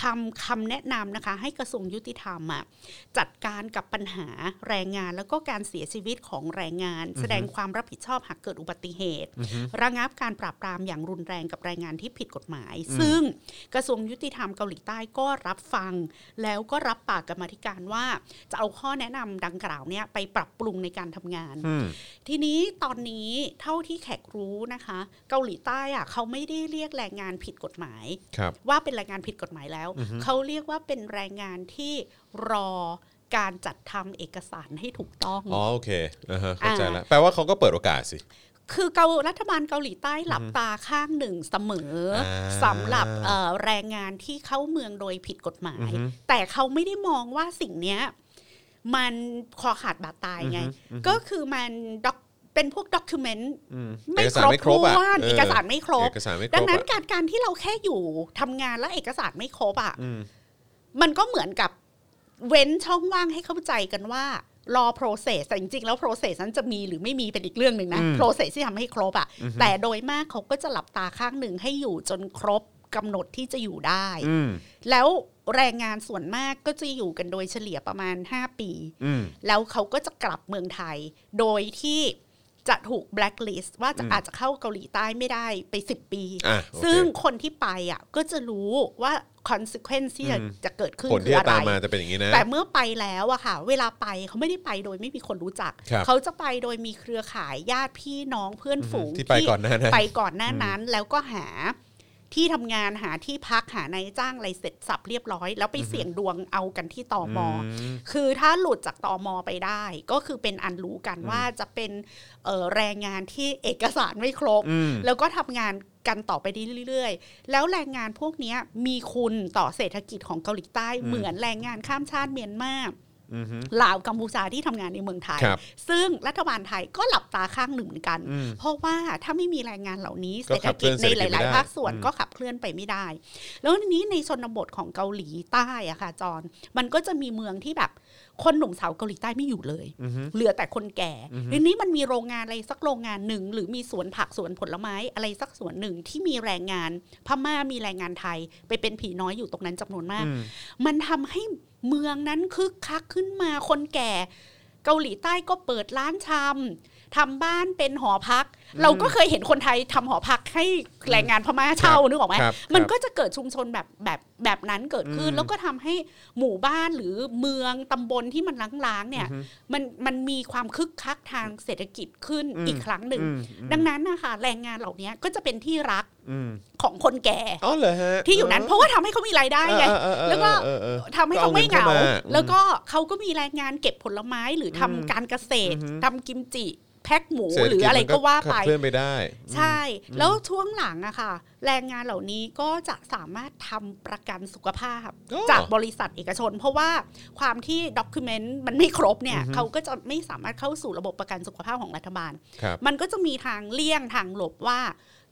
ทำคำแนะนำนะคะ ให้กระทรวงยุติธรรมอ่ะจัดการกับปัญหาแรงงานแล้วก็การเสียชีวิตของแรงงาน แสดงความรับผิดชอบหากเกิดอุบัติเหตุ ระงับการปราบปรามอย่างรุนแรงกับแรงงานที่ผิดกฎหมาย ซึ่งกระทรวงยุติธรรมเกาหลีใต้ก็รับฟัง แล้วก็รับปากกรรมาธิการว่า จะเอาข้อแนะนำดังกล่าวเนี่ยไปปรับปรุงในการทำงาน อืม ทีนี้ตอนนี้เท่าที่แขกรู้นะคะ เกาหลีใต้อะเขาไม่ได้เรียกแรงงานผิดกฎหมาย ครับ ว่าเป็นแรงงานผิดกฎหมายแล้ว เขาเรียกว่าเป็นแรงงานที่รอการจัดทำเอกสารให้ถูกต้อง อ๋อ โอเคอ่าฮะเข้าใจ อ่า แล้ว แปลว่าเขาก็เปิดโอกาสสิ คือเการัฐบาลเกาหลีใต้หลับตาข้างหนึ่งเสมออา สำหรับเอ่อแรงงานที่เข้าเมืองโดยผิดกฎหมาย แต่เขาไม่ได้มองว่าสิ่งเนี้ยมันคอขาดบาดตายไง ก็คือมันด็อกเป็นพวกด็อกิเมนต์ไม่ เอก ค สาร รบ ไม่ครบ ถ้ว อะ น เออ เอกสารไม่ครบ เอกสารไม่ครบ ดังนั้น อะ การการที่เราแค่อยู่ทำงานและเอกสารไม่ครบอ่ะ อืม มันก็เหมือนกับเว้นช่องว่างให้เข้าใจกันว่า รอ process แต่จริงๆ แล้ว process นั้นจะมีหรือไม่มีเป็นอีกเรื่องหนึ่งนะ อืม process ที่ทำให้ครบอะ่ะ แต่โดยมากเขาก็จะหลับตาข้างหนึ่งให้อยู่จนครบกำหนดที่จะอยู่ได้ อืม แล้วแรงงานส่วนมากก็จะอยู่กันโดยเฉลี่ยประมาณ 5 ปี อืม แล้วเขาก็จะกลับเมืองไทย โดยที่จะถูก blacklist ว่าจะอาจจะเข้าเกาหลีใต้ไม่ได้ไป 10 ปี อ่ะโอเค ซึ่งคนที่ไปอ่ะก็จะรู้ว่า consequence ที่จะจะเกิดขึ้น ผล คื ที่ อ จะ อะไร ตามมาจะเป็นอย่างนี้นะ แต่เมื่อไปแล้วอะค่ะ เวลาไปเขาไม่ได้ไปโดยไม่มีคนรู้จัก ครับ เขาจะไปโดยมีเครือข่ายญาติพี่น้องเพื่อนฝูง ที่ไปก่อนหน้านั้น ไปก่อนหน้านั้นแล้วก็หา ที่ทำงานหาที่พักหานายจ้างอะไรเสร็จสับเรียบร้อย แล้วไปเสี่ยงดวงเอากันที่ตอม คือถ้าหลุดจากตอมไปได้ ก็คือเป็นอันรู้กันว่าจะเป็นเอ่อแรงงานที่เอกสารไม่ครบ อืม แล้วก็ทำงานกันต่อไปได้เรื่อยๆ แล้วแรงงานพวกเนี้ยมีคุณต่อเศรษฐกิจของเกาหลีใต้ อืม เหมือนแรงงานข้ามชาติเมียนมา อืมอืม ลาวกัมพูชาที่ทำงานในเมืองไทย ครับ ซึ่งรัฐบาลไทยก็หลับตาข้างหนึ่งเหมือนกัน อืม เพราะว่าถ้าไม่มีแรงงานเหล่านี้ ก็ เศรษฐ ขับเคลื่ กิจ อน ในห เศรษฐกิจไม่ ลาย ได้ ๆ ภาคส่วน อืม ก็ขับเคลื่อนไปไม่ได้ แล้วทีนี้ในชนบทของเกาหลีใต้อะค่ะจอนมันก็จะมีเมืองที่แบบคนหนุ่มสาวเกาหลีใต้ไม่อยู่เลย อืม เหลือแต่คนแก่ อือฮึ ทีนี้มันมีโรงงานอะไรสักโรงงานหนึ่ง หรือมีสวนผักสวนผลไม้อะไรสักสวนหนึ่งที่มีแรงงาน พม่ามีแรงงานไทย ไปเป็นผีน้อยอยู่ตรงนั้นจำนวนมาก อืม มันทำให้เมืองนั้นคึกคักขึ้นมาคนแก่ เกาหลีใต้ก็เปิดร้านชำทำบ้านเป็นหอพัก เราก็เคยเห็นคนไทยทำหอพักให้แรงงานพม่าเช่านึกออกไหม ครับ มัน ครับ ก็จะเกิดชุมชนแบบแบบแบบนั้นเกิดขึ้น อืม แล้วก็ทำให้หมู่บ้านหรือเมืองตำบลที่มันล้างๆเนี่ย อือฮึ มันมันมีความคึกคักทางเศรษฐกิจขึ้น อืม อีกครั้งหนึ่ง อืม ดังนั้นนะคะแรงงานเหล่านี้ก็จะเป็นที่รัก อืม ของคนแก่ อ๋อเหรอฮะ ที่อยู่นั้นเพราะว่าทำให้เขามีรายได้ไง เออเออเออ แล้วก็ เออเออ ทำให้เขาไม่เหก็งาเอาเงินเข้ามาอืม แล้วก็เขาก็มีแรงงานเก็บผลไม้หรือทำ อืม การเกษตร อือฮึ ทำกิมจิ แพ็คหมู เศษ หรืออะไร มัน ก็ว่า ขับ ไป เคลื่อนไปได้ ใช่ แล้วช่วงหลังอะค่ะ แรงงานเหล่านี้ก็จะสามารถทำประกันสุขภาพ อืม จากบริษัทเอกชน เพราะว่าความที่ด็อกิเมนต์มันไม่ครบเนี่ย อือฮึ เขาก็จะไม่สามารถเข้าสู่ระบบประกันสุขภาพของรัฐบาล ครับ มันก็จะมีทางเลี่ยงทางหลบว่า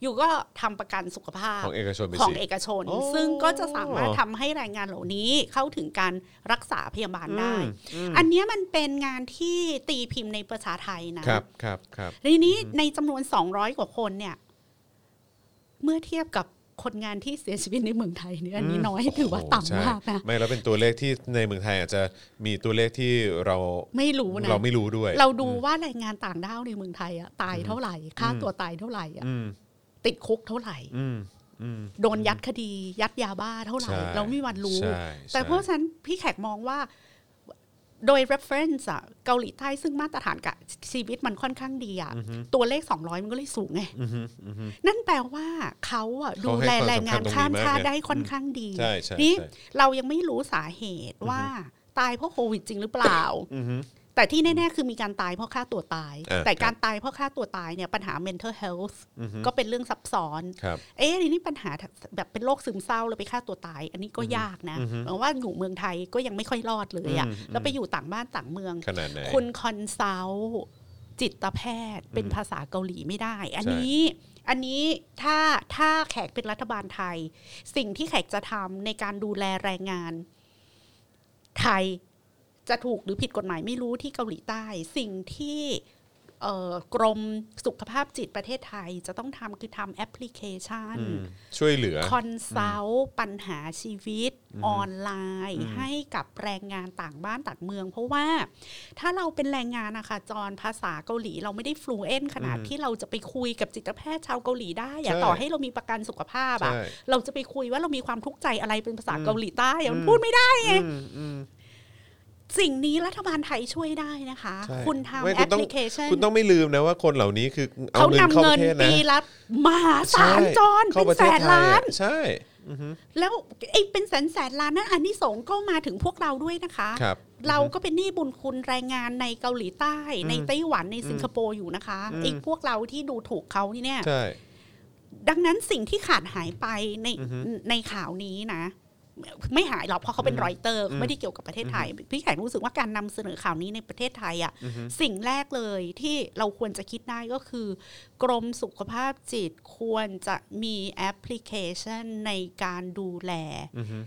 อยู่ก็ทำประกันสุขภาพ ของเอกชนไป ของ สิ เอกชน โอ้ ซึ่งก็จะสามารถทำให้แรงงานเหล่านี้เข้าถึงการรักษาพยาบาลได้ อืม อันเนี้ยมันเป็นงานที่ตีพิมพ์ในภาษาไทยนะ ครับครับครับ ทีนี้ในจำนวน 200 กว่าคนเนี่ย เมื่อเทียบกับคนงานที่เสียชีวิตในเมืองไทยเนี่ยอันนี้ ม น้อยถือว่า โโหใช่ ต่ำมากนะ ไม่แล้วเป็นตัวเลขที่ในเมืองไทยอาจจะมีตัวเลขที่เรา ไม่รู้นะ เราไม่รู้ด้วย เราดูว่าแรงงานต่างด้าวในเมืองไทยอะตายเท่าไหร่ ค่า อืม ตัวตายเท่าไหร่อะ อืม ติดคุกเท่าไหร่ อืมอืม โดนยัดคดี ยัดยาบ้าเท่าไหร่ ใช่ เราไม่มีวันรู้ ใช่ แต่ ใช่ เพราะฉะนั้นพี่แขกมองว่าโดย reference อะเกาหลีใต้ซึ่งมาตรฐานกับชีวิตมันค่อนข้างดีอะตัวเลข 200 มันก็เลยสูงไง อืมอืม นั่นแปลว่าเขาอะดู เขาให้ความแลแรงงาน สำคัญตรงนี้ ข้ามชาติ มากนะ ได้ค่อนข้างดี ใช่ใช่ นี่ ใช่ เรายังไม่รู้สาเหตุว่าตายเพราะโควิดจริงหรือเปล่า อืม แต่ที่แน่ๆคือมีการตายเพราะฆ่าตัวตาย เออ แต่ ครับ การตายเพราะฆ่าตัวตายเนี่ยปัญหา mental health อืม ก็เป็นเรื่องซับซ้อน ครับ เอ๊ะทีนี้ปัญหาแบบเป็นโรคซึมเศร้าแล้วไปฆ่าตัวตาย อันนี้ก็ยากนะ อือฮึ เพราะว่าอยู่เมืองไทยก็ยังไม่ค่อยรอดเลยอะ อืม แล้วไปอยู่ต่างบ้านต่างเมือง ขนาดไหน คุณคอนซัลท์จิตแพทย์เป็นภาษาเกาหลีไม่ได้ อัน ใช่ นี้อันนี้ถ้าถ้าแขกเป็นรัฐบาลไทย สิ่งที่แขกจะทำในการดูแลแรงงาน ไทยจะถูกหรือผิดกฎหมายไม่รู้ที่เกาหลีใต้ สิ่งที่เอ่อกรมสุขภาพจิตประเทศไทยจะต้องทำคือทำแอปพลิเคชัน อืมช่วยเหลือ คอนซัลท์ปัญหาชีวิตออนไลน์ ให้กับแรงงานต่างบ้านต่างเมือง เพราะว่าถ้าเราเป็นแรงงานนะคะจอนภาษาเกาหลีเราไม่ได้ฟลูเอนขนาด อืม ที่เราจะไปคุยกับจิตแพทย์ชาวเกาหลีได้อย่า ใช่ ต่อให้เรามีประกันสุขภาพอะ ใช่ เราจะไปคุยว่าเรามีความทุกข์ใจอะไรเป็นภาษา อืม เกาหลีใต้อะมัน อืม พูดไม่ได้ อืมอืม สิ่งนี้รัฐบาลไทยช่วยได้นะคะ ใช่ คุณ ไม่ ทำแอ คุณต้อปพง ลิเคชัน คุณต้องไม่ลืมนะว่าคนเหล่านี้คือเอา เขา เงินเข้าน ำ ป เงิน ระเทศนะ ปีละมหาศาลจอน เข้า เป็ ประนแส เทศไทยนล้าน อะใช่ แล้วไอ้เป็นแสนแสนล้านนั้นอันนี้สงส์ก็มาถึงพวกเราด้วยนะคะ ครับ เราก็เป็นหนี้บุญคุณแรงงานในเกาหลีใต้ อืม ในไต้หวันในสิงคโปร์อยู่นะคะ อืม ไอ้พวกเราที่ดูถูกเขานี่เนี่ย ใช่ ดังนั้นสิ่งที่ขาดหายไปใน อือฮึ ในข่าวนี้นะ ไม่หายหรอกเพราะเขาเป็นรอยเตอร์ อืม ไม่ได้เกี่ยวกับประเทศไทย พี่แขกรู้สึกว่าการนำเสนอข่าวนี้ในประเทศไทยอะ่ะ อือฮึ สิ่งแรกเลยที่เราควรจะคิดได้ก็คือ กรมสุขภาพจิตควรจะมีแอปพลิเคชันในการดูแล อือฮึ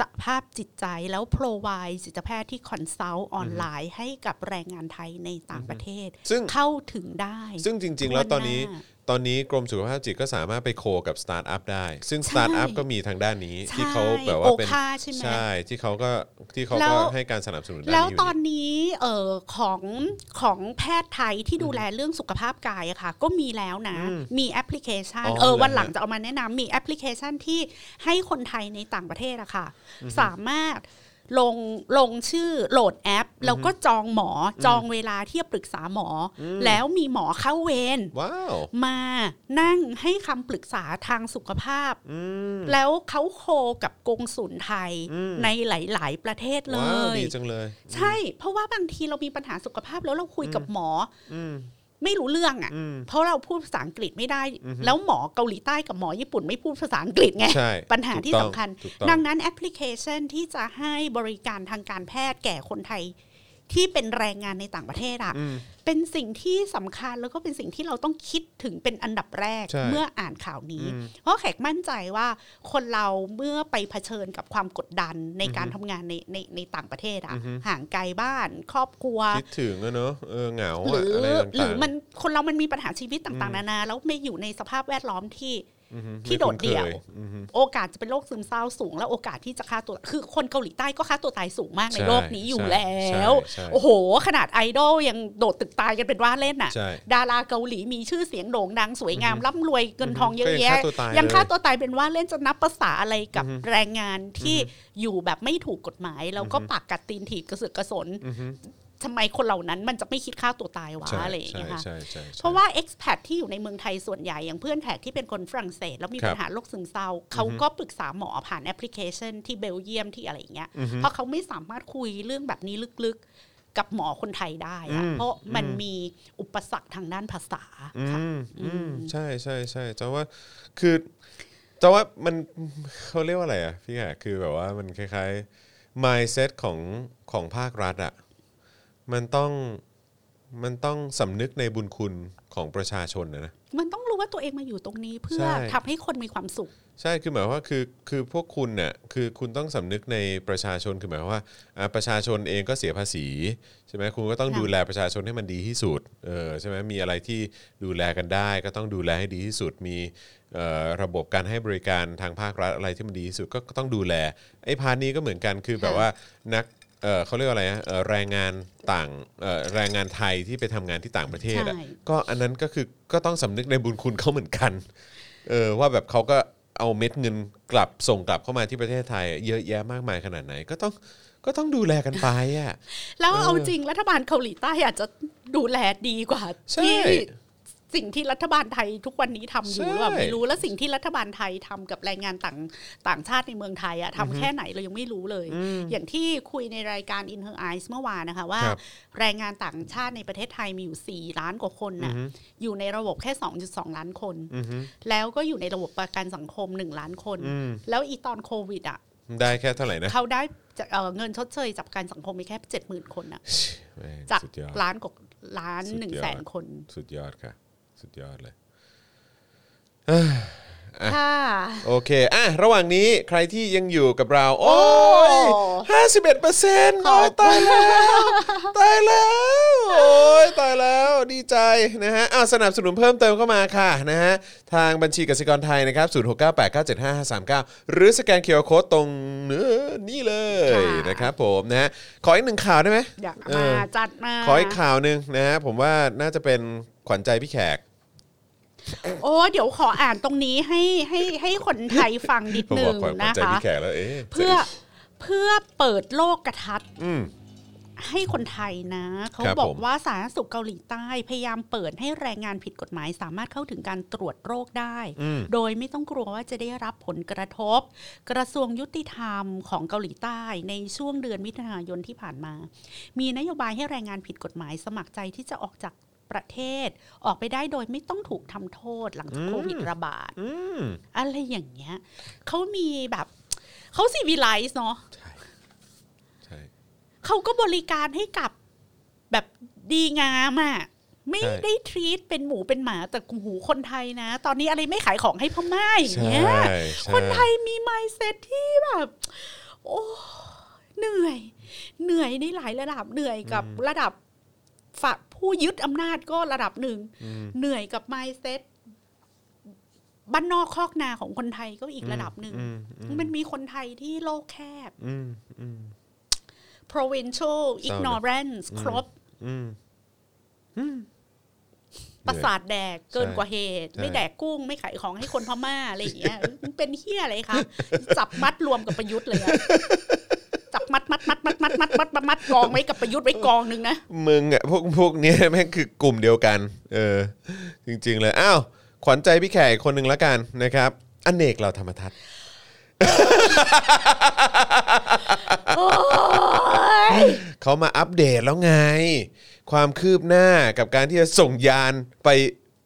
สภาพจิตใจแล้ว p r o v i d e จิตแพทย์ที่คอนซัลท์ออนไลน์ให้กับแรงงานไทยในต่างประเทศ ซึ่ง เข้าถึงได้ ซึ่งจริง ๆ แล้วตอนนี้ ทั่วหน้ ตอนนี้กรมสุขภาพจิตก็สามารถไปโคกับสตาร์ทอัพได้ ซึ่งสตาร์ทอัพ ใช่ ก็มีทางด้านนี้ ใช่ ที่เขาแบบว่าเป็น โอค่าใช่ไหม ที่เขาก็ที่เขา แล้ ก็ ว ให้การสนับสนุนด้าน แล้ว นี้อยู่ ตอนนี้เอ่อของของแพทย์ไทยที่ดูแลเรื่องสุขภาพกายอะค่ะ ก็มีแล้วนะ มีแอปพลิเคชันเออวันหลังจะเอามาแนะนำมีแอปพลิเคชันที่ให้คนไทยในต่างประเทศอะค่ะ สามารถ ลงลงชื่อโหลดแอป แล้วก็จองหมอจองเวลาที่จะปรึกษาหมออแล้วมีหมอเข้าเวร ว้าว มานั่งให้คำปรึกษาทางสุขภาพ อืม แล้วเขาโคกับกงสุลไทย อืม ในหลาย ๆ ประเทศเล ว้าวย ดีจังเลย ใช่ เพราะว่าบางทีเรามีปัญหาสุขภาพแล้วเราคุยกับหมออ ม ไม่รู้เรื่องอ่ะ อืม เพราะเราพูดภาษาอังกฤษไม่ได้ แล้วหมอเกาหลีใต้กับหมอญี่ปุ่นไม่พูดภาษาอังกฤษไง ใช่ ปัญหาที่ ถูกต้ สำ อง คัญ ถูกต้อง ดังนั้นแอปพลิเคชันที่จะให้บริการทางการแพทย์แก่คนไทย ที่เป็นแรงงานในต่างประเทศอะ อืม เป็นสิ่งที่สำคัญแล้วก็เป็นสิ่งที่เราต้องคิดถึงเป็นอันดับแรก ใช่ เมื่ออ่านข่าวนี้ อืม เพราะแขกมั่นใจว่าคนเราเมื่อไปเผชิญกับความกดดันในการทำงานในในในต่างประเทศอะ อือฮึ ห่างไกลบ้าน ครอบครัว คิดถึงอะเนอะเออเหงา ห อะ รือ อะไรต่างๆ หรือมันคนเรามันมีปัญหาชีวิตต่างๆนานาแล้วไม่อยู่ในสภาพแวดล้อมที่ อือฮึ ที่โดดเดี่ยว ไม่คุ้นคอือฮึ โอกาสจะเป็นโรคซึมเศร้าสูง แล้วโอกาสที่จะฆ่าตัวคือคนเกาหลีใต้ก็ฆ่าตัวตายสูงมากใน ใช่ โลกนี้อยู่แล้ว ใช่ใช่ โอ้โห ขนาดไอดอลยังโดดตึกตายกันเป็นว่าเล่นน่ะ ใช่ ดาราเกาหลีมีชื่อเสียงโด่งดังสวยงามร่ำรวยเงินทองเย ก็ยัอะง แยะ ฆ่าตัวตาย ยังฆ่า เลย ตัวตายเป็นว่าเล่นจะนับภาษาอะไรกับแรงงานที่อยู่แบบไม่ถูกกฎหมาย แล้วก็ปากกัดตีนถีบกระเสือกกระสน อือฮึ ทำไมคนเหล่านั้นมันจะไม่คิดฆ่าตัวตายวะ ใช่ อะไรอย่าง ใช่ เงี้ยค่ะ ใช่ใช่ใช่ เพราะว่า expat ที่อยู่ในเมืองไทยส่วนใหญ่ อย่างเพื่อนแขกที่เป็นคนฝรั่งเศส แล้วมี ครับ ปัญหาโรคซึมเศร้า เขาก็ปรึกษาหมอผ่านแอปพลิเคชันที่เบลเยียมที่อะไรอย่างเงี้ย อือฮึ เพราะเขาไม่สามารถคุยเรื่องแบบนี้ลึกๆ กับหมอคนไทยได้อะ อืม เพราะมันมีอุปสรรคทางด้านภาษา อื ค่ะ มอืม อืม ใช่ใช่ใช่จะว่าคือจะว่ามันเขาเรียกว่าอะไรอ่ะพี่แขกคือแบบว่ามันคล้ายๆ mindset ของของภาครัฐอ่ะมันต้องมันต้องสำนึกในบุญคุณของประชาชนนะนะ มันต้องรู้ว่าตัวเองมาอยู่ตรงนี้เพื่อ ใช่ ทำให้คนมีความสุข ใช่คือหมายความว่าคือคือพวกคุณเนี่ยคือคุณต้องสำนึกในประชาชนคือหมายความว่าอ่าประชาชนเองก็เสียภาษีใช่ไหมคุณก็ต้อง ค่ะ ดูแลประชาชนให้มันดีที่สุดเออใช่ไหมมีอะไรที่ดูแลกันได้ ก็ต้องดูแลให้ดีที่สุด มีเอ่อระบบการให้บริการทางภาครัฐอะไรที่มันดีที่สุดก็ก็ต้องดูแลไอ้พาร์ทนี้ก็เหมือนกันคือแบบว่านักเอ่อเขาเรียกว่าอะไรนะเอ่อแรงงานต่างเอ่อแรงงานไทยที่ไปทำงานที่ต่างประเทศอะ ใช่ ก็อันนั้นก็คือก็ต้องสำนึกในบุญคุณเขาเหมือนกัน เออว่าแบบเขาก็เอาเม็ดเงินกลับส่งกลับเข้ามาที่ประเทศไทย เยอะแยะมากมายขนาดไหน ก็ต้องก็ต้องดูแลกันไปอ่ะ แล้ว เออ เอาจริงรัฐบาลเกาหลีใต้อาจจะดูแลดีกว่า ใช่ ที่สิ่งที่รัฐบาลไทยทุกวันนี้ทำอยู่หรือเปล่า ใช่ ไม่รู้แล้วสิ่งที่รัฐบาลไทยทำกับแรงงานต่างต่างชาติในเมืองไทยอะทำแค่ไหนเรายังไม่รู้เลย อย่างที่คุยในรายการ In Her Eyes เมื่อวานนะคะว่า ครับ แรงงานต่างชาติในประเทศไทยมีอยู่ 4 ล้านกว่าคนน่ะอยู่ในระบบแค่ 2.2 ล้านคน อือฮึ แล้วก็อยู่ในระบบประกันสังคม 1 ล้านคน อืม แล้วอีตอนโควิดอะ ได้แค่เท่าไหร่นะ เขาได้จะเอ่อเงินชดเชยจากประกันสังคมมีแค่ 70,000 คนอะ แม่ง จาก สุดยอด ล้านกว่าล้าน สุดยอด หนึ่งแสนคน สุดยอดค่ะ สุดยอดเลย ค่ะ โอเค อ่ะ ระหว่างนี้ใครที่ยังอยู่กับเรา โอ้ย โ ห้าสิบเอ็ดเปอร์เซ็นต์ ขอบคุณ ตาย *laughs* แล้วตายแล้ว โอ้ยตายแล้ว ดีใจนะฮะอ้าวสนับสนุนเพิ่มเติมเข้ามาค่ะนะฮะ ทางบัญชีกสิกรไทยนะครับศูนย์หกเก้าแปดเก้าเจ็ดห้าห้าสามเก้าหรือสแกนเคอร์โคตรงเนื้อนี่เลย ค่ะ นะครับผมนะฮะ ขออีกหนึ่งข่าวได้ไหม อยาก เอ มา อ จัดมา ขออีกข่าวหนึ่งนะฮะ ผมว่าน่าจะเป็นขวัญใจพี่แขก โอ้เดี๋ยวขออ่านตรงนี้ให้ให้ให้คนไทยฟังนิด ผม นึ บอก ง ขวัญ นะ ใจ คะ พี่แขกแล้ว เอ๊ะ เพื่อเพื่อเปิดโลกกระทัด อืม ให้คนไทยนะ เขา ครับ บอ ผ ก ม ว่าสาธารณสุขเกาหลีใต้พยายามเปิดให้แรงงานผิดกฎหมาย สามารถเข้าถึงการตรวจโรคได้ อืม โดยไม่ต้องกลัวว่าจะได้รับผลกระทบ กระทรวงยุติธรรมของเกาหลีใต้ในช่วงเดือนมิถุนายนที่ผ่านมา มีนโยบายให้แรงงานผิดกฎหมาย สมัครใจที่จะออกจากประเทศ ออกไปได้โดยไม่ต้องถูกทำโทษหลังจากโควิดระบาด อืม อะไรอย่างเงี้ยเขามีแบบเขาซีวิไลซ์เนาะ ใช่ ใช่ เขาก็บริการให้กับแบบดีงามอะไม่ ใช่ ได้ทรีตเป็นหมูเป็นหมาแต่หูคนไทยนะ ตอนนี้อะไรไม่ขายของให้พม่าอย่างเงี้ย ใช่ คนไทยมี mindset ที่แบบ โอ้เหนื่อย เหนื่อยในหลายระดับเหนื่อยกับระดับฝักผู้ยึดอำนาจก็ระดับหนึ่ง อืม เหนื่อยกับ mindset บ้านนอกคอกนาของคนไทยก็อีกระดับหนึ่ง อืมอืม มันมีคนไทยที่โลกแคบ อืมอืม provincial เศร้านะ ignorance ครบ อืม ประสาทแดกเกินกว่าเหตุ ใช่ ไม่แดกกุ้งไม่ขายของให้คนพม่าอะไรอย่างเงี้ยมันเป็นเฮี้ยอะไรคะจับมัดรวมกับประยุทธ์เลยอะจับ มัดมัดมัดมัดมัดมัดมัดมัดมัดกองไว้กับประยุทธ์ไว้กองหนึ่งนะ มึงอ่ะพ *laughs* วกพวกเนี้ยแม่งคือกลุ่มเดียวกัน เออ จริง ๆ เลย อ้าว ขวัญใจพี่แขกคนหนึ่งละกันนะครับอเนกเราธรรมทัศน์ โอ้ย เขามาอัปเดตแล้วไง ความคืบหน้ากับการที่จะส่งยานไป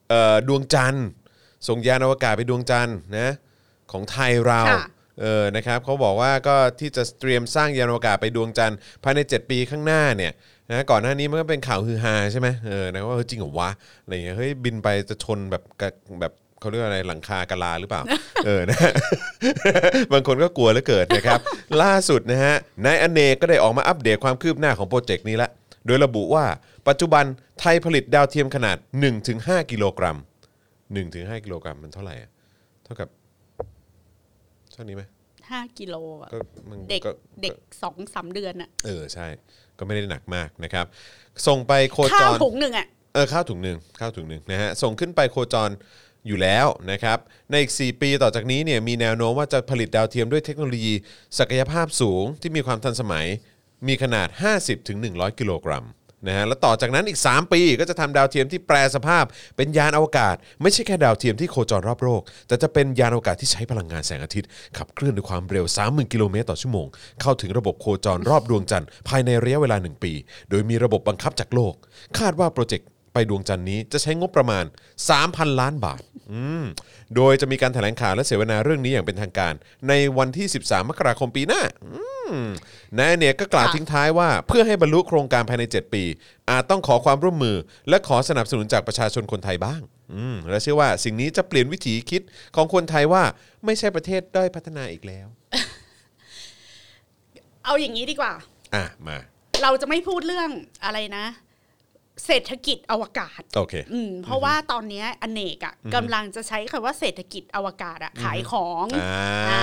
เอ่อดวงจันทร์ส่งยานอวกาศไปดวงจันทร์นะของไทยเรา ค่ะ เออนะครับเขาบอกว่าก็ที่จะเตรียมสร้างยานอวกาศไปดวงจันทร์ภายใน 7 ปีข้างหน้าเนี่ยนะก่อนหน้านี้มันก็เป็นข่าวฮือฮาใช่ไหมเออนะว่าเฮ้ยจริงเหรอวะอะไรอย่างเงี้ยเฮ้ยบินไปจะชนแบบกะแบบเขาเรียกว่าอะไรหลังคากะลาหรือเปล่า เออนะ บางคนก็กลัวเหลือเกินนะครับ ล่าสุดนะฮะนายอเนกก็ได้ออกมาอัปเดตความคืบหน้าของโปรเจกต์นี้ละ โดยระบุว่าปัจจุบันไทยผลิตดาวเทียมขนาด 1-5 กิโลกรัม 1-5 กิโลกรัมมันเท่าไหร่อะเท่ากับเท่านี้ไหม ห้ากิโลอะ ก็มัน เด็ก ก็ เด็กสองสามเดือนอะ เออใช่ ก็ไม่ได้หนักมากนะครับ ส่งไปโคจร ข้าวถุงหนึ่งอะ เออข้าวถุงหนึ่งข้าวถุงหนึ่งนะฮะส่งขึ้นไปโคจรอยู่แล้วนะครับ ในอีก 4 ปีต่อจากนี้เนี่ยมีแนวโน้มว่าจะผลิตดาวเทียมด้วยเทคโนโลยี ศักยภาพสูงที่มีความทันสมัย มีขนาด 50-100 กิโลกรัมนะฮะแล้วต่อจากนั้นอีก 3 ปีก็จะทำดาวเทียมที่แปรสภาพ เป็นยานอวกาศ ไม่ใช่แค่ดาวเทียมที่โคจรรอบโลกแต่จะเป็นยานอวกาศที่ใช้พลังงานแสงอาทิตย์ ขับเคลื่อนด้วยความเร็ว 30,000 กิโลเมตรต่อชั่วโมง เข้าถึงระบบโคจรรอบดวงจันทร์ภายในระยะเวลา 1 ปี โดยมีระบบบังคับจากโลก คาดว่าโปรเจกต์ ไปดวงจันทร์นี้จะใช้งบประมาณ 3,000 ล้านบาทอืมโดยจะมีการแถลงข่าวและเสวนาเรื่องนี้อย่างเป็นทางการ ในวันที่ 13 มกราคมปีหน้าอืมนายอเนี่ยก็กล่าวทิ้งท้ายว่า เพื่อให้บรรลุโครงการภายใน 7 ปี อาจต้องขอความร่วมมือ และขอสนับสนุนจากประชาชนคนไทยบ้างอืมและเชื่อว่าสิ่งนี้จะเปลี่ยนวิถีคิดของคนไทยว่าไม่ใช่ประเทศด้อยพัฒนาอีกแล้ว เอาอย่างนี้ดีกว่า อ่ะมา เราจะไม่พูดเรื่องอะไรนะ เศรษฐกิจอวกาศ โอเค อืมเพราะว่าตอนเนี้ยอเนกอะกำลังจะใช้คำว่าเศรษฐกิจอวกาศอะขายของ อ่า อ่า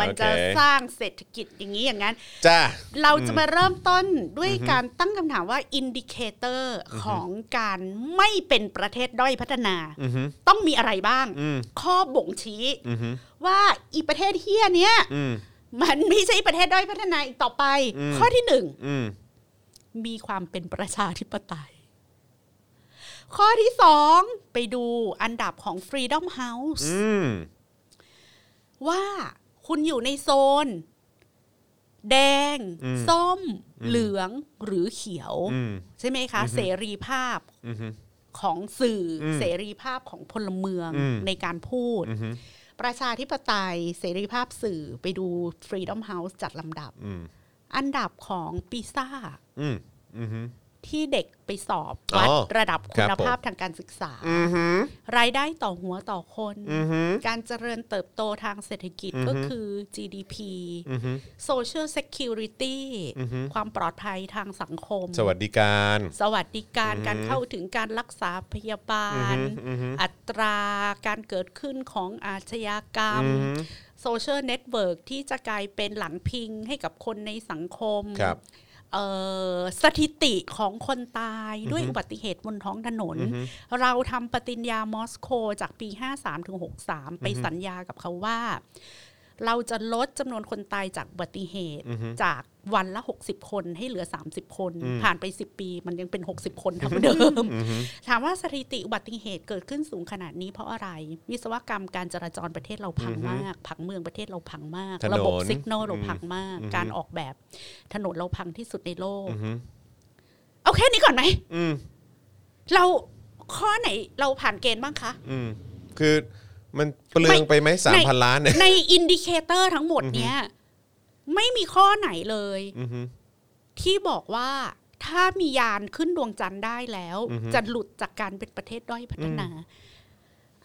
มันจะ โอเค สร้างเศรษฐกิจอย่างนี้อย่างนั้น จ้า เราจะมาเริ่มต้นด้วยการตั้งคำถามว่าอินดิเคเตอร์ของการไม่เป็นประเทศด้อยพัฒนา ต้องมีอะไรบ้าง ข้อบ่งชี้ ว่าอีประเทศเฮียเนี้ยมันไม่ใช่ประเทศด้อยพัฒนาอีกต่อไป ข้อที่หนึ่ง อืม มีความเป็นประชาธิปไตย ข้อที่สองไปดูอันดับของ Freedom House อืม ว่าคุณอยู่ในโซน แดง ส้ม เหลืองหรือเขียว อืม ใช่ไหมคะ เสรีภาพ อืม ของสื่ออ ม เสรีภาพของพลเมือง อืม ในการพูด อืม ประชาธิปไตย เสรีภาพสื่อไปดู Freedom House จัดลำดับ อืม อันดับของปีซ่า อืมอืม ที่เด็กไปสอบ อ๋อ วัดระดับคคุณ รับผม ภาพทางการศึกษา อือหือ รายได้ต่อหัวต่อคน อือฮึ การเจริญเติบโตทางเศรษฐกิจ อือฮึ ก็คือ GDP อือหือ Social Security อือฮึ ความปลอดภัยทางสังคม สวัสดิการ สวัสดิการ อือฮึ การเข้าถึงการรักษาพยาบาล อือฮึอือฮึ อัตราการเกิดขึ้นของอาชญากรรม อือหือ โซเชียลเน็ตเวิร์กที่จะกลายเป็นหลังพิงให้กับคนในสังคม ครับ เอ่อสถิติของคนตายด้วยอุบัติเหตุบนท้องถนน เราทำปฏิญญามอสโกจากปี 53ถึง63 ไปสัญญากับเขาว่า เราจะลดจำนวนคนตายจากอุบัติเหตุจากวันละ 60 คนให้เหลือ 30 คน ผ่านไป 10 ปี มันยังเป็น 60 คนเท่าเดิม ถามว่าสถิติอุบัติเหตุเกิดขึ้นสูงขนาดนี้เพราะอะไร วิศวกรรมการจราจรประเทศเราพังมาก ผังเมืองประเทศเราพังมาก ถนน ระบบสิกโนเรา อืม พังมาก อืม การออกแบบถนนเราพังที่สุดในโลก อือหือ เอาแค่นี้ก่อนไหม อืม เราข้อไหนเราผ่านเกณฑ์บ้างคะ อืมคือมันเปลืองไปไหมสามพันล้านเนี่ย ในอินดิเคเตอร์ทั้งหมดเนี้ยไม่มีข้อไหนเลย อือหือ ที่บอกว่าถ้ามียานขึ้นดวงจันทร์ได้แล้ว อือฮึ จะหลุดจากการเป็นประเทศด้อยพัฒนา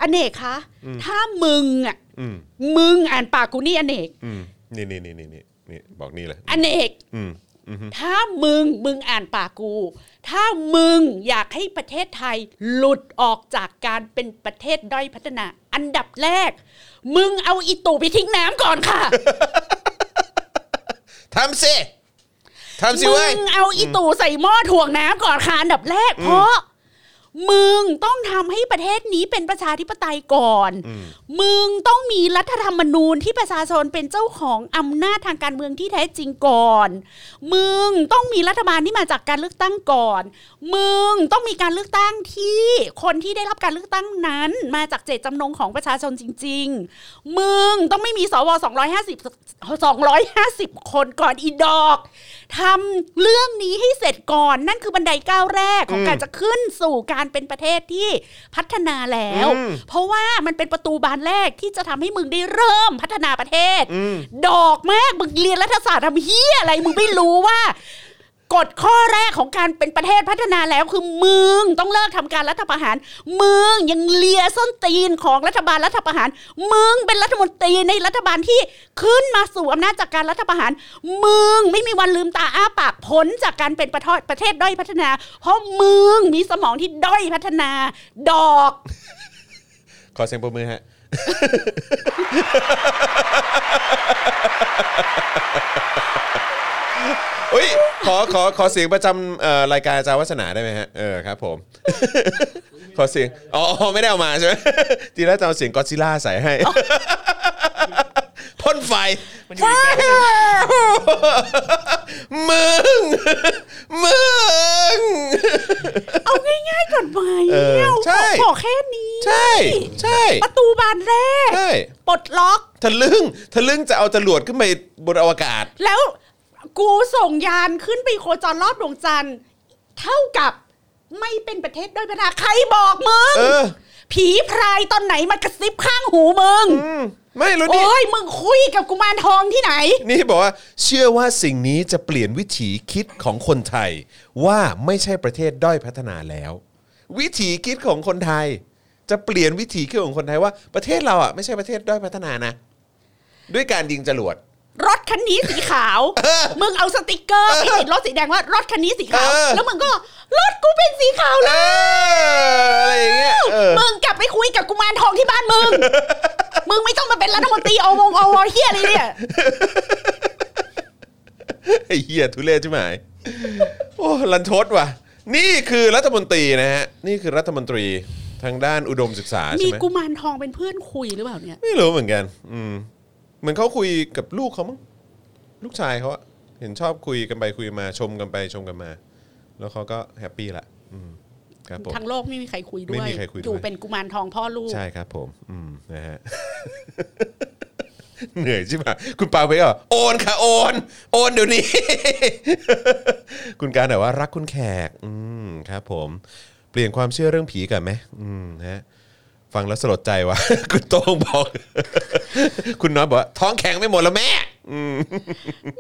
อเนกคะ อืม ถ้ามึงอ่ะ อืม มึงอ่านปากกูนี่อเนก อืมนี่นี่นี่นี่นี่นี่บอกนี่เลย อเนก อืมอือหือ ถ้ามึงมึงอ่านปากกู ถ้ามึงอยากให้ประเทศไทยหลุดออกจากการเป็นประเทศด้อยพัฒนา อันดับแรก มึงเอาอีตู่ไปทิ้งน้ำก่อนค่ะ ทำสิทำสิ มึ เว้ย งเอาอีตู่ใส่หม้อถ่วงน้ำก่อนค่ะอันดับแรก เพราะ มึงต้องทำให้ประเทศนี้เป็นประชาธิปไตยก่อน มึงต้องมีรัฐธรรมนูญที่ประชาชนเป็นเจ้าของอำนาจทางการเมืองที่แท้จริงก่อน มึงต้องมีรัฐบาลที่มาจากการเลือกตั้งก่อน มึงต้องมีการเลือกตั้งที่คนที่ได้รับการเลือกตั้งนั้น มาจากเจตจำนงของประชาชนจริง ๆ มึงต้องไม่มีสว250 250 คนก่อนอีดอกทำเรื่องนี้ให้เสร็จก่อนนั่นคือบันไดก้าวแรกของการจะขึ้นสู่การเป็นประเทศที่พัฒนาแล้ว อืม เพราะว่ามันเป็นประตูบานแรกที่จะทำให้มึงได้เริ่มพัฒนาประเทศ อืม ดอกมากมึงเรียนรัฐศาสตร์ทำเฮียอะไรมึงไม่รู้ว่ากฎข้อแรกของการเป็นประเทศพัฒนาแล้วคือมึงต้องเลิกทำการรัฐประหาร มึงยังเลียส้นตีนของรัฐบาลรัฐประหาร มึงเป็นรัฐมนตรีในรัฐบาลที่ขึ้นมาสู่อำนาจจากการรัฐประหาร มึงไม่มีวันลืมตาอ้าปากพ้นจากการเป็นประเทศประเทศด้อยพัฒนา เพราะมึงมีสมองที่ด้อยพัฒนา ดอก ขอเสียงปรบมือฮะ *laughs* เฮ้ย ขอ ขอ ขอเสียงประจำเอ่อรายการอาจารย์วัฒนาได้ไหมฮะ เออครับผม *laughs* ขอเสียง อ๋ออ๋อไม่ได้เอามาใช่ *laughs* ไหม ทีแรกจะเอาเสียงกอดซิลล่าใส่ให้ *laughs* พ่นไฟ มันอยู่อีกแบบ มึง *laughs* มึง เอาง่ายๆก่อนไหม เออใช่ ขอแค่นี้ ใช่ ใช่ ประตูบานแรก ใช่ ปลดล็อก ทะลึ่ง ทะลึ่งจะเอาจรวดขึ้นไปบนอวกาศ แล้วกูส่งยานขึ้นไปโคจรรอบดวงจันทร์ เท่ากับไม่เป็นประเทศด้วยพัฒนาใครบอกมึง เออ ผีพรายตอนไหนมากระซิบข้างหูมึง อืมไม่แล้วนี่ โอ้ยมึงคุยกับกุมารทองที่ไหน นี่บอกว่าเชื่อว่าสิ่งนี้จะเปลี่ยนวิถีคิดของคนไทย ว่าไม่ใช่ประเทศด้อยพัฒนาแล้ว วิถีคิดของคนไทย จะเปลี่ยนวิถีคิดของคนไทยว่าประเทศเราอ่ะไม่ใช่ประเทศด้อยพัฒนานะ ด้วยการยิงจรวด รถคันนี้สีขาว มึงเอาสติกเกอร์ไปติดรถสีแดงว่ารถคันนี้สีขาว เออ แล้วมึงก็รถกูเป็นสีขาว เอ แล้อวอะไรอย่างเงี้ยเออ มึงกลับไปคุยกับกุมารทองที่บ้าน *laughs* มึง มึงไม่ต้องมาเป็นรัฐมนตรีอวงอวเฮียอะไรเนี่ย ไอ้เหี้ยทุเรศใช่ไหมโอ้ลันทดว่ะ นี่คือรัฐมนตรีนะฮะนี่คือรัฐมนตรีทางด้านอุดมศึกษาใช่ มี ไหม กุมารทองเป็นเพื่อนคุยหรือเปล่าเนี่ย ไม่รู้เหมือนกัน อืมเหมือนเขาคุยกับลูกเขามั้ง ลูกชายเขาอะเห็นชอบคุยกันไปคุยมาชมกันไปชมกันมา แล้วเขาก็แฮปปี้ละอืมครับผม ทั้งโลกไม่มีใครคุยด้วย ไม่มีใครคุยด้วย อยู่เป็นกุมารทองพ่อลูก ใช่ครับผม อืมนะฮะ *laughs* เหนื่อยใช่ไหมคุณปาเวกอ่ะโอนค่ะโอน โอนเดี๋ยวนี้ *laughs* คุณการแบบว่ารักคุณแขก อืมครับผม เปลี่ยนความเชื่อเรื่องผีกันไหมอืมนะฮะฟังแล้วสลดใจว่ะ *laughs* คุณโต้งบอก *laughs* คุณน้อยบอกว่าท้องแข็งไม่หมดแล้วแม่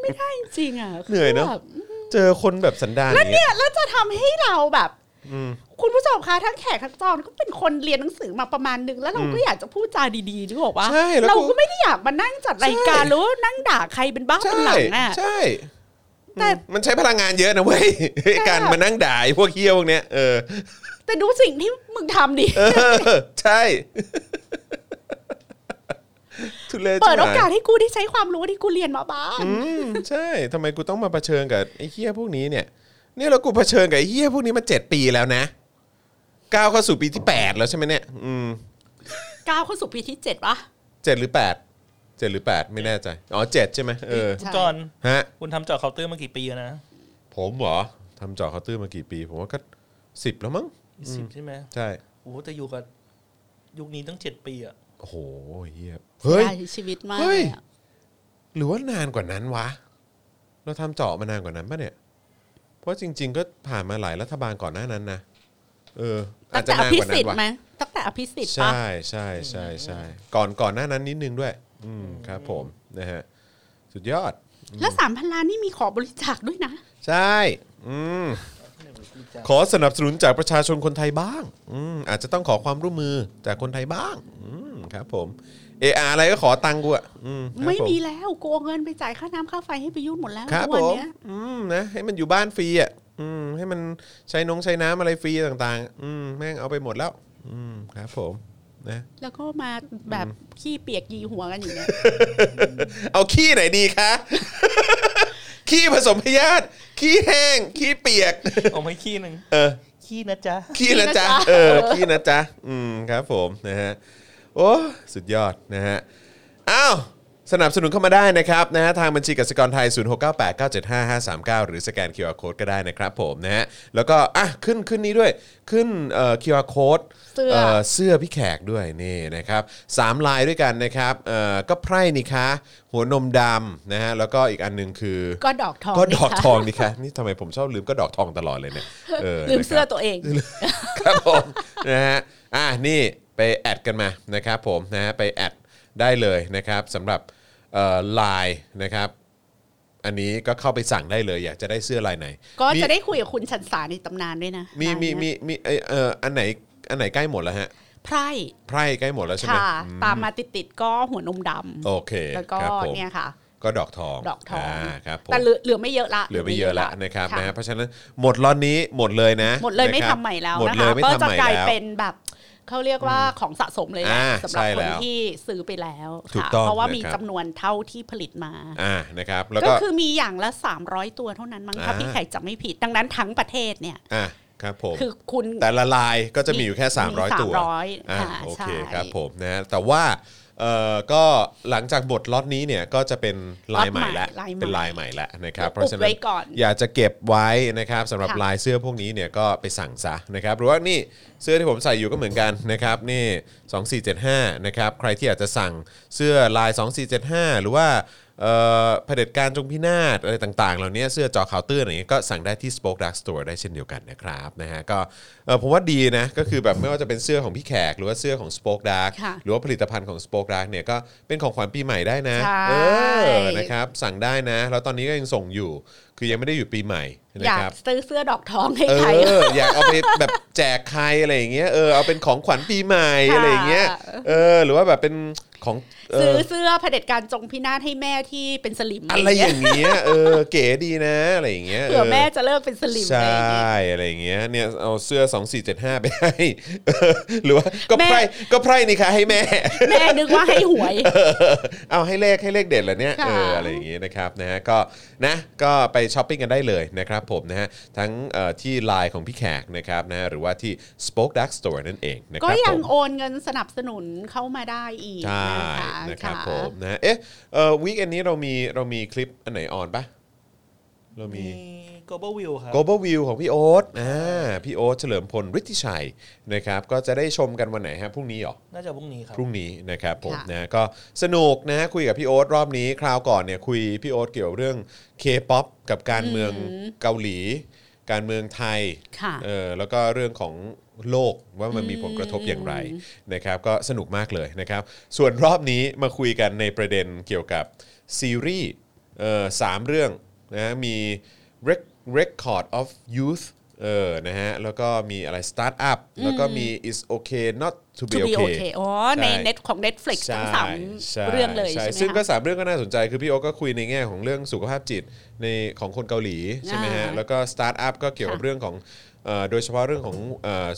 ไม่ได้จริงๆอ่ะ เหนื่อยเนอะ คืแบบ เจอคนแบบสันดานอ แล้ว ย่าง เนี่ เงี้ย ยแล้วจะทำให้เราแบบ คุณผู้ชมคะทั้งแขกทั้งจอนก็เป็นคนเรียนหนังสือมาประมาณหนึง แล้วเราก็อยากจะพูดจาดีๆนึกออกปะ ใช่แล้ว เรา กู ก็ไม่ได้อยากมานั่งจัดรายการ ใช่ หรือว่านั่งด่าใครเป็นบ้าเป็น ใช่ หลังอ่ะ ใช่ แต่ มันใช้พลังงานเยอะนะเว้ย *laughs* ไอ้การมานั่งด่าไอ้พวกเฮี้ยพวกเนี้ยเออ แต่ดูสิ่งที่มึงทำดิ เออใช่ทุเรศ เปิด จั โอง ลย กาสให้กูได้ใช้ความรู้ที่กูเรียนมาบ้าง อืมใช่ทำไมกูต้องมาเผชิญกับไอ้เฮี้ยพวกนี้เนี่ย เนี่ยแล้วกูเผชิญกับไอ้เฮี้ยพวกนี้มาเจ็ดปีแล้วนะก้าวเข้าสู่ปีที่แปดแล้วใช่ไหมเนี่ย อืม ก้าวเข้าสู่ปีที่เจ็ดปะ เจ็ดหรือแปดเจ็ดหรือแปดไม่แน่ใจอ๋อเจ็ดใช่ไหมเออ คุณจอน ฮะ คุณทำเจาะเคาน์เตอร์มากี่ปีแล้วนะ ผมเหรอทำเจอเคาน์เตอร์มากี่ปี ผมว่าก็สิบแล้วมั้ง สิบใช่ไหม ใช่ โอ้แต่อยู่กับยุคนี้ตั้งเจ็ดปีอะ โอ้โหเฮียเฮ้ย ได้ชีวิตมาก เฮ้ เลย ยอะ หรือว่านานกว่านั้นวะ เราทำเจาะมานานกว่านั้นปะเนี่ย เพราะจริง ๆ ก็ผ่านมาหลายรัฐบาลก่อนหน้านั้นนะ เออ อา ตั้ จ งแต่อนจะาน ภิ กว่า สิ นั้นทธิ์ วะ ไหมตั้งแต่อภิสิทธิ์ปะ ใช่ใช่ใช่ใช่ก่อนก่อนหน้านั้นนิดนึงด้วย อืมครับผมนะฮะสุดยอด แล้วสามพันล้านนี่มีขอบริจาคด้วยนะ ใช่ อืม ขอสนับสนุนจากประชาชนคนไทยบ้าง อืมอาจจะต้องขอความร่วมมือจากคนไทยบ้าง อืมครับ ผมเอออะไรก็ขอตังค์กูอ่ะอืมครับ ไม่ ผ มีแล้วกูเอาเงินไปจ่ายค่าน้ำค่าไฟให้ไปยุ่นหมดแล้ว ครับ ทุก ผ วั ม เนี้ย อืมนะให้มันอยู่บ้านฟรีอ่ะอืมให้มันใช้นงใช้น้ำอะไรฟรีต่างๆ อืมแม่งเอาไปหมดแล้ว อืมครับผมนะ แล้วก็มาแบบขี้เปียกยีหัวกันอยู่เนี่ย เอาขี้ไหนดีคะ *laughs* ขี้ผสมพยาธิขี้แห้ง ขี้เปียก เอาไม้ขี้หนึ่ง เออ ขี้นะจ๊ะ ขี้นะจ๊ะ เออขี้นะจ๊ะ อืมครับผมนะฮะ โอ้สุดยอดนะฮะ อ้าว สนับสนุนเข้ามาได้นะครับนะฮะทางบัญชีกสิกรไทย 0698975539 หรือสแกน QR Code ก็ได้นะครับผมนะฮะ แล้วก็อ่ะขึ้นขึ้นนี้ด้วยขึ้นเอ่อ QR Code เสื้อ อเสื้อพี่แขกด้วยนี่นะครับสามลายด้วยกันนะครับเอ่อก็ไพร่นี่คะหัวนมดำนะฮะแล้วก็อีกอันหนึงคือ ก็ดอกทอง ก็ดอก นะคะ ทองนี่คะนี่ทำไมผมชอบลืมก็ดอกทองตลอดเลยเนี่ยเออ ลืม นะครับ เสื้อตัวเอง ครับผม *laughs* นะฮะอ่ะนี่ไปแอดกันมานะครับผมนะฮะไปแอดได้เลยนะครับสำหรับลายนะครับ อันนี้ก็เข้าไปสั่งได้เลย อยากจะได้เสื้อลายไหน ก็จะได้คุยกับคุณชันสาในตำนานด้วยนะ มี ร้าน มี เนี้ย มีมีเอ่อเอ่ออันไหนอันไหนใกล้หมดแล้วฮะ ไพร่ ไพร่ใกล้หมดแล้วใช่ไหม ค่ะ ตามมาติดๆก็หัวนมด โอเค ำแล้วก็ ครับผม เนี่ยค่ะ ก็ดอกทอง ดอกทอง าครับผม แต่เหลือเหลือไม่เยอะละ เหลือไม่เยอะละนะครับนะฮะ ค่ะ เพราะฉะนั้นหมดล็อตนี้หมดเลยนะ หมดเลย *laughs* ไม่ นะค ทำ รับ ใหม่แล้ว หมด นะ เล คะ ยไม่ ก็ ทำ จะ ใหม่ กลาย แล้ว เป็นแบบเขาเรียกว่าของสะสมเลยแหละ อ่า สำหรับ ใช่ ค แล้ น ว ที่ซื้อไปแล้ว ถูก ค่ะ ต้อง เพราะว่า เลย มี ครับ จำนวนเท่าที่ผลิตมา อ่านะครับแล้ว ก็ ก็ คือมีอย่างละ 300 ตัวเท่านั้นมั้ง อ่า ถ้าพี่ไข่จะไม่ผิด ดังนั้นทั้งประเทศเนี่ย อ่าครับผม คือคุณ แต่ละลายก็จะมีอยู่แค่ 300 มี ตัว 300 อ่า ค่ะ โอเค ใช่ ครับผมนะฮะแต่ว่าเอ่อก็หลังจากบทล็อตนี้เนี่ยก็จะเป็นลายใหม่ละเป็นลายใหม่ละนะครับเพราะ อุบ ฉะนั้ ไว้ น ก่อน อยากจะเก็บไว้นะครับสำหรับ ค่ะ ลายเสื้อพวกนี้เนี่ยก็ไปสั่งซะนะครับหรือว่านี่เสื้อที่ผมใส่อยู่ก็เหมือนกันนะครับนี่ 2475นะครับใครที่อยากจะสั่งเสื้อลาย 2475 หรือว่าเอ่อเผด็จการจงพินาศอะไรต่างๆ เหล่านี้เสื้อเจอข่าวตื้นอะไรอย่างเงี้ยก็สั่งได้ที่ Spoke Dark Store ได้เช่นเดียวกันนะครับนะฮะก็เอ่อผมว่าดีนะก็คือแบบไม่ว่าจะเป็นเสื้อของพี่แขก หรือว่าเสื้อของ Spoke Dark ค่ะ หรือว่าผลิตภัณฑ์ของ Spoke Dark เนี่ยก็เป็นของขวัญปีใหม่ได้นะ ใช่ เออ นะครับ สั่งได้นะ แล้วตอนนี้ก็ยังส่งอยู่ คือยังไม่ได้อยู่ปีใหม่นะ อยา ค ก รับ ซื้อเสื้อดอกทองให้ เอ ใคร อ อยากเอาไปแบบแจกใครอะไรอย่างเงี้ย เออ เอาเป็นของขวัญปีใหม่ ค่ะ อะไรอย่างเงี้ย เออ หรือว่าแบบเป็นของเอ ซื้อ อ เสื้อเผด็จการจงพินาศให้แม่ที่เป็นสลิม อะไรอย่างเงี้ย เออ เก๋ดีนะ อะไรอย่างเงี้ย เผื่อแม่จะเลิกเป็นสลิม ใช อะไรอย่างเงี้ย ่ อะไรอย่างเงี้ย เนี่ย เอาเสื้อ 2475 ไปให้เออหรือว่า ก็ แม่ ไพร่ ก็ไพร่นี่ค่ะให้แม่ แม่นึกว่าให้หวย เอาให้เลขให้เลขเด็ดเหรอเนี่ย ค่ะ เอออะไรอย่างงี้นะครับนะฮะก็นะก็ไปช้อปปิ้งกันได้เลยนะครับผมนะฮะทั้งเอ่อที่ไลน์ของพี่แขกนะครับนะฮะหรือว่าที่ Spoke Dark Store นั่นเองนะค ก็ รับ ยั ผ ง ม โอนเงินสนับสนุนเข้ามาได้อีก ใช่นะ นะ ครั คะ บผมนะฮะเอ๊ะเอ่อวีคอันนี้เรามีเรามีคลิปอันไหนออนปะเรามี มี global view ครับ global view ของพี่โอ๊ตอ่าพี่โอ๊ตเฉลิมพลฤทธิชัยนะครับก็จะได้ชมกันวันไหนฮะพรุ่งนี้เหรอ น่าจะพรุ่งนี้ครับ พรุ่งนี้นะครับผม ค่ะ นะก็สนุกนะคุยกับพี่โอ๊ตรอบนี้คราวก่อนเนี่ยคุยพี่โอ๊ตเกี่ยวเรื่องเคป๊อปกับการเมืองเกาหลี การเมืองไทย ค่ะ เออแล้วก็เรื่องของโลกว่ามันมีผลกระทบอย่างไรนะครับก็สนุกมากเลยนะครับ ส่วนรอบนี้มาคุยกันในประเด็นเกี่ยวกับซีรีส์เอ่อสามเรื่องนะมี Rec- Record of Youth เออนะฮะแล้วก็มีอะไร Start Up แล้วก็มี Is Okay Not to be to be Okay okay อ๋อใน ช่ เน็ตของ Netflix ทั้งสาม ใช่ เรื่องเลยใช่ไหม ซึ่งก็ คะ สามเรื่องก็น่าสนใจคือพี่โอ๊คก็คุยในแง่ของเรื่องสุขภาพจิตในของคนเกาหลีใช่ไหมฮะ อ่า แล้วก็สตาร์ทอัพก็เกี่ยวกับ ค่ะ เรื่องของเอ่อโดยเฉพาะเรื่องของเอ่อ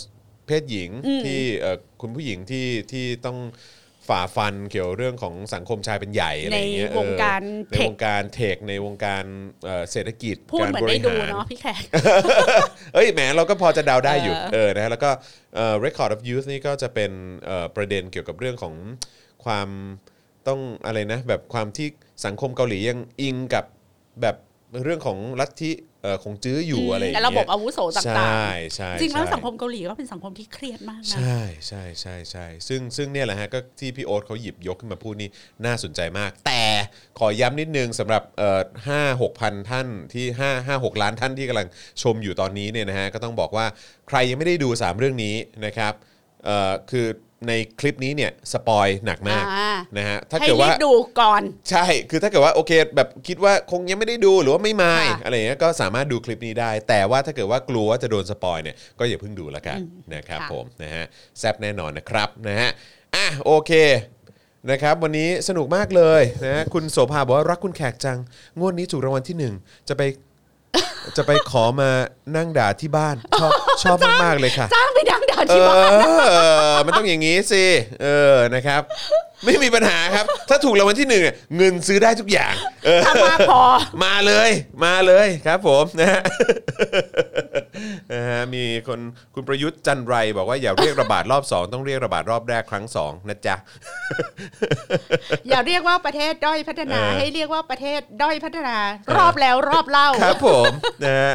เพศหญิงที่เอ่อคุณผู้หญิงที่ที่ต้องฝ่าฟันเกี่ยวเรื่องของสังคมชายเป็นใหญ่อะไรอย่างเงี้ย ในวงการ เออใน เทค วงการเทคในวงการเอ่อเศรษฐกิจ พูด การ เหมือบ นได้ ริ ดู หาร เนาะพี่แขก เอ้ยแหมเราก็พอจะเดาได้อยู่ เออ เออนะฮะแล้วก็เอ่อ Record of Youth นี่ก็จะเป็นเอ่อประเด็นเกี่ยวกับเรื่องของความต้องอะไรนะ แบบความที่สังคมเกาหลียังอิงกับแบบเรื่องของลัทธิเอ่อของจื้ออยู่อะไรอย่าง และ เงี้ย ระบบอาวุโสต่างๆ ใช่ใช่ จริงแล้ว ใช่ สังคมเกาหลีก็เป็นสังคมที่เครียดมากนะ ใช่ใช่ใช่ใช่ซึ่งซึ่งเนี่ยแหละฮะก็ที่พี่โอ๊ตเขาหยิบยกขึ้นมาพูดนี่น่าสนใจมาก แต่ขอย้ำนิดนึงสำหรับเอ่อห้าหกพันท่านที่ห้าห้าหกล้านท่านที่กำลังชมอยู่ตอนนี้เนี่ยนะฮะก็ต้องบอกว่าใครยังไม่ได้ดู 3 เรื่องนี้นะครับเอ่อคือในคลิปนี้เนี่ยสปอยหนักมาก อ่าน นะฮะถ้า ให้ เกิด รี ว่า บดูก่อน ใช่ คือถ้าเกิดว่าโอเคแบบคิดว่าคงยังไม่ได้ดูหรือว่าไม่มาย ค่ะ อะไรอย่างเงี้ยก็สามารถดูคลิปนี้ได้ แต่ว่าถ้าเกิดว่ากลัวว่าจะโดนสปอยเนี่ยก็อย่าเพิ่งดูละกันนะครับ ค่ะ ผมนะฮะแซบแน่นอนนะครับนะฮะอ่ะโอเคนะครับวันนี้สนุกมากเลยนะฮะคุณโสภาบอกว่ารักคุณแขกจัง งวดนี้ถูกรางวัลที่หนึ่งจะไป *laughs* จะไปขอมานั่งด่าที่บ้านชอบชอบมากๆเลยค่ะ จ้างไปดังด่า เอ ที่บ้าน อ มันต้องอย่างนี้สิ เออ นะครับ ไม่มีปัญหาครับ ถ้าถูกรางวัลที่หนึ่งเนี่ยเงินซื้อได้ทุกอย่างเออ ถ้ามาพอ มาเลยมาเลยครับผมนะฮะ นะฮะมีคนคุณประยุทธ์จันไรบอกว่าอย่าเรียกระบาดรอบ 2 ต้องเรียกระบาดรอบแรกครั้ง 2 นะจ๊ะ อย่าเรียกว่าประเทศด้อยพัฒนา เออ ให้เรียกว่าประเทศด้อยพัฒนา รอบแล้วรอบเล่า ครับผม *laughs* นะฮะ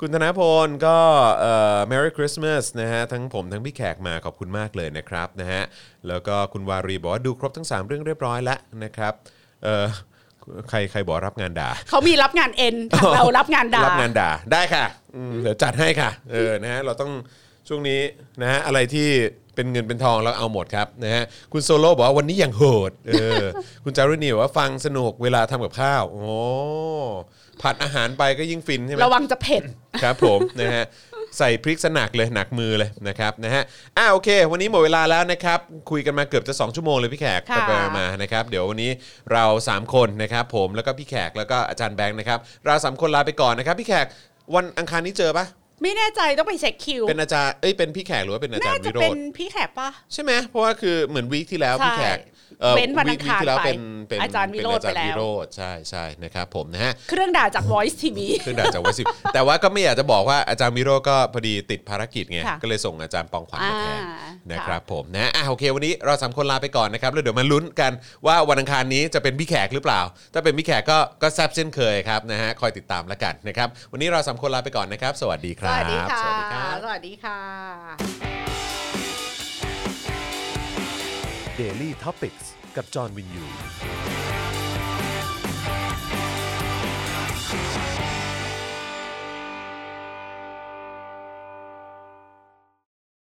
คุณธนพลก็เอ่อ Merry Christmas นะฮะทั้งผมทั้งพี่แขกมาขอบคุณมากเลยนะครับนะฮะแล้วก็คุณวารีบอกว่าดูครบทั้ง 3 เรื่องเรียบร้อยแล้วนะครับเอ่อใครใครบอกรับงานด่า เขามีรับงานเอ็น *laughs* ทาง *laughs* เรารับงานดา รับงานด่าได้ค่ะอืมเดี๋ยวจัดให้ค่ะ เออนะฮะเราต้องช่วงนี้นะฮะอะไรที่เป็นเงินเป็นทองเราเอาหมดครับนะฮะคุณโซโล่บอกว่าวันนี้อย่างโหดเออ *laughs* คุณจารุณีบอกว่าฟังสนุกเวลาทำกับข้าวโอ้ผัดอาหารไปก็ยิ่งฟินใช่ไหม ระวังจะเผ็ด ครับผม *laughs* นะฮะใส่พริกสนักเลยหนักมือเลยนะครับนะฮะอ่าโอเค วันนี้หมดเวลาแล้วนะครับ คุยกันมาเกือบจะ 2 ชั่วโมงเลยพี่แขก ค่ะ ไปๆมาๆนะครับ เดี๋ยววันนี้เรา 3 คนนะครับผมแล้วก็พี่แขกแล้วก็อาจารย์แบงค์นะครับ เราสามคนลาไปก่อนนะครับ พี่แขกวันอังคารนี้เจอปะ ไม่แน่ใจต้องไปเช็คคิว เป็นอาจารย์เอ้ยเป็นพี่แขกหรือว่าเป็นอาจา น่าร ย์ จะ วิโร เป็ จ น น์ พี่แขกปะ ใช่ไหมเพราะว่าคือเหมือนวีคที่แล้วพี่แขก ใช่เว้นวันอังคาร คที่แล้ว ไป เป็นเป็น อาจารย์วิโรจเนน์อาจารย์ ไปแล้ว วิโรจน์ใช่ใช่นะครับผมนะฮะ เครื่องด่าจาก Voice TV เครื่องด่าจากวัยสิบ แต่ว่าก็ไม่อยากจะบอกว่าอาจารย์มิโรจน์ก็พอดีติดภารกิจไง ค่ะ ก็เลยส่งอาจารย์ปองขวัญมาแทน อ่าน นะครับผมนะอ่ะโอเค วันนี้เราสามคนลาไปก่อนนะครับ แล้วเดี๋ยวมาลุ้นกันว่าวันอังคารนี้จะเป็นพี่แขกหรือเปล่า ถ้าเป็นพี่แขกก็ก็แซบเช่นเคยครับนะฮะคอยติดตามแล้วกันนะครับ วันนี้เราสามคนลาไปก่อนนะครับ สวัสดีครับ ะสวัสดีสค่ะวัสดีครับ สวัสดีค่ะ Daily t o p i c กกับจอห์นวินยู